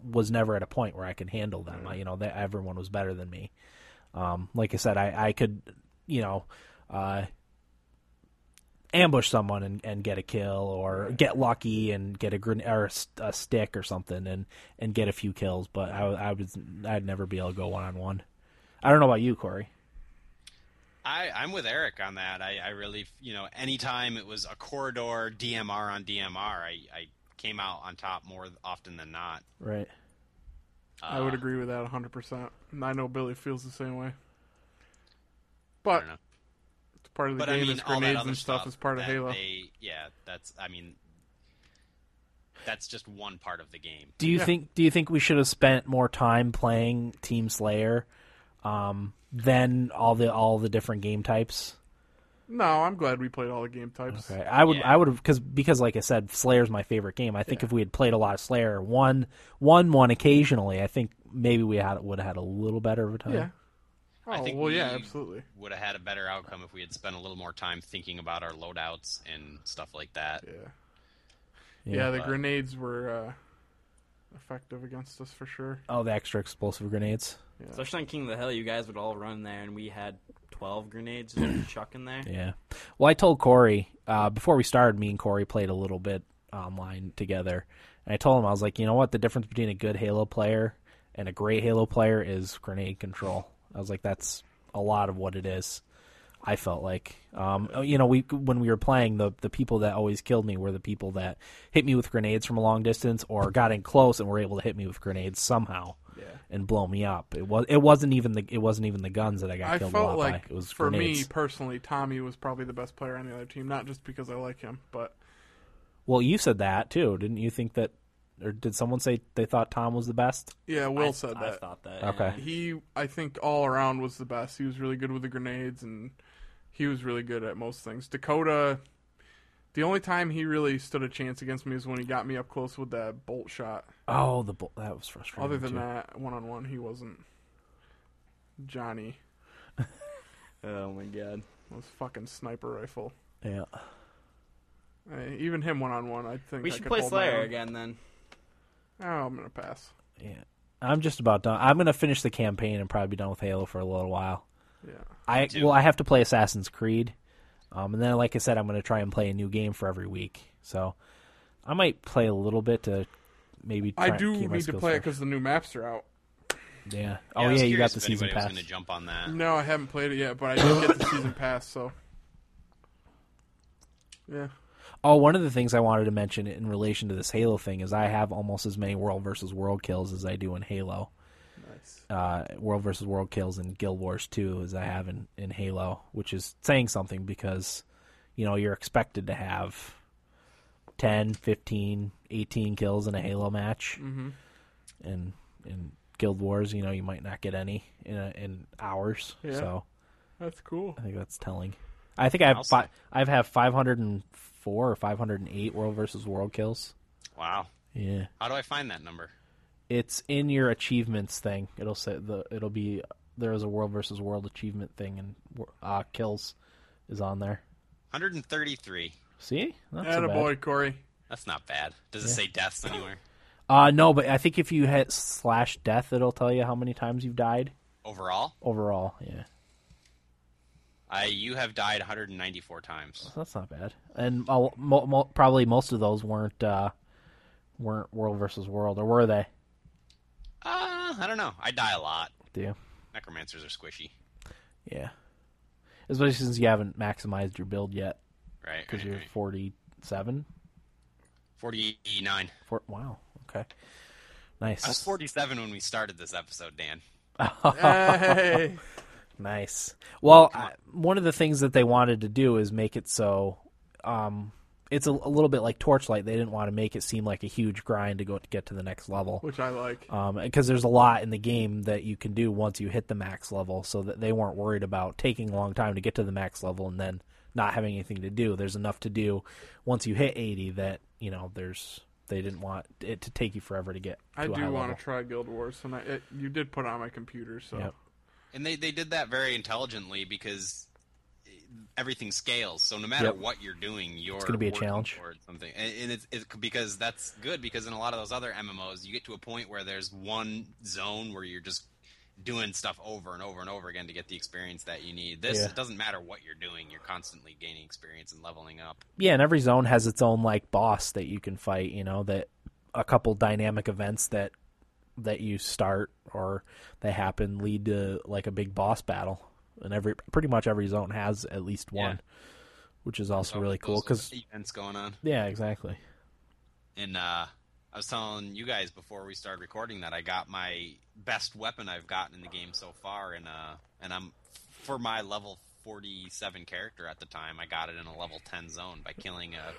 Speaker 1: was never at a point where I could handle them. I- You know, that everyone was better than me. Um, like I said, I, I could, you know, uh, ambush someone and, and get a kill, or get lucky and get a gren- or a, s- a stick or something, and, and get a few kills. But I, I was I'd never be able to go one on one. I don't know about you, Corey.
Speaker 4: I, I'm with Eric on that. I, I really, you know, anytime it was a corridor DMR on DMR, I, I came out on top more often than not.
Speaker 1: Right.
Speaker 2: I would
Speaker 4: Uh,
Speaker 2: agree with that 100. percent And I know Billy feels the same way.
Speaker 4: I
Speaker 2: But
Speaker 4: don't know.
Speaker 2: it's part of Uh, the
Speaker 4: But I
Speaker 2: game
Speaker 4: mean,
Speaker 2: is
Speaker 4: all that
Speaker 2: grenades
Speaker 4: other
Speaker 2: and stuff, is part of
Speaker 4: that
Speaker 2: Halo.
Speaker 4: they- yeah, that's. I mean, that's just one part of the game.
Speaker 1: Do you
Speaker 2: Yeah.
Speaker 1: think do you think we should have spent more time playing Team Slayer um, than all the all the different game types?
Speaker 2: No, I'm glad we played all the game types.
Speaker 1: Okay. I would
Speaker 4: Yeah.
Speaker 1: I would have because because like I said, Slayer's my favorite game. I think if we had played a lot of Slayer, one one one occasionally, I think maybe we had would have had a little better of a time.
Speaker 2: Yeah. Oh
Speaker 4: I think
Speaker 2: well, yeah,
Speaker 4: we-
Speaker 2: absolutely.
Speaker 4: Would have had a better outcome if we had spent a little more time thinking about our loadouts and stuff like that.
Speaker 2: Yeah.
Speaker 1: Yeah,
Speaker 2: Yeah, the
Speaker 4: but-
Speaker 2: grenades were uh, effective against us for sure.
Speaker 1: Oh, the extra explosive grenades.
Speaker 3: Especially on King of the Hill, you guys would all run there, and we had 12 grenades just chuck in there.
Speaker 1: Yeah. Well, I told Corey uh, before we started. Me and Corey played a little bit online together, and I told him I was like, you know what? The difference between a good Halo player and a great Halo player is grenade control. I was like, that's a lot of what it is. I felt like, um, oh, you know, we when we were playing, the the people that always killed me were the people that hit me with grenades from a long distance or got in close and were able to hit me with grenades somehow
Speaker 2: Yeah.
Speaker 1: and blow me up. It was it wasn't even the it wasn't even the guns that I got
Speaker 2: I
Speaker 1: killed a
Speaker 2: felt
Speaker 1: lot
Speaker 2: like
Speaker 1: by. It was
Speaker 2: for
Speaker 1: grenades.
Speaker 2: me personally, Tommy was probably the best player on the other team, not just because I like him, but
Speaker 1: Well, you said that too, didn't you? Think that, or did someone say they thought Tom was the best?
Speaker 2: yeah, Will
Speaker 3: I-
Speaker 2: said
Speaker 3: I
Speaker 2: that.
Speaker 3: thought that.
Speaker 1: Okay.
Speaker 3: yeah.
Speaker 2: He, I think, all around was the best. He was really good with the grenades, and he was really good at most things. Dakota, the only time he really stood a chance against me is when he got me up close with that bolt shot.
Speaker 1: Oh, the bull that was frustrating.
Speaker 2: Other than
Speaker 1: too.
Speaker 2: that, one on one, he wasn't. Johnny
Speaker 3: Oh my god.
Speaker 2: was fucking sniper rifle.
Speaker 1: yeah,
Speaker 2: Uh, even him one on one, I think
Speaker 3: We
Speaker 2: I
Speaker 3: should
Speaker 2: could
Speaker 3: play
Speaker 2: hold my
Speaker 3: Slayer
Speaker 2: own.
Speaker 3: again then.
Speaker 2: Oh, I'm gonna pass.
Speaker 1: yeah. I'm just about done. I'm gonna finish the campaign and probably be done with Halo for a little while.
Speaker 2: Yeah.
Speaker 1: I
Speaker 4: too.
Speaker 1: well, I have to play Assassin's Creed, um, and then like I said, I'm going to try and play a new game for every week. So I might play a little bit to maybe. Try
Speaker 2: I
Speaker 1: and
Speaker 2: do
Speaker 1: keep my
Speaker 2: need to
Speaker 1: skills
Speaker 2: play it
Speaker 1: fresh.
Speaker 2: because the new maps are out.
Speaker 1: yeah. Oh
Speaker 4: I
Speaker 1: yeah,
Speaker 4: was
Speaker 1: you got
Speaker 4: curious
Speaker 1: the
Speaker 4: if
Speaker 1: season
Speaker 4: anybody
Speaker 1: pass.
Speaker 4: Was gonna jump on that.
Speaker 2: No, I haven't played it yet, but I did get the season pass, so. Yeah.
Speaker 1: Oh, one of the things I wanted to mention in relation to this Halo thing is I have almost as many world versus world kills as I do in Halo.
Speaker 2: Nice.
Speaker 1: Uh, world versus world kills in Guild Wars 2 as I have in, in Halo, which is saying something because, you know, you're expected to have 10, 15, 18 kills in a Halo match.
Speaker 2: Mhm.
Speaker 1: And in Guild Wars, you know, you might not get any in, a, in hours.
Speaker 2: Yeah.
Speaker 1: So
Speaker 2: That's cool.
Speaker 1: I think that's telling. I think I have
Speaker 4: I'll
Speaker 1: fi- I've had 504 or 508 world versus world kills.
Speaker 4: Wow.
Speaker 1: Yeah.
Speaker 4: How do I find that number?
Speaker 1: It's in your achievements thing. It'll say the it'll be there is a world versus world achievement thing and uh, kills is on there.
Speaker 4: 133.
Speaker 1: See? Not so bad.
Speaker 2: Attaboy, Corey.
Speaker 4: That's not bad. Does it say deaths anywhere?
Speaker 1: Uh no, but I think if you hit slash death it'll tell you how many times you've died
Speaker 4: Overall,
Speaker 1: overall. Yeah.
Speaker 4: I you have died 194 times.
Speaker 1: So that's not bad. And uh, mo- mo- probably most of those weren't uh weren't world versus world or were they?
Speaker 4: Uh, I don't know. I die a lot.
Speaker 1: Do you?
Speaker 4: Necromancers are squishy,
Speaker 1: Yeah. Especially since you haven't maximized your build yet
Speaker 4: right?
Speaker 1: because
Speaker 4: right,
Speaker 1: you're
Speaker 4: right.
Speaker 1: 47.
Speaker 4: 49.
Speaker 1: Four- wow. Okay. Nice.
Speaker 4: I was 47 when we started this episode, Dan.
Speaker 2: Hey.
Speaker 1: Nice. Well, I, one of the things that they wanted to do is make it so um, it's a, a little bit like Torchlight. They didn't want to make it seem like a huge grind to go to get to the next level
Speaker 2: Which I like.
Speaker 1: because Um, there's a lot in the game that you can do once you hit the max level. So that they weren't worried about taking a long time to get to the max level and then not having anything to do. There's enough to do once you hit 80 that you know there's they didn't want it to take you forever to get.
Speaker 2: I
Speaker 1: to a high
Speaker 2: do want
Speaker 1: level.
Speaker 2: to try Guild Wars, and I, it, you did put it on my computer, so.
Speaker 1: Yep.
Speaker 4: And they, they did that very intelligently because everything scales. So no matter
Speaker 1: Yep.
Speaker 4: what you're doing, you're
Speaker 1: gonna be a
Speaker 4: working
Speaker 1: challenge.
Speaker 4: towards something. And, and it's, it's because that's good because in a lot of those other MMOs, you get to a point where there's one zone where you're just doing stuff over and over and over again to get the experience that you need. This
Speaker 1: Yeah.
Speaker 4: it doesn't matter what you're doing, you're constantly gaining experience and leveling up.
Speaker 1: yeah, and every zone has its own like boss that you can fight. You know that a couple dynamic events that that you start or that happen lead to like a big boss battle, and every pretty much every zone has at least one, which is also
Speaker 4: So
Speaker 1: really cool.
Speaker 4: those are
Speaker 1: Because
Speaker 4: the events going on.
Speaker 1: yeah, exactly.
Speaker 4: And uh, I was telling you guys before we started recording that I got my best weapon I've gotten in the game so far, and uh, and I'm for my level 47 character at the time. I got it in a level 10 zone by killing a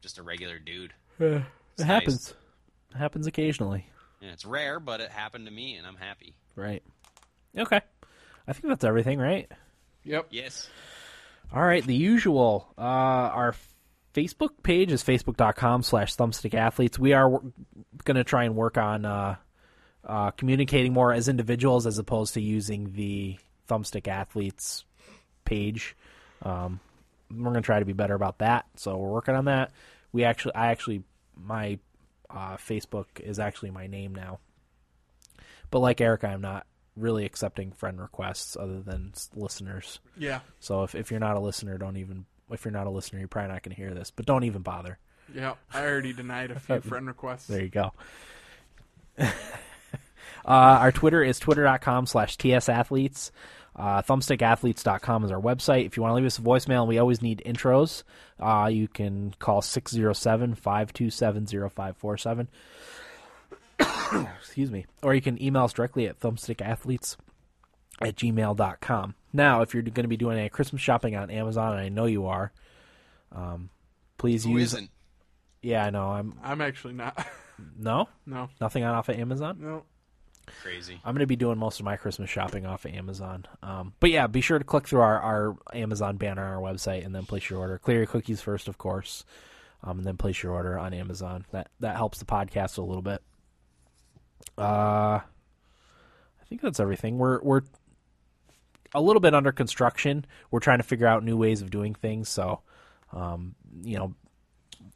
Speaker 4: just a regular dude.
Speaker 1: it
Speaker 4: nice.
Speaker 1: happens. It happens occasionally.
Speaker 4: And it's rare, but it happened to me, and I'm happy.
Speaker 1: Right. Okay. I think that's everything, right?
Speaker 2: Yep.
Speaker 4: Yes,
Speaker 1: All right, the usual. Uh, our Facebook page is facebook.com slash thumbstickathletes. We are going to try and work on uh, uh, communicating more as individuals as opposed to using the thumbstick athletes page. Um, we're going to try to be better about that. So we're working on that. We actually, I actually, my uh, Facebook is actually my name now. But like Eric, I'm not really accepting friend requests other than s- listeners.
Speaker 2: Yeah.
Speaker 1: So if, if you're not a listener, don't even. If you're not a listener, you're probably not going to hear this, but don't even bother.
Speaker 2: Yeah. I already denied a few friend requests.
Speaker 1: There you go. uh, our Twitter is twitter.com slash tsathletes. Uh, thumbstickathletes.com is our website. If you want to leave us a voicemail, we always need intros. Uh, you can call 607 527 0547. Excuse me. Or you can email us directly at thumbstickathletes at gmail.com. Now, if you're going to be doing any Christmas shopping on Amazon, and I know you are, um, please
Speaker 4: who
Speaker 1: use.
Speaker 4: isn't?
Speaker 1: Yeah, I know. I'm
Speaker 2: I'm actually not.
Speaker 1: no.
Speaker 2: no.
Speaker 1: Nothing on off of Amazon.
Speaker 2: No.
Speaker 4: Crazy.
Speaker 1: I'm going to be doing most of my Christmas shopping off of Amazon. Um, but yeah, be sure to click through our, our Amazon banner on our website and then place your order. Clear your cookies first, of course, um, and then place your order on Amazon. That that helps the podcast a little bit. Uh, I think that's everything. We're we're a little bit under construction. We're trying to figure out new ways of doing things. So, um, you know,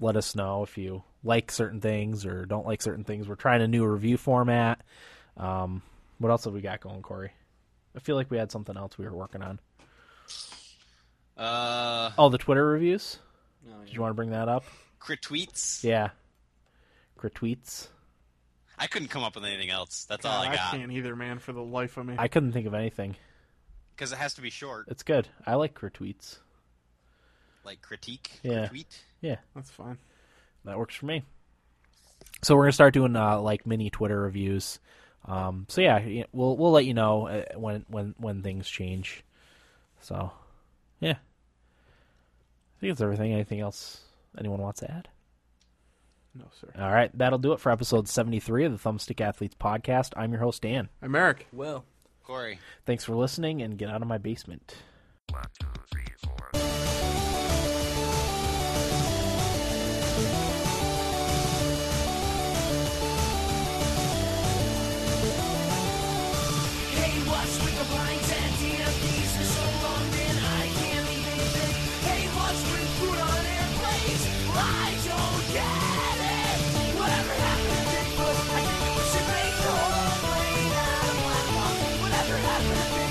Speaker 1: let us know if you like certain things or don't like certain things. We're trying a new review format. Um, what else have we got going, Corey? I feel like we had something else we were working on.
Speaker 4: Uh,
Speaker 1: Oh, the Twitter reviews.
Speaker 3: No,
Speaker 1: Did you want to bring that up?
Speaker 4: crit tweets.
Speaker 1: Yeah. Tweets.
Speaker 4: I couldn't come up with anything else. That's all
Speaker 2: God,
Speaker 4: I
Speaker 2: I
Speaker 4: got.
Speaker 2: can't either, man, for the life of me.
Speaker 1: I couldn't think of anything.
Speaker 4: Because it has to be short,
Speaker 1: It's good. I like tweets.
Speaker 4: like critique,
Speaker 1: Yeah.
Speaker 4: tweet.
Speaker 2: That's fine.
Speaker 1: That works for me. So we're gonna start doing uh, like mini Twitter reviews. Um, so yeah, y- we'll we'll let you know uh, when when when things change. So, yeah, I think it's everything. Anything else anyone wants to add?
Speaker 2: No, sir.
Speaker 1: All right, that'll do it for episode seventy three of the Thumbstick Athletes podcast. I'm your host Dan.
Speaker 2: I'm Eric.
Speaker 3: Well.
Speaker 4: Corey.
Speaker 1: Thanks for listening, and get out of my basement.
Speaker 5: One, two, three, four.
Speaker 6: Hey, what's with the blinds and DMPs for so long and I can't even think? Hey, what's with food on airplanes? I don't get it. Whatever happened to Bigfoot? I think it was should make the whole plane out of my Whatever happened to Bigfoot?